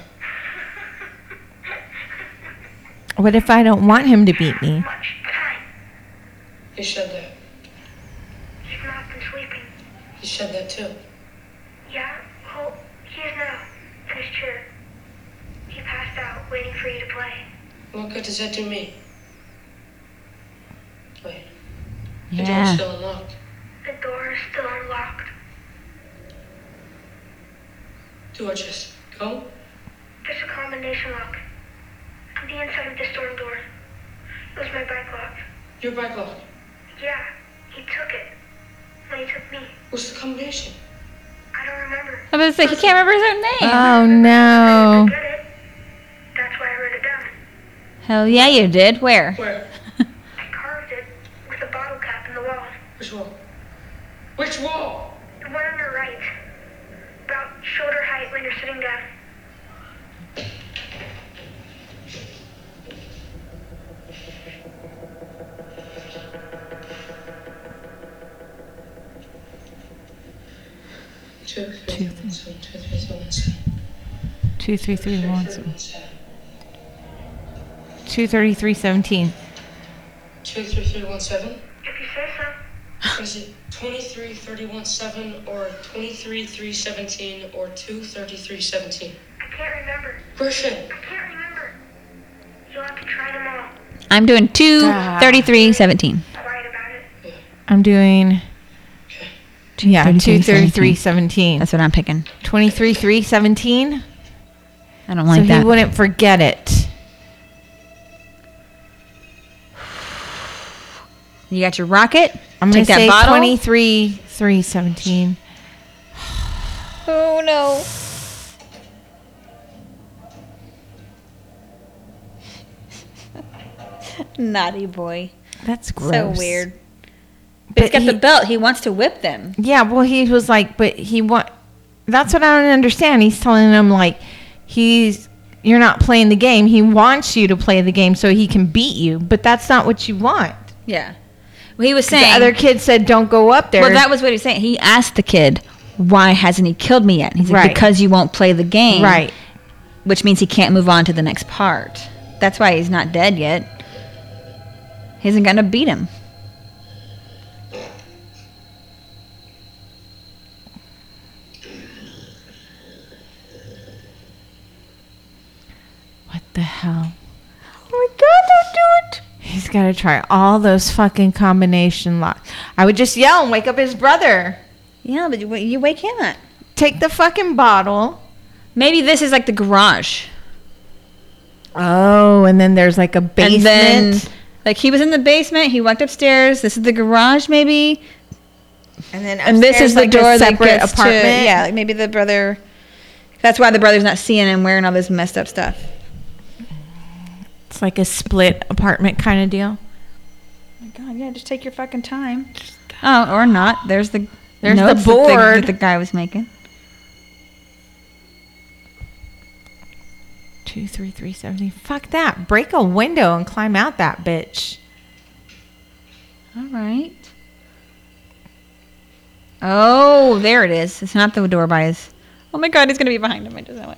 Speaker 1: What if I don't want him to beat me?
Speaker 7: Much time.
Speaker 6: You said that.
Speaker 7: He's not been sleeping.
Speaker 6: You said that too.
Speaker 7: Yeah, well, he's now in his chair. He passed out waiting for you to play.
Speaker 6: What good does that do me? Wait, the door's
Speaker 2: Yeah.
Speaker 6: still unlocked.
Speaker 7: The door is still unlocked.
Speaker 6: Do I just go?
Speaker 7: There's a combination lock on the inside of the storm door. It was my bike lock.
Speaker 6: Your bike lock.
Speaker 7: Yeah, he took it. When he took me,
Speaker 6: What's the combination?
Speaker 7: I don't remember.
Speaker 2: I was like, he can't remember his own name.
Speaker 1: Oh no.
Speaker 7: Get it? That's why I wrote it down.
Speaker 2: Hell yeah, you did. Where?
Speaker 6: Where?
Speaker 7: I carved it with a bottle cap in the wall.
Speaker 6: Which wall? Which wall?
Speaker 7: The one on your right, about shoulder height when you're sitting down.
Speaker 6: Two, three, seven, two, three, seven, seven.
Speaker 1: Two three three one seven.
Speaker 6: seven.
Speaker 1: Two thirty three seventeen.
Speaker 6: Two, three, three, one, seven.
Speaker 7: If you say so.
Speaker 6: What [laughs] is it? Twenty-three, thirty-one, seven, or twenty-three, three, seventeen, or two, thirty-three, seventeen.
Speaker 7: I can't remember.
Speaker 6: Griffin.
Speaker 7: I can't remember. You'll have to try them all.
Speaker 2: I'm doing two
Speaker 1: Ah.
Speaker 2: thirty-three seventeen.
Speaker 7: Quiet about it.
Speaker 1: I'm doing. Yeah, two thirty three
Speaker 2: 233.
Speaker 1: seventeen.
Speaker 2: That's what I'm picking.
Speaker 1: Twenty three three seventeen.
Speaker 2: I don't
Speaker 1: So
Speaker 2: like
Speaker 1: he
Speaker 2: that.
Speaker 1: wouldn't forget it.
Speaker 2: You got your rocket.
Speaker 1: I'm
Speaker 2: Take
Speaker 1: gonna
Speaker 2: that
Speaker 1: say
Speaker 2: bottle.
Speaker 1: twenty three three seventeen.
Speaker 2: Oh no. [laughs] Naughty boy.
Speaker 1: That's gross.
Speaker 2: So weird.
Speaker 1: But
Speaker 2: He's got
Speaker 1: he-
Speaker 2: the belt. He wants to whip them.
Speaker 1: Yeah, well, he was like, but he want. That's what I don't understand. He's telling him like, he's you're not playing the game. He wants you to play the game so he can beat you, but that's not what you want.
Speaker 2: Yeah. Well, he was saying
Speaker 1: the other kid said, "Don't go up there."
Speaker 2: Well, that was what he was saying. He asked the kid, "Why hasn't he killed me yet?" And he's like,
Speaker 1: Right.
Speaker 2: "Because you won't play the game."
Speaker 1: Right.
Speaker 2: Which means he can't move on to the next part. That's why he's not dead yet. He isn't gonna beat him.
Speaker 1: what the hell?
Speaker 2: Oh my god, don't do it!
Speaker 1: He's got to try all those fucking combination locks. I would just yell and wake up his brother.
Speaker 2: Yeah, but you, wa- you wake him up.
Speaker 1: Take the fucking bottle.
Speaker 2: Maybe this is like the garage.
Speaker 1: Oh, and then there's like a
Speaker 2: And
Speaker 1: basement.
Speaker 2: then, like he was in the basement. He walked upstairs. This is the garage, maybe.
Speaker 1: And then
Speaker 2: and this
Speaker 1: upstairs,
Speaker 2: is the
Speaker 1: like, a
Speaker 2: door that
Speaker 1: separate
Speaker 2: gets
Speaker 1: apartment.
Speaker 2: to yeah like maybe the brother that's why the brother's not seeing him wearing all this messed up stuff
Speaker 1: it's like a split apartment kind of deal.
Speaker 2: oh my god yeah just take your fucking time oh or not there's the
Speaker 1: There's the
Speaker 2: notes that
Speaker 1: board.
Speaker 2: that the guy was making
Speaker 1: Two, three, three, seventy. Fuck that. Break a window and climb out that bitch. [sighs]
Speaker 2: all right oh there it is it's not the door by his oh my god he's gonna be behind him i just know it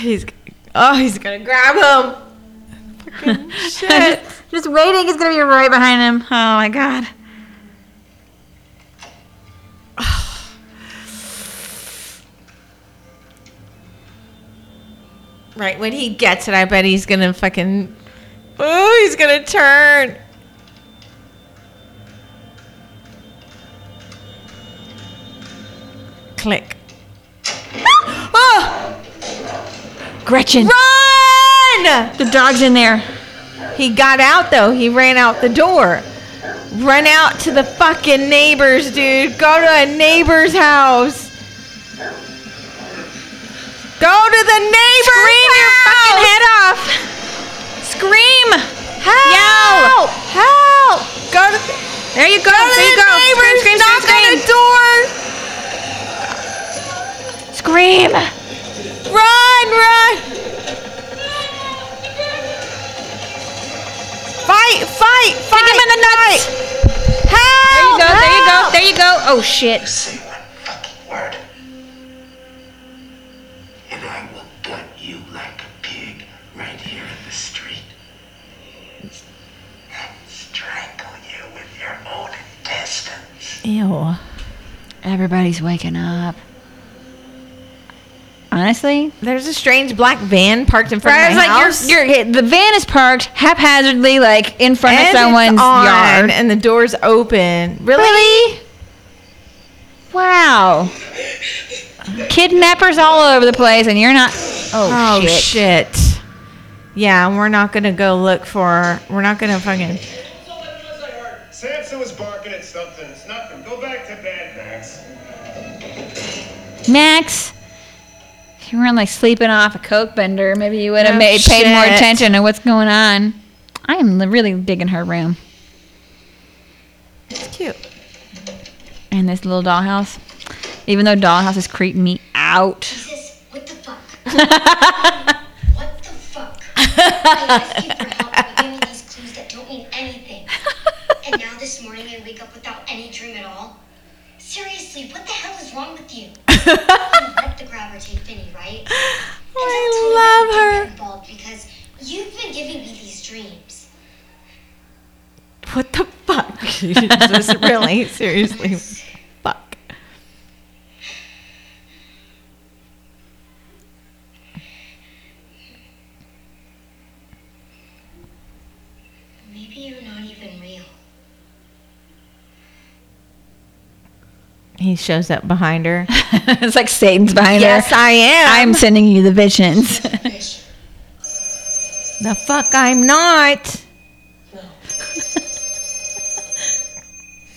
Speaker 1: He's oh, he's gonna grab him. Fucking shit.
Speaker 2: just, [laughs] just waiting is gonna be right behind him oh my god
Speaker 1: Right when he gets it, I bet he's gonna fucking. Oh, he's gonna turn. Click. [gasps] oh,
Speaker 2: gretchen
Speaker 1: run!
Speaker 2: the dog's in there
Speaker 1: He got out though. He ran out the door. Run out to the fucking neighbors, dude. Go to a neighbor's house. Go to the neighbor's Scream house. your fucking head off. Scream. Help.
Speaker 2: Yell.
Speaker 1: Help. Go to There you go. Go to
Speaker 2: There
Speaker 1: the
Speaker 2: you go. Scream,
Speaker 1: neighbor's.
Speaker 2: scream,
Speaker 1: Knock
Speaker 2: scream,
Speaker 1: on the door. Scream. Run, run. Fight, fight, fight. Kick him in the nuts.
Speaker 2: there you
Speaker 1: Help.
Speaker 2: go there you go
Speaker 1: help.
Speaker 2: there you go oh shit
Speaker 10: Say one fucking word. And I will gut you like a pig right here in the street. And strangle you with your own intestines.
Speaker 1: Ew.
Speaker 2: Everybody's waking up. Honestly,
Speaker 1: There's a strange black van parked in front
Speaker 2: Right,
Speaker 1: of my
Speaker 2: it's like
Speaker 1: house.
Speaker 2: you're, you're, the van is parked haphazardly, like in front
Speaker 1: and
Speaker 2: of someone's
Speaker 1: it's on,
Speaker 2: yard.
Speaker 1: and the door's open. Really?
Speaker 2: wow, kidnappers all over the place, and you're not.
Speaker 1: Oh
Speaker 2: Oh, shit.
Speaker 1: shit. Yeah, and we're not gonna go look for. her. We're not gonna fucking.
Speaker 12: Samson was barking at something. It's nothing. Go back to bed, Max.
Speaker 2: Max, if you weren't like sleeping off a coke bender, maybe you would have
Speaker 1: Oh,
Speaker 2: made paid more
Speaker 1: shit.
Speaker 2: attention to what's going on. I am li- really digging her room
Speaker 1: It's [laughs] cute.
Speaker 2: and this little dollhouse. Even though dollhouse is creeping me
Speaker 1: [laughs]
Speaker 2: out.
Speaker 5: Jesus, what
Speaker 2: [laughs]
Speaker 5: the fuck? what the fuck? I asked you for help, but you gave me these clues that don't mean anything. And now this morning I wake up without any dream at all? Seriously, what the hell is wrong with you? you let the grabber take Vinny,
Speaker 2: [laughs]
Speaker 5: right? And
Speaker 1: I
Speaker 5: don't tell me that you got involved because you've been giving me these dreams.
Speaker 1: What the fuck? Jesus, really? Seriously? Fuck.
Speaker 5: Maybe you're not even real.
Speaker 1: He shows up behind her.
Speaker 2: it's like Satan's behind
Speaker 1: yes,
Speaker 2: her.
Speaker 1: I am.
Speaker 2: I'm sending you the visions. [laughs]
Speaker 1: The fuck I'm not.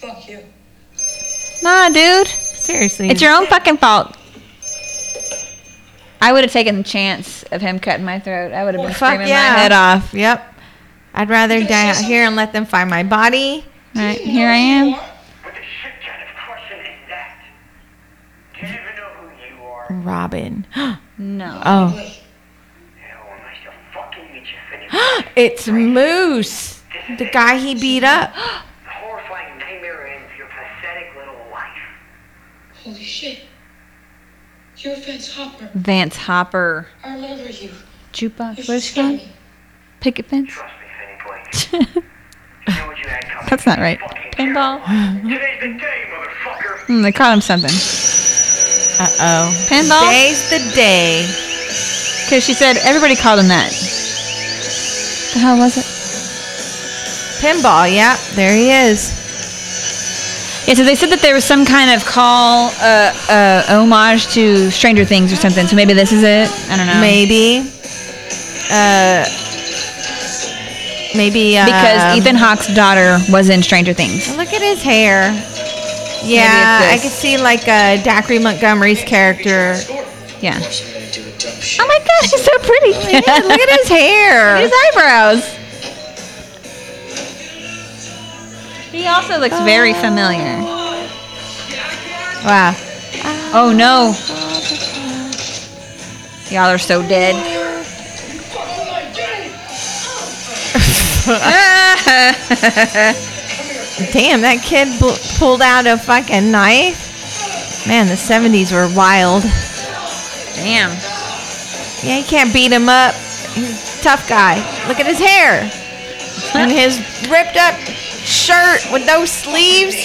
Speaker 6: Fuck you.
Speaker 2: nah, dude.
Speaker 1: Seriously.
Speaker 2: It's your own fucking fault. I would have taken the chance of him cutting my throat. I would have been
Speaker 1: fuck
Speaker 2: screaming
Speaker 1: yeah.
Speaker 2: my head off.
Speaker 1: Yep. I'd rather die out here and let them find my body.
Speaker 2: All right, here I am.
Speaker 1: Robin. [gasps]
Speaker 2: no.
Speaker 1: Oh. [gasps] it's Moose, the guy he beat up.
Speaker 6: Holy shit. You're Vance Hopper.
Speaker 2: Vance Hopper.
Speaker 6: I remember you.
Speaker 2: Jukebox.
Speaker 6: You
Speaker 2: What is she called? Picket fence? [laughs] That's not right. Pinball? Hmm, they called him something.
Speaker 1: Uh oh.
Speaker 2: Pinball?
Speaker 1: Today's the day.
Speaker 2: Because she said everybody called him that. The hell was it?
Speaker 1: Pinball, yeah, there he is.
Speaker 2: Yeah, so they said that there was some kind of call, uh, uh, homage to Stranger Things or something. So maybe this is it. I don't know.
Speaker 1: Maybe. Uh, maybe. Uh,
Speaker 2: Because Ethan Hawke's daughter was in Stranger Things.
Speaker 1: Look at his hair. Yeah, I
Speaker 2: this.
Speaker 1: could see like uh, Dacry Montgomery's character.
Speaker 2: Yeah. Oh my gosh, he's so pretty.
Speaker 1: Oh, Yeah, look at his [laughs] hair.
Speaker 2: His eyebrows. He also looks
Speaker 1: Oh.
Speaker 2: very familiar.
Speaker 1: Wow.
Speaker 2: Oh no. Y'all
Speaker 1: [laughs]
Speaker 2: are so dead.
Speaker 1: Damn, that kid bl- pulled out a fucking knife. Man, the 70s were wild.
Speaker 2: Damn.
Speaker 1: Yeah, you can't beat him up. He's a tough guy. Look at his hair and his ripped up shirt with no sleeves.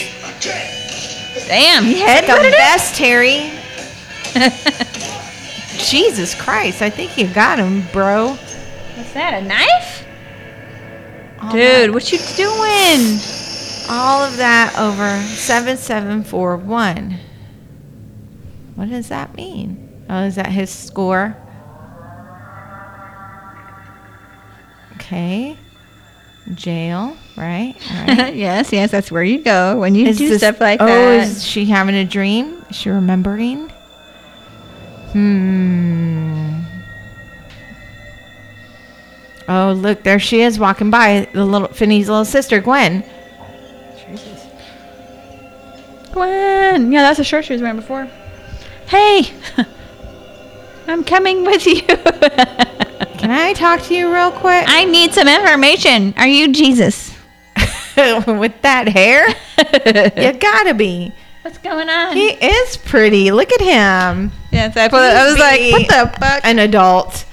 Speaker 2: Damn. He
Speaker 1: Head
Speaker 2: had
Speaker 1: the best, Terry. [laughs] Jesus Christ, I think you got him, bro.
Speaker 2: What's that? A knife?
Speaker 1: All
Speaker 2: Dude, what you doing? [laughs]
Speaker 1: that- all of that over 7741. What does that mean? Oh, is that his score? Okay. Jail, right? All right.
Speaker 2: yes, yes, that's where you go when you
Speaker 1: Is
Speaker 2: do
Speaker 1: this-
Speaker 2: stuff like
Speaker 1: oh,
Speaker 2: that.
Speaker 1: is she having a dream? Is she remembering? Hmm. Oh, look, there she is walking by the little Finney's little sister, Gwen.
Speaker 2: Gwen. Yeah, that's a shirt she was wearing before. Hey, [laughs] I'm coming with you. [laughs]
Speaker 1: Can I talk to you real quick?
Speaker 2: I need some information. Are you Jesus?
Speaker 1: [laughs] With that
Speaker 2: [laughs]
Speaker 1: hair, you
Speaker 2: What's
Speaker 1: gotta be.
Speaker 2: going on?
Speaker 1: He is pretty. Look at him.
Speaker 2: yeah, that's what I was like, what the fuck?
Speaker 1: An adult.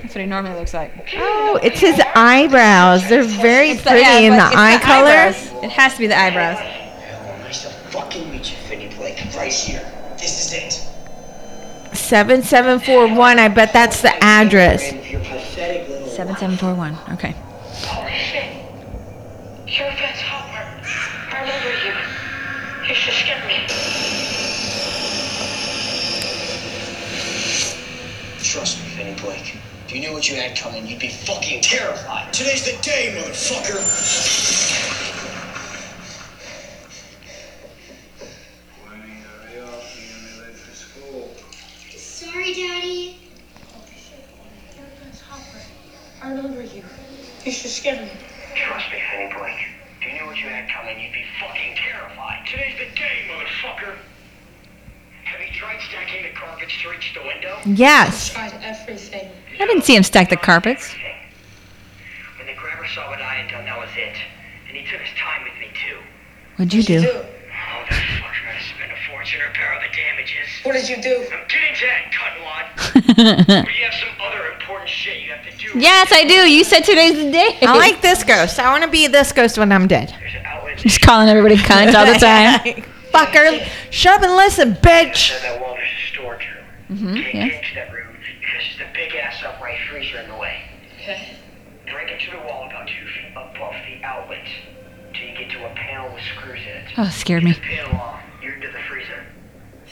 Speaker 2: That's what he normally looks like.
Speaker 1: Oh, it's his eyebrows. They're very
Speaker 2: It's
Speaker 1: pretty
Speaker 2: yeah,
Speaker 1: in the
Speaker 2: but it's
Speaker 1: eye color.
Speaker 2: eyebrows. It has to be the eyebrows.
Speaker 8: Nice to fucking meet you, Finny Blake. Right here. This is it.
Speaker 1: 7741. I bet that's the address.
Speaker 8: Your pathetic little.
Speaker 2: Seven seven four one. Okay.
Speaker 7: Holy shit. You're Vince Hopper. I remember you. You should scare me.
Speaker 8: Trust me, Finny Blake. If you knew what you had coming, you'd be fucking terrified. Today's the day, motherfucker.
Speaker 5: Sorry, Daddy.
Speaker 6: You're Vance Hopper. I remember you. You should scare me.
Speaker 8: Trust me, Finny Blake. If you knew what you had coming, you'd be fucking terrified. Today's the day, motherfucker. Have you tried stacking the carpets to reach the window?
Speaker 1: Yes.
Speaker 6: Tried everything.
Speaker 2: I didn't see him stack the carpets.
Speaker 8: When the grabber saw what I had done, that was it. And he took his time with me, too.
Speaker 2: What'd you do?
Speaker 8: Oh, the fucker had to spend a fortune or repair all the damages.
Speaker 6: What did you do?
Speaker 8: I'm getting to that, cutwad. but you have some other important shit you have to do.
Speaker 2: yes, I do. You said today's the day.
Speaker 1: I
Speaker 2: [laughs]
Speaker 1: like this ghost. I want to be this ghost when I'm dead.
Speaker 8: There's an outlet
Speaker 2: She's calling everybody cunt all the time.
Speaker 1: Fucker. Shut up and listen, bitch.
Speaker 8: inside that Walter's storage room.
Speaker 2: Mhm,
Speaker 8: Can't
Speaker 2: yes.
Speaker 8: get into that room because there's a big ass upright freezer in the way.
Speaker 6: Okay.
Speaker 8: Break into the wall about two feet above the outlet till you get to a panel with screws in it.
Speaker 2: [laughs] Oh, it scared me.
Speaker 8: Get the panel off. You're into the freezer.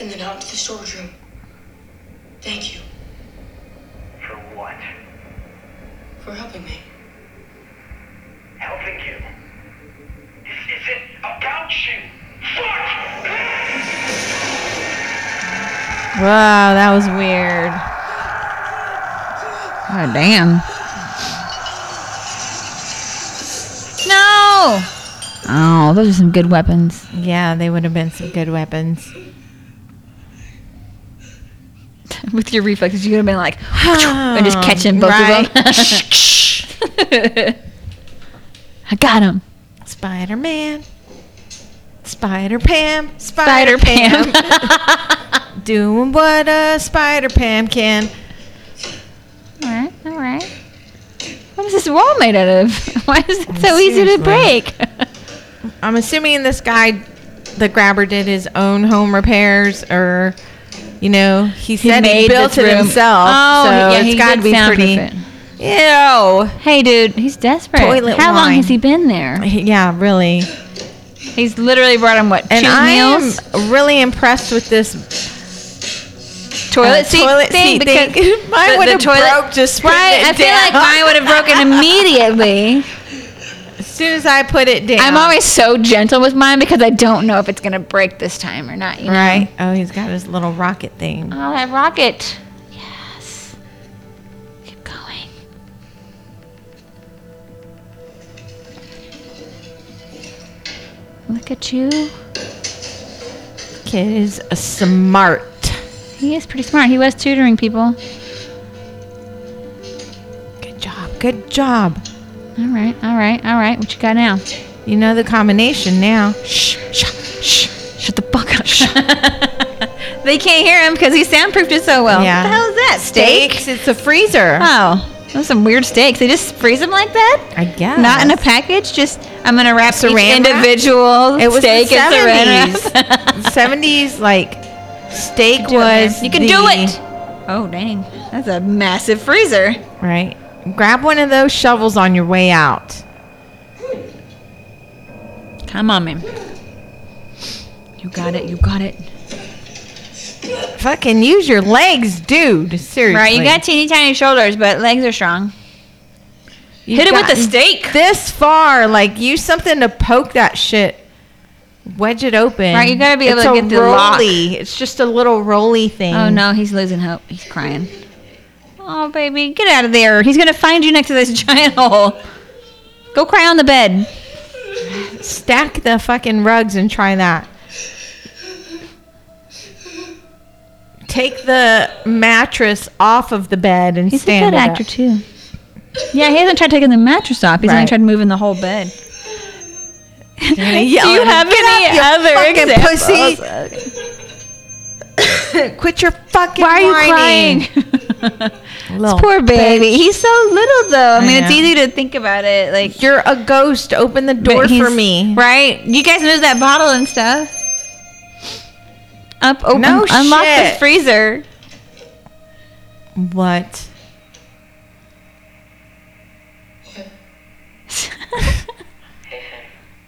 Speaker 6: And then out to the storage room. Thank you
Speaker 8: For what?
Speaker 6: for helping me.
Speaker 8: Helping you. This isn't about you. Fuck!
Speaker 1: Wow, that was weird.
Speaker 2: Oh damn. Oh! Oh, those are some good weapons.
Speaker 1: Yeah, they would have been some good [sighs] weapons.
Speaker 2: [laughs] With your reflexes, you could have been like, [laughs] and just catching both of
Speaker 1: [laughs]
Speaker 2: them. [laughs] I got him.
Speaker 1: Spider Man. Spider Pam.
Speaker 2: Spider Pam.
Speaker 1: [laughs] Doing what a Spider Pam can.
Speaker 2: All right, all right. What is this wall made out of? [laughs] Why is it so easy to
Speaker 1: Seriously.
Speaker 2: break?
Speaker 1: I'm assuming this guy, the grabber, did his own home repairs or. You know, [laughs] he said he,
Speaker 2: made
Speaker 1: built
Speaker 2: this
Speaker 1: it
Speaker 2: room.
Speaker 1: himself,
Speaker 2: Oh,
Speaker 1: so
Speaker 2: yeah,
Speaker 1: it's
Speaker 2: he
Speaker 1: got to
Speaker 2: did
Speaker 1: be pretty.
Speaker 2: soundproof
Speaker 1: Ew.
Speaker 2: Hey, dude, he's desperate.
Speaker 1: Toilet
Speaker 2: How long
Speaker 1: wine.
Speaker 2: has he been there?
Speaker 1: Yeah, really.
Speaker 2: He's literally brought him what?
Speaker 1: And
Speaker 2: two
Speaker 1: I
Speaker 2: meals,
Speaker 1: am really impressed with this
Speaker 2: toilet
Speaker 1: uh,
Speaker 2: seat
Speaker 1: toilet
Speaker 2: thing.
Speaker 1: seat
Speaker 2: because
Speaker 1: thing. [laughs] Mine
Speaker 2: the-
Speaker 1: would
Speaker 2: the
Speaker 1: have
Speaker 2: toilet-
Speaker 1: broke just putting
Speaker 2: Right,
Speaker 1: it
Speaker 2: I feel like
Speaker 1: down.
Speaker 2: mine would have broken immediately.
Speaker 1: [laughs] As soon as I put it down.
Speaker 2: I'm always so gentle with mine because I don't know if it's gonna break this time or not. You know?
Speaker 1: right. Oh, he's got his little rocket thing.
Speaker 2: Oh, that rocket. Yes. Keep going. Look at you.
Speaker 1: Kid is a smart.
Speaker 2: He is pretty smart. He was tutoring people.
Speaker 1: Good job. Good job.
Speaker 2: All right, all right, all right. What you got now?
Speaker 1: You know the combination now. Shh. Shh. Shh.
Speaker 2: Shut the fuck up.
Speaker 1: [laughs]
Speaker 2: they can't hear him because he soundproofed it so well.
Speaker 1: Yeah.
Speaker 2: What the hell is that? Steak?
Speaker 1: Steaks. It's a freezer.
Speaker 2: Oh, those are some weird steaks. They just freeze them like that?
Speaker 1: I guess.
Speaker 2: Not in a package. Just I'm gonna wrap each
Speaker 1: Saran wrap?
Speaker 2: individual
Speaker 1: It was
Speaker 2: steak
Speaker 1: the
Speaker 2: in saran [laughs] wrap.
Speaker 1: 70s. 70s like steak
Speaker 2: Do it, man.
Speaker 1: was
Speaker 2: You can
Speaker 1: the-
Speaker 2: do it. Oh dang, that's a massive freezer.
Speaker 1: Right. Grab one of those shovels on your way out.
Speaker 2: Come on, man. You got it. You got it.
Speaker 1: Fucking use your legs, dude. Seriously.
Speaker 2: Right, you got teeny tiny shoulders, but legs are strong.
Speaker 1: You've
Speaker 2: Hit it with a
Speaker 1: gotten
Speaker 2: steak.
Speaker 1: This far, like use something to poke that shit. Wedge it open.
Speaker 2: Right, you gotta be able
Speaker 1: It's
Speaker 2: to
Speaker 1: a
Speaker 2: get the lock.
Speaker 1: rolly. It's just a little roly thing.
Speaker 2: Oh no, he's losing hope. He's crying. Oh baby, get out of there. He's gonna find you next to this [laughs] giant hole. Go cry on the bed.
Speaker 1: Stack the fucking rugs and try that. Take the mattress off of the bed and
Speaker 2: He's
Speaker 1: stand
Speaker 2: a good
Speaker 1: it
Speaker 2: actor
Speaker 1: up.
Speaker 2: too. Yeah, he hasn't tried taking the mattress off. He's only
Speaker 1: Right.
Speaker 2: tried moving the whole bed. [laughs]
Speaker 1: gonna
Speaker 2: Do
Speaker 1: yell
Speaker 2: you
Speaker 1: at him,
Speaker 2: have
Speaker 1: "Get up,
Speaker 2: any
Speaker 1: you
Speaker 2: other
Speaker 1: fucking
Speaker 2: examples?
Speaker 1: pussy." [laughs] Quit your fucking
Speaker 2: Why are you
Speaker 1: whining.
Speaker 2: crying? [laughs] This
Speaker 1: Little
Speaker 2: poor baby.
Speaker 1: bitch.
Speaker 2: He's so little though. I
Speaker 1: I
Speaker 2: mean, it's
Speaker 1: know.
Speaker 2: easy to think about it. Like
Speaker 1: You're a ghost. Open the
Speaker 2: but
Speaker 1: door for
Speaker 2: he's-
Speaker 1: me.
Speaker 2: right? You guys move that bottle and stuff. Up, open,
Speaker 1: No
Speaker 2: unlock
Speaker 1: shit.
Speaker 2: the freezer.
Speaker 1: What?
Speaker 2: [laughs]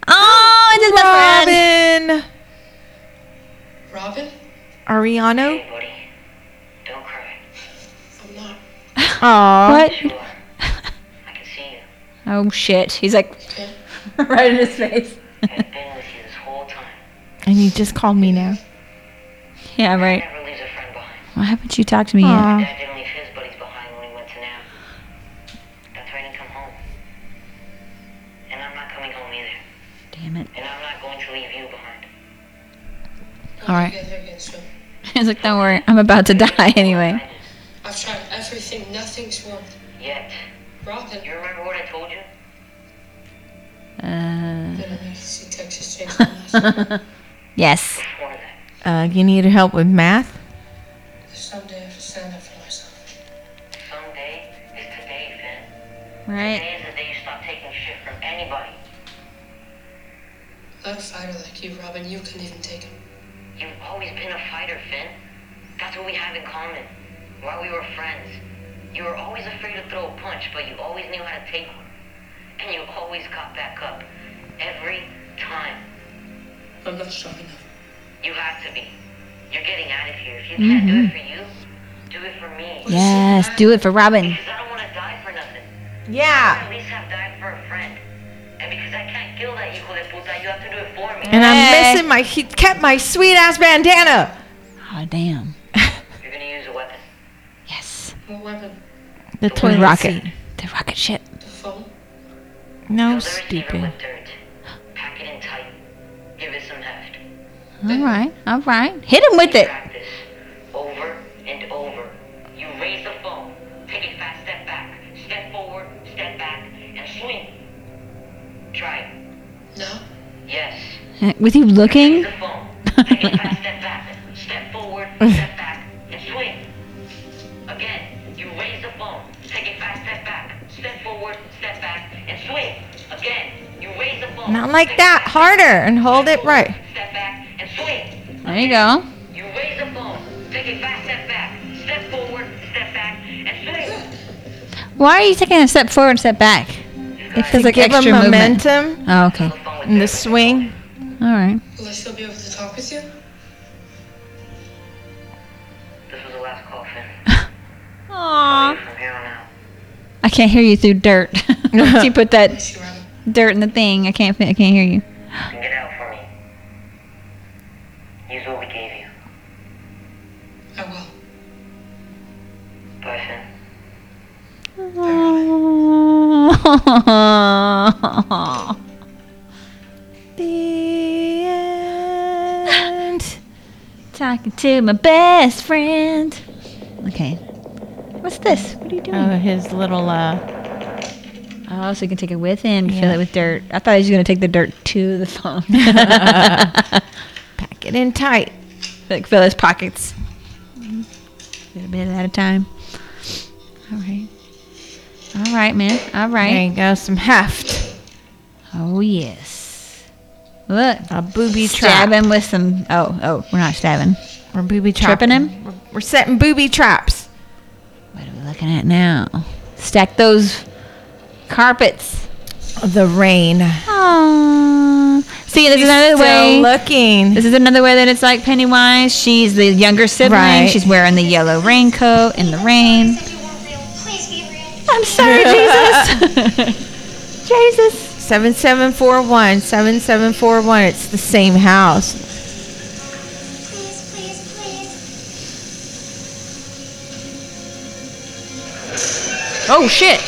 Speaker 2: oh, it's his best friend.
Speaker 1: Robin.
Speaker 6: Robin?
Speaker 1: Ariano?
Speaker 3: Hey, buddy. Don't cry.
Speaker 6: I'm not.
Speaker 1: Aw.
Speaker 2: What?
Speaker 3: Sure. I can see you.
Speaker 2: Oh shit! He's like [laughs]
Speaker 6: Okay.
Speaker 2: right in his face.
Speaker 3: I've been with you this whole time.
Speaker 1: And you just called me now.
Speaker 2: yeah, right. Oh.
Speaker 3: Never leaves a friend behind.
Speaker 2: Why haven't you talked to me yet?
Speaker 1: Aw.
Speaker 3: Dad didn't leave his buddies behind when he went to nap. That's why I didn't come home. And I'm not coming home either.
Speaker 2: Damn it!
Speaker 3: And I'm not going to leave you behind.
Speaker 2: All right. [laughs]
Speaker 6: Together again soon.
Speaker 2: He's like, don't worry, I'm about to [laughs] die anyway.
Speaker 6: I've tried everything. Nothing's worked.
Speaker 3: Yet.
Speaker 6: Robin. [laughs]
Speaker 3: You remember what I told you?
Speaker 2: Uh, [laughs]
Speaker 6: Then I need to see Texas Chainsaw Massacre.
Speaker 2: yes.
Speaker 3: Before that.
Speaker 1: Uh, you need help with math?
Speaker 6: Someday I have to stand up for myself.
Speaker 3: Someday is today, Finn.
Speaker 2: Right.
Speaker 3: Today is the day you stop taking shit from anybody.
Speaker 6: Not a fighter like you, Robin. You couldn't even take him.
Speaker 3: You've always been a fighter, Finn. That's what we have in common. Why we were friends. You were always afraid to throw a punch, but you always knew how to take one. And you always got back up. Every time.
Speaker 6: I'm not strong enough.
Speaker 3: You have to be. You're getting out of here. If you can't do it for you, do it for me.
Speaker 2: Yes. Do it for Robin.
Speaker 3: Because I don't want to die for nothing.
Speaker 1: Yeah.
Speaker 3: At least have died for a friend. And because I can't kill that hijo de puta, you have to do it for me.
Speaker 1: And
Speaker 2: Hey.
Speaker 1: I'm missing my. He kept my sweet ass bandana.
Speaker 2: Oh damn.
Speaker 3: You're gonna use a weapon.
Speaker 2: Yes.
Speaker 6: What weapon?
Speaker 1: The
Speaker 2: The
Speaker 1: toilet
Speaker 2: rocket.
Speaker 1: seat.
Speaker 2: The rocket ship.
Speaker 6: The phone?
Speaker 1: No,
Speaker 3: Fill the receiver
Speaker 1: stupid.
Speaker 3: with dirt.
Speaker 2: All right, all right. Hit him with it.
Speaker 3: Over and over. You raise the phone, take a fast step back, step forward, step back, and swing. Try it.
Speaker 6: No?
Speaker 3: Yes.
Speaker 2: Uh, With you looking?
Speaker 3: Raise the phone, take a fast step back, step forward, step back, and swing. Again, you raise the phone, take a fast step back, step forward, step back, and swing. Again, you raise the phone.
Speaker 1: Not like that. Harder and hold it right.
Speaker 3: Step back and swing.
Speaker 2: There you go.
Speaker 3: You raise the phone, take a fast step back, step forward, step back, and swing.
Speaker 2: Why are you taking a step forward, and step back? It feels
Speaker 1: To
Speaker 2: like
Speaker 1: give
Speaker 2: extra
Speaker 1: him
Speaker 2: movement.
Speaker 1: momentum.
Speaker 2: Oh, okay.
Speaker 1: And the swing.
Speaker 2: All right.
Speaker 6: Will I still be able to talk with you?
Speaker 3: This was the last call, Finn.
Speaker 2: Aww.
Speaker 3: From here on out.
Speaker 2: I can't hear you through dirt. [laughs] Once you put that dirt in the thing, I can't. I can't hear you.
Speaker 3: You can get out for me. Use what we gave you.
Speaker 6: I will.
Speaker 3: Bye, Finn.
Speaker 2: [laughs] The end. Talking to my best friend. Okay. What's this? What are you doing?
Speaker 1: Oh, his little uh.
Speaker 2: Oh, so you can take it with and fill
Speaker 1: Yeah.
Speaker 2: it with dirt. I thought I was going to take the dirt to the [laughs] phone.
Speaker 1: Pack it in tight.
Speaker 2: like fill his pockets. A little bit at a time. All right. All right, man. All
Speaker 1: There
Speaker 2: right.
Speaker 1: you go. Some heft.
Speaker 2: Oh yes. Look.
Speaker 1: A booby
Speaker 2: stab
Speaker 1: trap.
Speaker 2: him with some. Oh, oh, we're not stabbing.
Speaker 1: We're booby trapping
Speaker 2: Tripping him.
Speaker 1: We're, we're setting booby traps.
Speaker 2: What are we looking at now? Stack those carpets.
Speaker 1: The rain.
Speaker 2: Oh. See, this
Speaker 1: She's
Speaker 2: is another
Speaker 1: still
Speaker 2: way.
Speaker 1: looking.
Speaker 2: This is another way that it's like Pennywise. She's the younger sibling.
Speaker 1: Right.
Speaker 2: She's wearing the yellow raincoat in the rain.
Speaker 5: If you weren't real, please be real.
Speaker 1: [laughs]
Speaker 2: I'm sorry, [laughs] Jesus. Jesus.
Speaker 1: 7741 7741 it's the same house
Speaker 5: Please, please, please.
Speaker 2: Oh shit.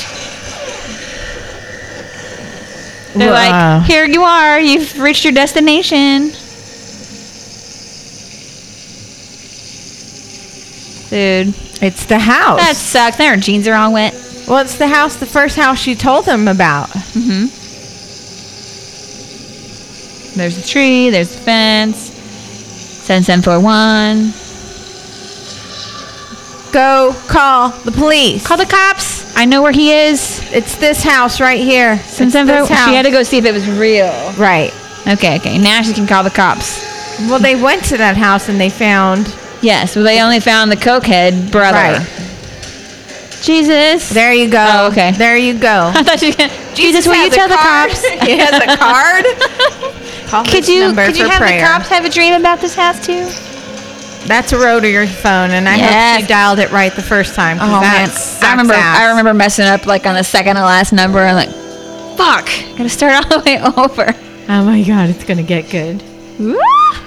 Speaker 2: They're
Speaker 1: Wow.
Speaker 2: like, here you are. You've reached your destination. Dude,
Speaker 1: it's the house
Speaker 2: that sucks. Their jeans are all wet.
Speaker 1: well it's the house the first house you told them about
Speaker 2: hmm There's the tree. There's the fence. Seven seven four one.
Speaker 1: go call the police
Speaker 2: Call the cops. I know where he is.
Speaker 1: it's this house right here It's
Speaker 2: Seven seven four.
Speaker 1: this house.
Speaker 2: She had to go see if it was real.
Speaker 1: right
Speaker 2: Okay, okay. Now she can call the cops.
Speaker 1: well they went to that house and they found
Speaker 2: Yes, well, they only found the cokehead brother.
Speaker 1: Right.
Speaker 2: Jesus.
Speaker 1: there you go
Speaker 2: Oh, okay.
Speaker 1: there you go
Speaker 2: [laughs] I thought she was gonna, Jesus, will you
Speaker 1: has a
Speaker 2: tell the
Speaker 1: card. [laughs]
Speaker 2: cops?
Speaker 1: he has a
Speaker 2: [laughs]
Speaker 1: card call
Speaker 2: could
Speaker 1: this
Speaker 2: you
Speaker 1: number
Speaker 2: could you
Speaker 1: for
Speaker 2: have
Speaker 1: prayer
Speaker 2: the cops have a dream about this house too?
Speaker 1: that's a rotary phone and i hope
Speaker 2: Yes.
Speaker 1: she dialed it right the first time 'cause that sucks
Speaker 2: Oh, I remember
Speaker 1: ass.
Speaker 2: I remember messing up like on the second to last number. I'm like, fuck, gotta start all the way [laughs] over.
Speaker 1: oh my god it's gonna get good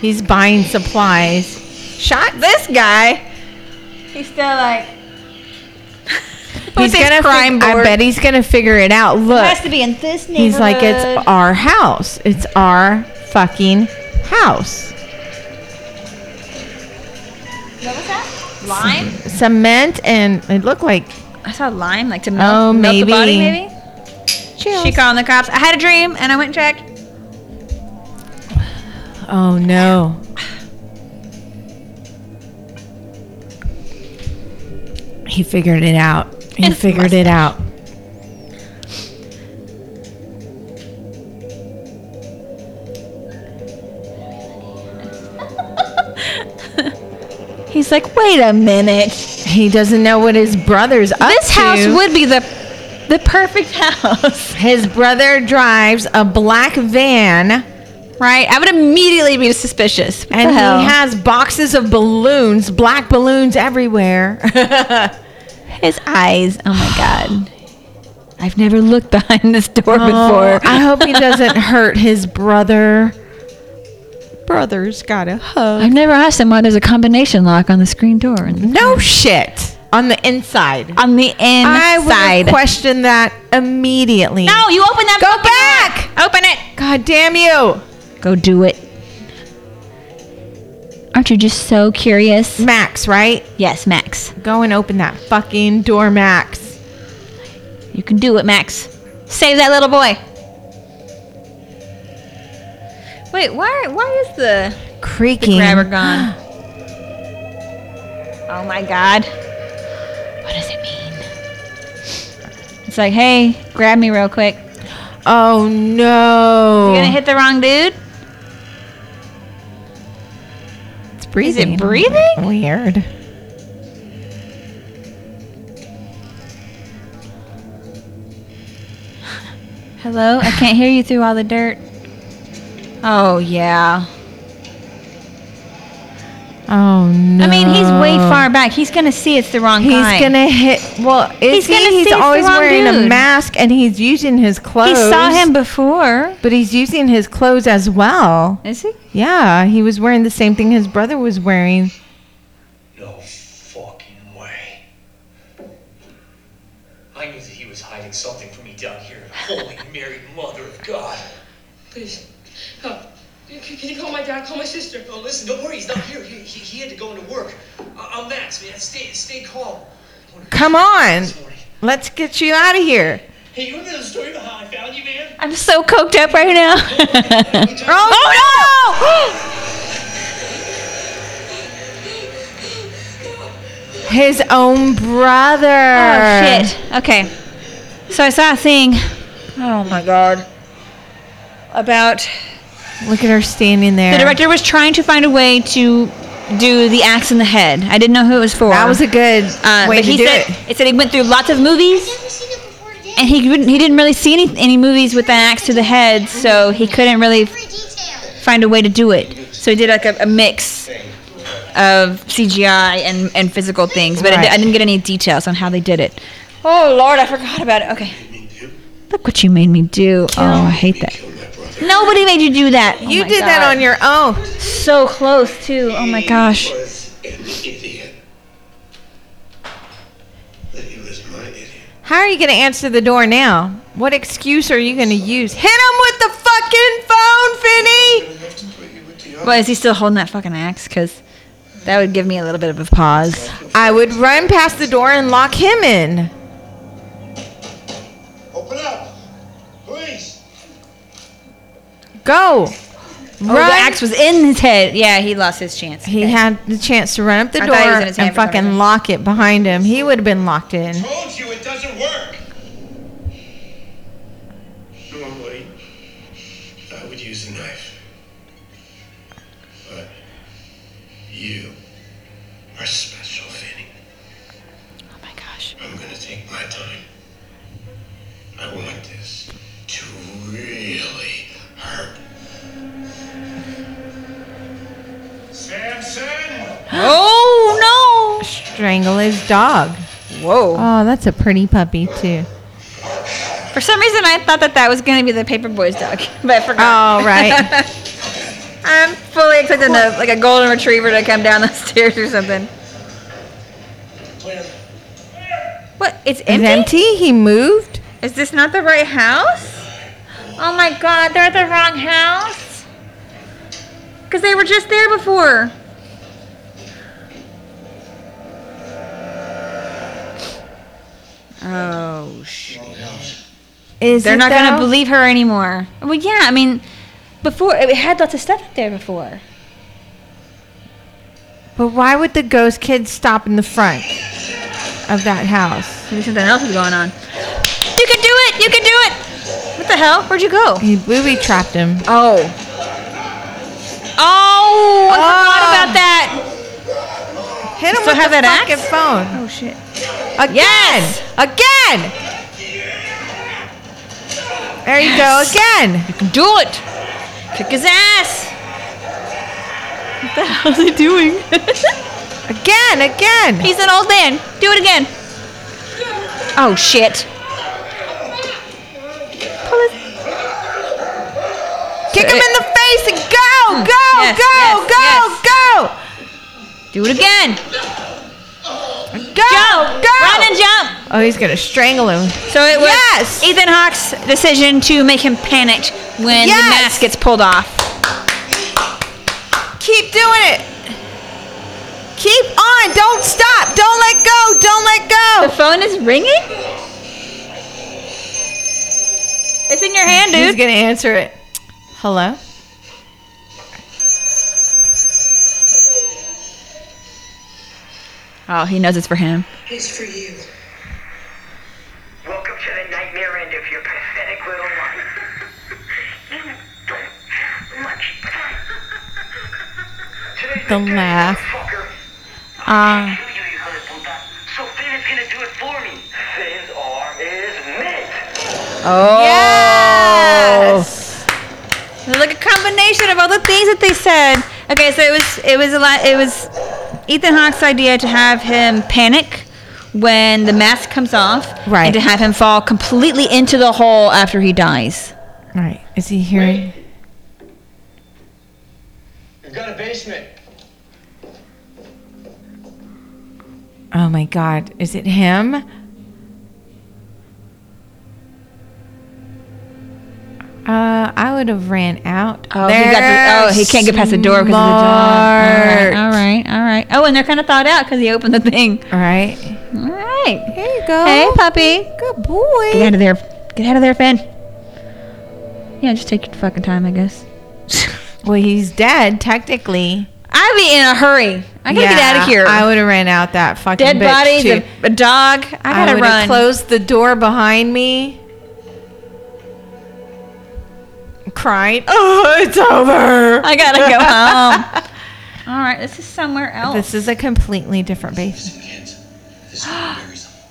Speaker 1: He's buying supplies. Shot this guy.
Speaker 2: He's still [laughs] like.
Speaker 1: He's gonna.
Speaker 2: crime
Speaker 1: fig- I
Speaker 2: board.
Speaker 1: bet he's gonna figure it out.
Speaker 2: It
Speaker 1: Look,
Speaker 2: has to be in this neighborhood.
Speaker 1: he's like, it's our house. It's our fucking house.
Speaker 2: what was that? Lime.
Speaker 1: Cement and it looked like
Speaker 2: I saw lime, like to milk,
Speaker 1: Oh,
Speaker 2: milk the body,
Speaker 1: maybe.
Speaker 2: maybe. She called the cops. I had a dream, and I went and checked.
Speaker 1: Oh no. He figured it out. He
Speaker 2: And
Speaker 1: figured it out.
Speaker 2: He's like, wait a minute.
Speaker 1: He doesn't know what his brother's up
Speaker 2: This house
Speaker 1: to.
Speaker 2: would be the the perfect [laughs] house,
Speaker 1: His brother drives a black van.
Speaker 2: right? I would immediately be suspicious. What
Speaker 1: And
Speaker 2: the hell?
Speaker 1: he has boxes of balloons, black balloons everywhere. [laughs]
Speaker 2: his eyes. Oh my god. [sighs] I've never looked behind this door
Speaker 1: Oh,
Speaker 2: before.
Speaker 1: I hope he
Speaker 2: [laughs]
Speaker 1: doesn't hurt his brother. Brother's got a hug.
Speaker 2: I've never asked him why there's a combination lock on the screen door and
Speaker 1: No shit. On the inside.
Speaker 2: on the
Speaker 1: I would
Speaker 2: inside.
Speaker 1: question that immediately.
Speaker 2: no, you open that.
Speaker 1: Go
Speaker 2: fucking
Speaker 1: back!
Speaker 2: door. Open it.
Speaker 1: God damn you.
Speaker 2: Go do it. aren't you just so curious?
Speaker 1: Max, right?
Speaker 2: Yes, Max.
Speaker 1: Go and open that fucking door, Max.
Speaker 2: You can do it, Max. Save that little boy. Wait, why? Why is the
Speaker 1: creaking
Speaker 2: the grabber gone? oh my God! What does it mean? It's like, hey, grab me real quick.
Speaker 1: Oh no!
Speaker 2: You're gonna hit the wrong dude.
Speaker 1: It's breathing.
Speaker 2: Is it breathing?
Speaker 1: Weird.
Speaker 2: Hello, I can't hear you through all the dirt. Oh yeah.
Speaker 1: Oh no!
Speaker 2: I mean, he's way far back. He's gonna see it's the wrong
Speaker 1: He's
Speaker 2: guy.
Speaker 1: gonna hit. Well, is
Speaker 2: He's gonna
Speaker 1: he?
Speaker 2: see it's
Speaker 1: He's
Speaker 2: the
Speaker 1: always
Speaker 2: wrong
Speaker 1: wearing a
Speaker 2: dude.
Speaker 1: mask, and he's using his clothes.
Speaker 2: He saw him before.
Speaker 1: but he's using his clothes as well.
Speaker 2: Is he?
Speaker 1: Yeah, he was wearing the same thing his brother was wearing.
Speaker 11: No fucking way. I knew that he was hiding something from me down here.
Speaker 6: [laughs]
Speaker 11: Holy Mary, Mother of God.
Speaker 6: Please, help. Can, can you call my dad? Call my sister.
Speaker 11: No, Oh, listen, don't worry, he's not here. He, he, he had to go into work. I, I'm Max, man. Stay, stay calm.
Speaker 1: Come on, let's get you out of here.
Speaker 11: Hey, you remember the story about how I found you, man?
Speaker 2: I'm so coked up right now. [laughs] oh
Speaker 1: His own brother.
Speaker 2: no! Oh shit. Okay. So I saw a thing. Oh my god. About
Speaker 1: Look at her standing there.
Speaker 2: the director was trying to find a way to do the axe in the head. I didn't know who it was for.
Speaker 1: That was a good
Speaker 2: Uh,
Speaker 1: way
Speaker 2: but
Speaker 1: to
Speaker 2: he
Speaker 1: do
Speaker 2: said
Speaker 1: it.
Speaker 2: said he went through lots of movies. And he didn't, he didn't really see any, any movies with an axe to the head, so he couldn't really find a way to do it. So he did like a, a mix of CGI and, and physical things, but I di- I,
Speaker 1: Right.
Speaker 2: didn't get any details on how they did it. Oh Lord, I forgot about it. Okay. Look what you made me do. Oh, I hate that. Nobody made you do that. Oh
Speaker 1: You
Speaker 2: my
Speaker 1: did that
Speaker 2: God.
Speaker 1: on your own.
Speaker 2: So close too. Oh my gosh.
Speaker 11: He was an idiot. And he was my idiot.
Speaker 1: How are you going to answer the door now? What excuse are you going to use? Hit him with the fucking phone, Finny!
Speaker 2: Well, is he still holding that fucking axe? Because that would give me a little bit of a pause.
Speaker 1: I would run past the door and lock him in.
Speaker 12: Open up! Please!
Speaker 1: Go.
Speaker 2: Oh, the axe was in his head. Yeah, he lost his chance.
Speaker 1: He
Speaker 2: Okay.
Speaker 1: had the chance to run up the
Speaker 2: I
Speaker 1: door
Speaker 2: thought he was in his hand
Speaker 1: and
Speaker 2: for some
Speaker 1: fucking
Speaker 2: reason.
Speaker 1: lock it behind him. He would have been locked in.
Speaker 12: Told you it doesn't work!
Speaker 11: Normally, I would use a knife. But you are special, Finny.
Speaker 2: Oh my gosh.
Speaker 11: I'm gonna take my time. I want this to really hurt.
Speaker 12: Samson!
Speaker 2: Oh
Speaker 1: Strangle his dog.
Speaker 2: no! Whoa.
Speaker 1: Oh, that's a pretty puppy, too.
Speaker 2: For some reason, I thought that that was gonna be the paper boy's dog, [laughs] but I forgot.
Speaker 1: Oh, right.
Speaker 2: [laughs] I'm fully expecting a, like a golden retriever to come down the [laughs] stairs or something. What? It's
Speaker 1: Is
Speaker 2: empty.
Speaker 1: empty? He moved?
Speaker 2: Is this not the right house? Oh my God! They're at the wrong house. Cause they were just there before. Oh shit.
Speaker 1: Is
Speaker 2: They're
Speaker 1: it
Speaker 2: not going to
Speaker 1: though?
Speaker 2: believe her anymore. Well, yeah, I mean, before it had lots of stuff up there before.
Speaker 1: But why would the ghost kid stop in the front of that house?
Speaker 2: Maybe something else is going on. You can do it! You can do it! What the hell? Where'd you go?
Speaker 1: He booby trapped him.
Speaker 2: Oh. Oh, I forgot
Speaker 1: Oh.
Speaker 2: about that.
Speaker 1: Hit him
Speaker 2: Still
Speaker 1: with
Speaker 2: have
Speaker 1: the
Speaker 2: that
Speaker 1: fucking
Speaker 2: axe?
Speaker 1: phone
Speaker 2: Oh shit.
Speaker 1: again,
Speaker 2: Yes!
Speaker 1: again. There you go again.
Speaker 2: You can do it. Kick his ass. What the hell is he doing? [laughs]
Speaker 1: Again, again.
Speaker 2: He's an old man. Do it again. Oh shit. Pull his
Speaker 1: Kick him in the face and go, go,
Speaker 2: Hmm.
Speaker 1: go,
Speaker 2: Yes, yes,
Speaker 1: go, go,
Speaker 2: yes. Do it again.
Speaker 1: go,
Speaker 2: Jump.
Speaker 1: go.
Speaker 2: Run and jump.
Speaker 1: Oh, he's gonna strangle him.
Speaker 2: So it was
Speaker 1: Yes.
Speaker 2: Ethan Hawke's decision to make him panicked when
Speaker 1: Yes.
Speaker 2: the mask gets pulled off.
Speaker 1: Keep doing it.
Speaker 2: The phone is ringing? It's in your hand, dude.
Speaker 1: Who's gonna answer it? Hello.
Speaker 2: Oh, he knows it's for him.
Speaker 6: It's for you.
Speaker 7: Welcome to the nightmare end of your pathetic little life. you don't have much time. Today's
Speaker 1: The
Speaker 7: day,
Speaker 1: laugh.
Speaker 7: motherfucker.
Speaker 1: Ah.
Speaker 7: Kill you, you little puta. So Finn is gonna do it for me. Finn's arm is mint.
Speaker 2: Oh. Yes. Like a combination of all the things that they said. Okay, so it was it was a lot. It was Ethan Hawke's idea to have him panic when the mask comes off,
Speaker 1: Right.
Speaker 2: And to have him fall completely into the hole after he dies.
Speaker 1: All right. Is he hearing?
Speaker 8: We've got a basement.
Speaker 1: Oh my God. Is it him? Uh, I would have ran out.
Speaker 2: Oh, he got the, oh, he can't get past the door because of the dog. All right, all right, all right. Oh, and they're kind of thawed out because he opened the thing.
Speaker 1: All right.
Speaker 2: All right.
Speaker 1: Here you go.
Speaker 2: Hey, puppy.
Speaker 1: Good boy.
Speaker 2: Get out of there. Get out of there, Finn. Yeah, just take your fucking time, I guess.
Speaker 1: Well, he's dead technically.
Speaker 2: I'd be in a hurry. I gotta get out of here.
Speaker 1: I would have ran out that fucking
Speaker 2: Dead
Speaker 1: bitch,
Speaker 2: bodies,
Speaker 1: too.
Speaker 2: a, a dog. I
Speaker 1: I,
Speaker 2: gotta
Speaker 1: would
Speaker 2: run.
Speaker 1: have closed the door behind me. Crying. [laughs] Oh, it's over.
Speaker 2: I
Speaker 1: [laughs]
Speaker 2: gotta go home. All right, this is somewhere else.
Speaker 1: This is a completely different base.
Speaker 10: Kids,
Speaker 2: [gasps]
Speaker 10: this one buries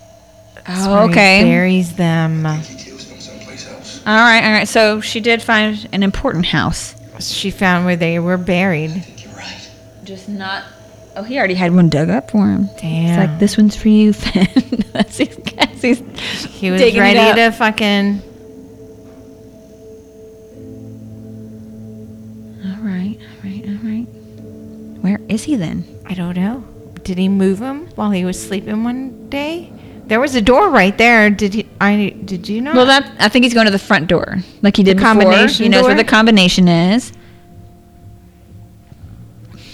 Speaker 10: them.
Speaker 2: oh,
Speaker 1: He
Speaker 2: okay.
Speaker 1: buries them.
Speaker 10: He deals them someplace else.
Speaker 2: All right, all right. So she did find an important house,
Speaker 1: She found where they were buried.
Speaker 10: You're right.
Speaker 2: just not. Oh, he already had one dug up for him. It's
Speaker 1: Damn.
Speaker 2: like this one's for you, [laughs] Finn. That's his. That's his
Speaker 1: he was ready to fucking.
Speaker 2: All right, all right, all right. Where is he then?
Speaker 1: I don't know. Did he move him while he was sleeping one day? There was a door right there. Did he? I did you know?
Speaker 2: Well, that I think he's going to the front door, like he did before.
Speaker 1: combination
Speaker 2: he knows where
Speaker 1: door?
Speaker 2: the combination is.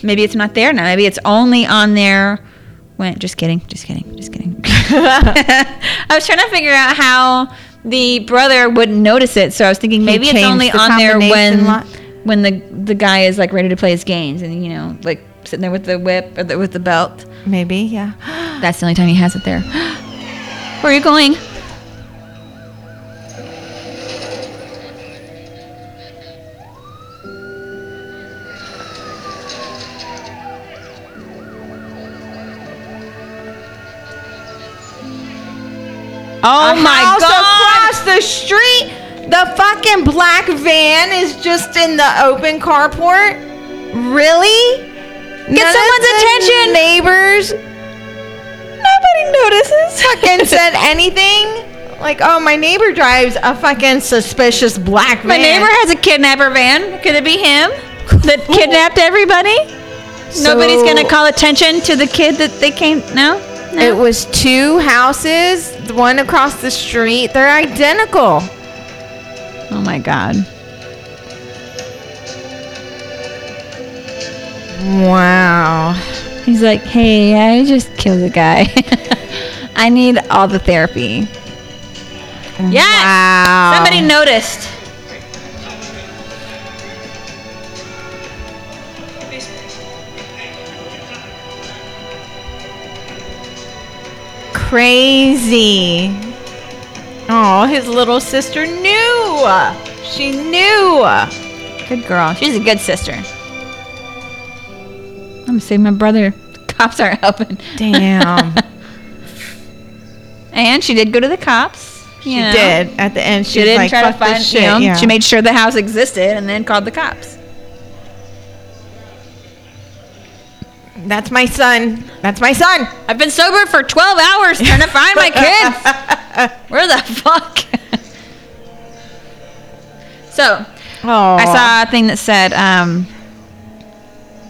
Speaker 2: Maybe it's not there now. Maybe it's only on there. When just kidding, just kidding, just [laughs] kidding. I was trying to figure out how the brother wouldn't notice it, so I was thinking maybe it's
Speaker 1: changed
Speaker 2: only
Speaker 1: the
Speaker 2: on there
Speaker 1: combination
Speaker 2: when
Speaker 1: lot.
Speaker 2: when the the guy is like ready to play his games and you know like sitting there with the whip or the, with the belt.
Speaker 1: Maybe, yeah.
Speaker 2: [gasps] That's the only time he has it there. [gasps] Where are you going? Oh Oh
Speaker 1: A house Across the street, the fucking black van is just in the open carport. Really? None of
Speaker 2: someone's
Speaker 1: the
Speaker 2: attention.
Speaker 1: Neighbors. Nobody notices. Fucking said anything. Like, oh, my neighbor drives a fucking suspicious black van.
Speaker 2: My neighbor has a kidnapper van. Could it be him that kidnapped everybody? Nobody's
Speaker 1: So-
Speaker 2: gonna call attention to the kid that they came. No, no.
Speaker 1: It was two houses, the one across the street. They're identical.
Speaker 2: oh my god.
Speaker 1: Wow.
Speaker 2: He's like, hey, I just killed a guy. [laughs] I need all the therapy. Yes.
Speaker 1: Wow.
Speaker 2: Somebody noticed.
Speaker 1: crazy. Oh, his little sister knew. She knew.
Speaker 2: Good girl. She's a good sister. I'm gonna save my brother. Cops aren't helping.
Speaker 1: Damn.
Speaker 2: [laughs] and she did go to the cops.
Speaker 1: She did. At the end,
Speaker 2: She
Speaker 1: she, was
Speaker 2: didn't
Speaker 1: like,
Speaker 2: try to
Speaker 1: "Fuck this
Speaker 2: find
Speaker 1: shit."
Speaker 2: you know,
Speaker 1: yeah.
Speaker 2: She made sure the house existed and then called the cops.
Speaker 1: That's my son. That's my son.
Speaker 2: I've been sober for 12 hours trying to find my [laughs] kids. Where the [laughs] fuck? so,
Speaker 1: [laughs] Oh,
Speaker 2: I saw a thing that said um,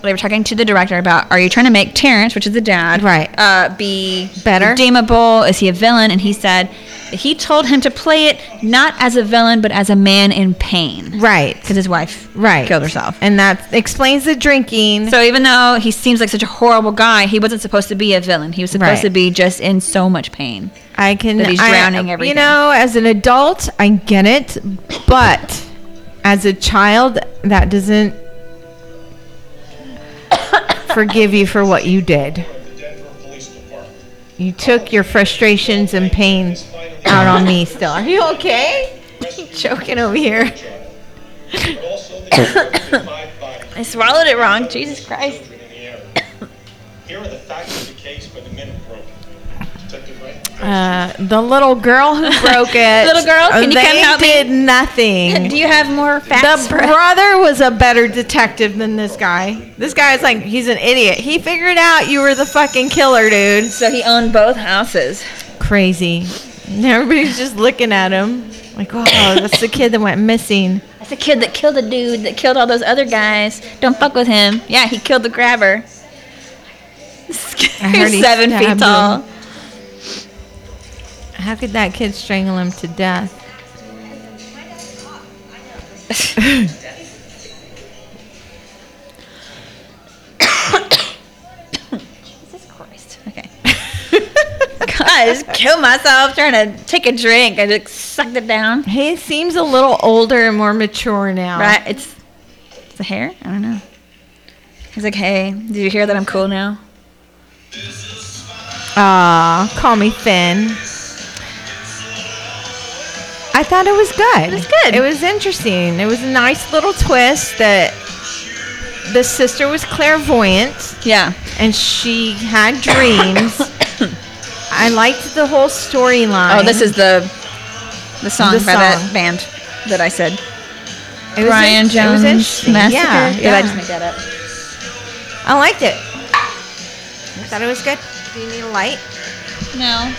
Speaker 2: they were talking to the director about are you trying to make Terrence, which is the dad,
Speaker 1: Right.
Speaker 2: uh, be
Speaker 1: Better?
Speaker 2: redeemable? Is he a villain? And he said He told him to play it not as a villain, but as a man in pain.
Speaker 1: Right.
Speaker 2: Because his wife
Speaker 1: right.
Speaker 2: killed herself.
Speaker 1: And that explains the drinking.
Speaker 2: So even though he seems like such a horrible guy, he wasn't supposed to be a villain. He was
Speaker 1: Right.
Speaker 2: supposed to be just in so much pain.
Speaker 1: I can.
Speaker 2: That he's
Speaker 1: I-
Speaker 2: drowning everything.
Speaker 1: You know, as an adult, I get it, but as a child, that doesn't forgive you for what you did. You took your frustrations and pain out on me. Still, are you okay? Choking over here.
Speaker 11: [coughs]
Speaker 2: I swallowed it wrong. Jesus Christ.
Speaker 13: Here are the facts of the case by the men who broke it. Detective Wright?
Speaker 1: Uh, the little girl [laughs] who broke it.
Speaker 2: Little girl, can you
Speaker 1: they
Speaker 2: come help me?
Speaker 1: did nothing. [laughs]
Speaker 2: Do you have more facts
Speaker 1: the
Speaker 2: for us?
Speaker 1: brother was a better detective than this guy. This guy is like, he's an idiot. He figured out you were the fucking killer, dude.
Speaker 2: So he owned both houses.
Speaker 1: Crazy. And everybody's just looking at him like, oh, that's the kid that went missing.
Speaker 2: That's the kid that killed the dude that killed all those other guys. Don't fuck with him. Yeah, he killed the grabber.
Speaker 1: I
Speaker 2: [laughs] He's
Speaker 1: he
Speaker 2: seven feet
Speaker 1: stabbed
Speaker 2: tall.
Speaker 1: him. How could that kid strangle him to death?
Speaker 2: [coughs] Jesus Christ. Okay. [laughs] God, I just killed myself trying to take a drink. I just sucked it down.
Speaker 1: He seems a little older and more mature now.
Speaker 2: Right? It's, it's the hair? I don't know. He's like, hey, did you hear that I'm cool now?
Speaker 1: Aw, call me Finn. I thought it was good. It was
Speaker 2: good.
Speaker 1: It was interesting. It was a nice little twist that the sister was clairvoyant
Speaker 2: Yeah.
Speaker 1: and she had
Speaker 2: [coughs]
Speaker 1: dreams. I liked the whole storyline.
Speaker 2: Oh, this is the the song
Speaker 1: The
Speaker 2: by that
Speaker 1: song.
Speaker 2: band that I said.
Speaker 1: It was
Speaker 2: Brian
Speaker 1: in- it was
Speaker 2: Jones
Speaker 1: interesting.
Speaker 2: Massacre.
Speaker 1: Yeah,
Speaker 2: Did
Speaker 1: yeah.
Speaker 2: I just make that up?
Speaker 1: I liked it. I thought it was good. Do you need a light?
Speaker 2: No.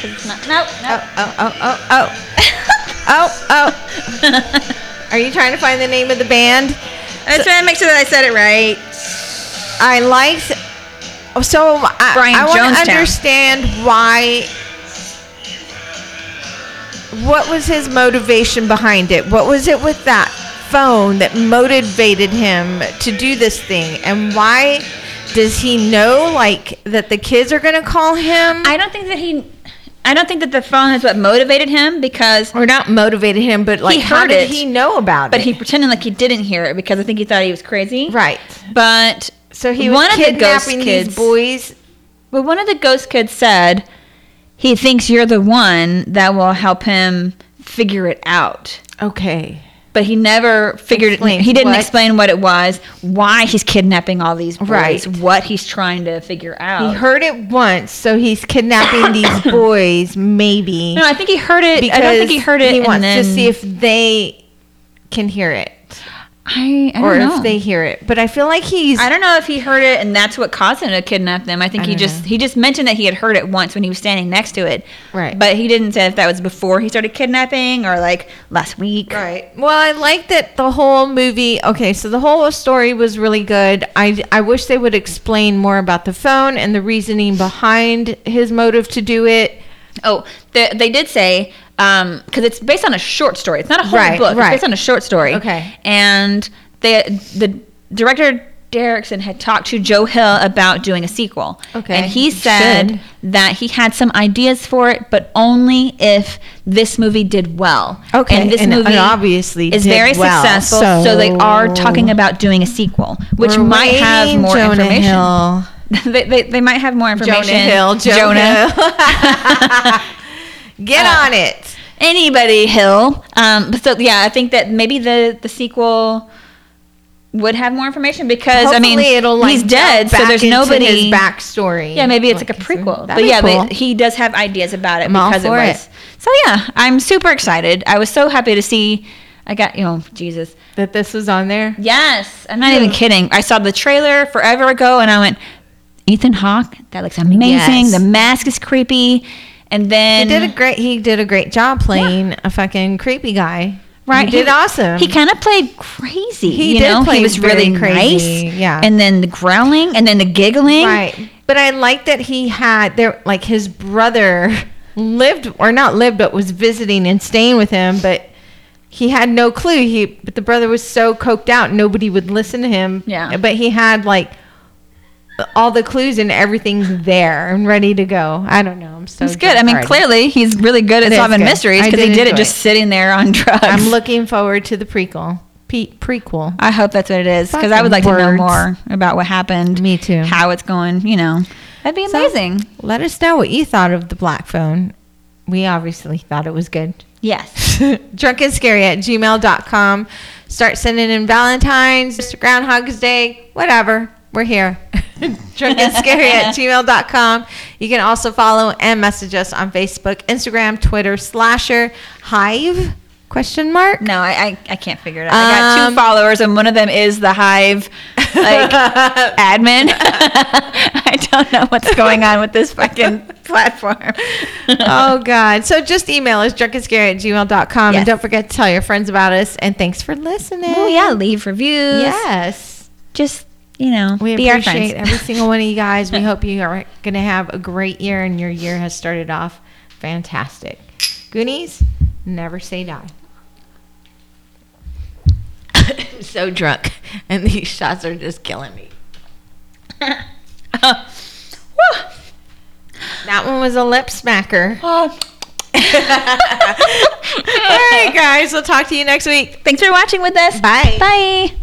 Speaker 2: It's not. Nope. nope.
Speaker 1: Oh, oh, oh, oh.
Speaker 2: [laughs]
Speaker 1: oh, oh. Are you trying to find the name of the band?
Speaker 2: I was trying to make sure that I said it right.
Speaker 1: I liked. oh, So I,
Speaker 2: Brian
Speaker 1: I want
Speaker 2: Jonestown.
Speaker 1: to understand why. What was his motivation behind it? What was it with that phone that motivated him to do this thing? And why does he know like that the kids are going to call him?
Speaker 2: I don't think that he. I don't think that the phone is what motivated him because.
Speaker 1: or not motivated him, but like how
Speaker 2: heard
Speaker 1: did
Speaker 2: it,
Speaker 1: he know about
Speaker 2: But
Speaker 1: it?
Speaker 2: he pretended like he didn't hear it because I think he thought he was crazy.
Speaker 1: right.
Speaker 2: But
Speaker 1: So he was
Speaker 2: one of the ghost
Speaker 1: kidnapping
Speaker 2: kids.
Speaker 1: these boys.
Speaker 2: But one of the ghost kids said he thinks you're the one that will help him figure it out.
Speaker 1: Okay.
Speaker 2: But he never figured
Speaker 1: Explain
Speaker 2: it. He didn't
Speaker 1: what?
Speaker 2: explain what it was, why he's kidnapping all these boys,
Speaker 1: Right.
Speaker 2: what he's trying to figure out.
Speaker 1: He heard it once, so he's
Speaker 2: [coughs]
Speaker 1: kidnapping these boys, maybe.
Speaker 2: no, I think he heard it. I don't think he heard it.
Speaker 1: He
Speaker 2: and
Speaker 1: wants to
Speaker 2: then,
Speaker 1: see if they can hear it,
Speaker 2: I, I don't
Speaker 1: or
Speaker 2: know.
Speaker 1: if they hear it. But I feel like he's.
Speaker 2: I don't know if he heard it and that's what caused him to kidnap them. I think
Speaker 1: I
Speaker 2: he
Speaker 1: don't
Speaker 2: just
Speaker 1: know.
Speaker 2: he just mentioned that he had heard it once when he was standing next to it.
Speaker 1: Right.
Speaker 2: But he didn't say if that was before he started kidnapping or like last week.
Speaker 1: Right. Well, I like that the whole movie. Okay, so the whole story was really good. I I wish they would explain more about the phone and the reasoning behind his motive to do it.
Speaker 2: Oh, they, they did say because it's based on a short story. It's not a whole
Speaker 1: Right,
Speaker 2: book.
Speaker 1: right.
Speaker 2: It's based on a short story.
Speaker 1: Okay.
Speaker 2: And they, the director Derrickson had talked to Joe Hill about doing a sequel.
Speaker 1: Okay.
Speaker 2: And he said
Speaker 1: Should.
Speaker 2: that he had some ideas for it, but only if this movie did well.
Speaker 1: Okay,
Speaker 2: And this
Speaker 1: and it
Speaker 2: movie
Speaker 1: obviously
Speaker 2: is
Speaker 1: did
Speaker 2: very
Speaker 1: well,
Speaker 2: successful. So, they are
Speaker 1: so-
Speaker 2: talking about doing a sequel, which
Speaker 1: We're
Speaker 2: might have
Speaker 1: waiting,
Speaker 2: more
Speaker 1: Jonah
Speaker 2: information.
Speaker 1: Hill.
Speaker 2: [laughs] they, they, they might have more information.
Speaker 1: Jonah Hill. Jonah. [laughs] Get
Speaker 2: Uh,
Speaker 1: on it.
Speaker 2: [laughs] anybody hill um but so yeah i think that maybe the the sequel would have more information because i mean
Speaker 1: Hopefully it'll, like,
Speaker 2: he's dead
Speaker 1: delve
Speaker 2: so
Speaker 1: back
Speaker 2: there's
Speaker 1: into
Speaker 2: nobody
Speaker 1: his backstory.
Speaker 2: yeah maybe it's like, a
Speaker 1: Like, so
Speaker 2: prequel
Speaker 1: that'd
Speaker 2: but
Speaker 1: be
Speaker 2: yeah
Speaker 1: cool.
Speaker 2: but he does have ideas about it
Speaker 1: I'm all
Speaker 2: because it
Speaker 1: for
Speaker 2: was
Speaker 1: it.
Speaker 2: so yeah i'm super excited i was so happy to see i got you know jesus
Speaker 1: That this was on there.
Speaker 2: yes i'm not even kidding i saw the trailer forever ago and i went ethan hawke that looks amazing
Speaker 1: Yes.
Speaker 2: the mask is creepy and
Speaker 1: He
Speaker 2: then
Speaker 1: did a great. He did a great job playing a fucking creepy guy.
Speaker 2: Right,
Speaker 1: He did awesome.
Speaker 2: He kind of played crazy.
Speaker 1: He
Speaker 2: you
Speaker 1: did
Speaker 2: know?
Speaker 1: play
Speaker 2: He was
Speaker 1: very
Speaker 2: really
Speaker 1: crazy,
Speaker 2: nice.
Speaker 1: yeah.
Speaker 2: and then the growling, and then the giggling.
Speaker 1: right. But I like that he had there. Like his brother [laughs] lived or not lived but was visiting and staying with him but he had no clue he but the brother was so coked out nobody would listen to him
Speaker 2: Yeah.
Speaker 1: but he had like all the clues and everything's there and ready to go i don't know i'm so
Speaker 2: It's good. I mean,
Speaker 1: drunk-hearted.
Speaker 2: clearly he's really good
Speaker 1: It
Speaker 2: at
Speaker 1: is
Speaker 2: solving
Speaker 1: good.
Speaker 2: mysteries
Speaker 1: I
Speaker 2: because he
Speaker 1: did
Speaker 2: did it
Speaker 1: enjoy
Speaker 2: just
Speaker 1: it.
Speaker 2: sitting there on [laughs] drugs.
Speaker 1: i'm looking forward to the prequel Pe- prequel
Speaker 2: I hope that's what it is because I would like
Speaker 1: Fucking
Speaker 2: to know
Speaker 1: words.
Speaker 2: more about what happened. Me too. How it's going. You know, that'd be
Speaker 1: So-
Speaker 2: amazing.
Speaker 1: let us know what you thought of the black phone we obviously thought it was good [laughs]
Speaker 2: yes
Speaker 1: drunk and scary at gmail.com start sending in valentine's groundhog's day whatever we're here [laughs] drunk and scary at gmail.com you can also follow and message us on facebook instagram twitter slasher hive question
Speaker 2: [laughs]
Speaker 1: mark
Speaker 2: no i i, I can't figure it out I got two
Speaker 1: Um,
Speaker 2: followers, and one of them is the Hive [laughs] like admin. [laughs] I don't know what's going on with this fucking [laughs] platform. [laughs]
Speaker 1: oh god so just email us drunk and scary at gmail.com and
Speaker 2: Yes.
Speaker 1: don't forget to tell your friends about us and thanks for listening
Speaker 2: Oh yeah, leave reviews.
Speaker 1: yes
Speaker 2: just you know,
Speaker 1: We
Speaker 2: be our friends.
Speaker 1: appreciate every single one of you guys. [laughs] We hope you are going to have a great year and your year has started off fantastic. Goonies, never say die. I'm [laughs] so drunk and these shots are just killing [laughs] me. That one was a lip [laughs] smacker. All right, guys. We'll talk to you next week.
Speaker 2: Thanks for watching with us.
Speaker 1: Bye.
Speaker 2: Bye.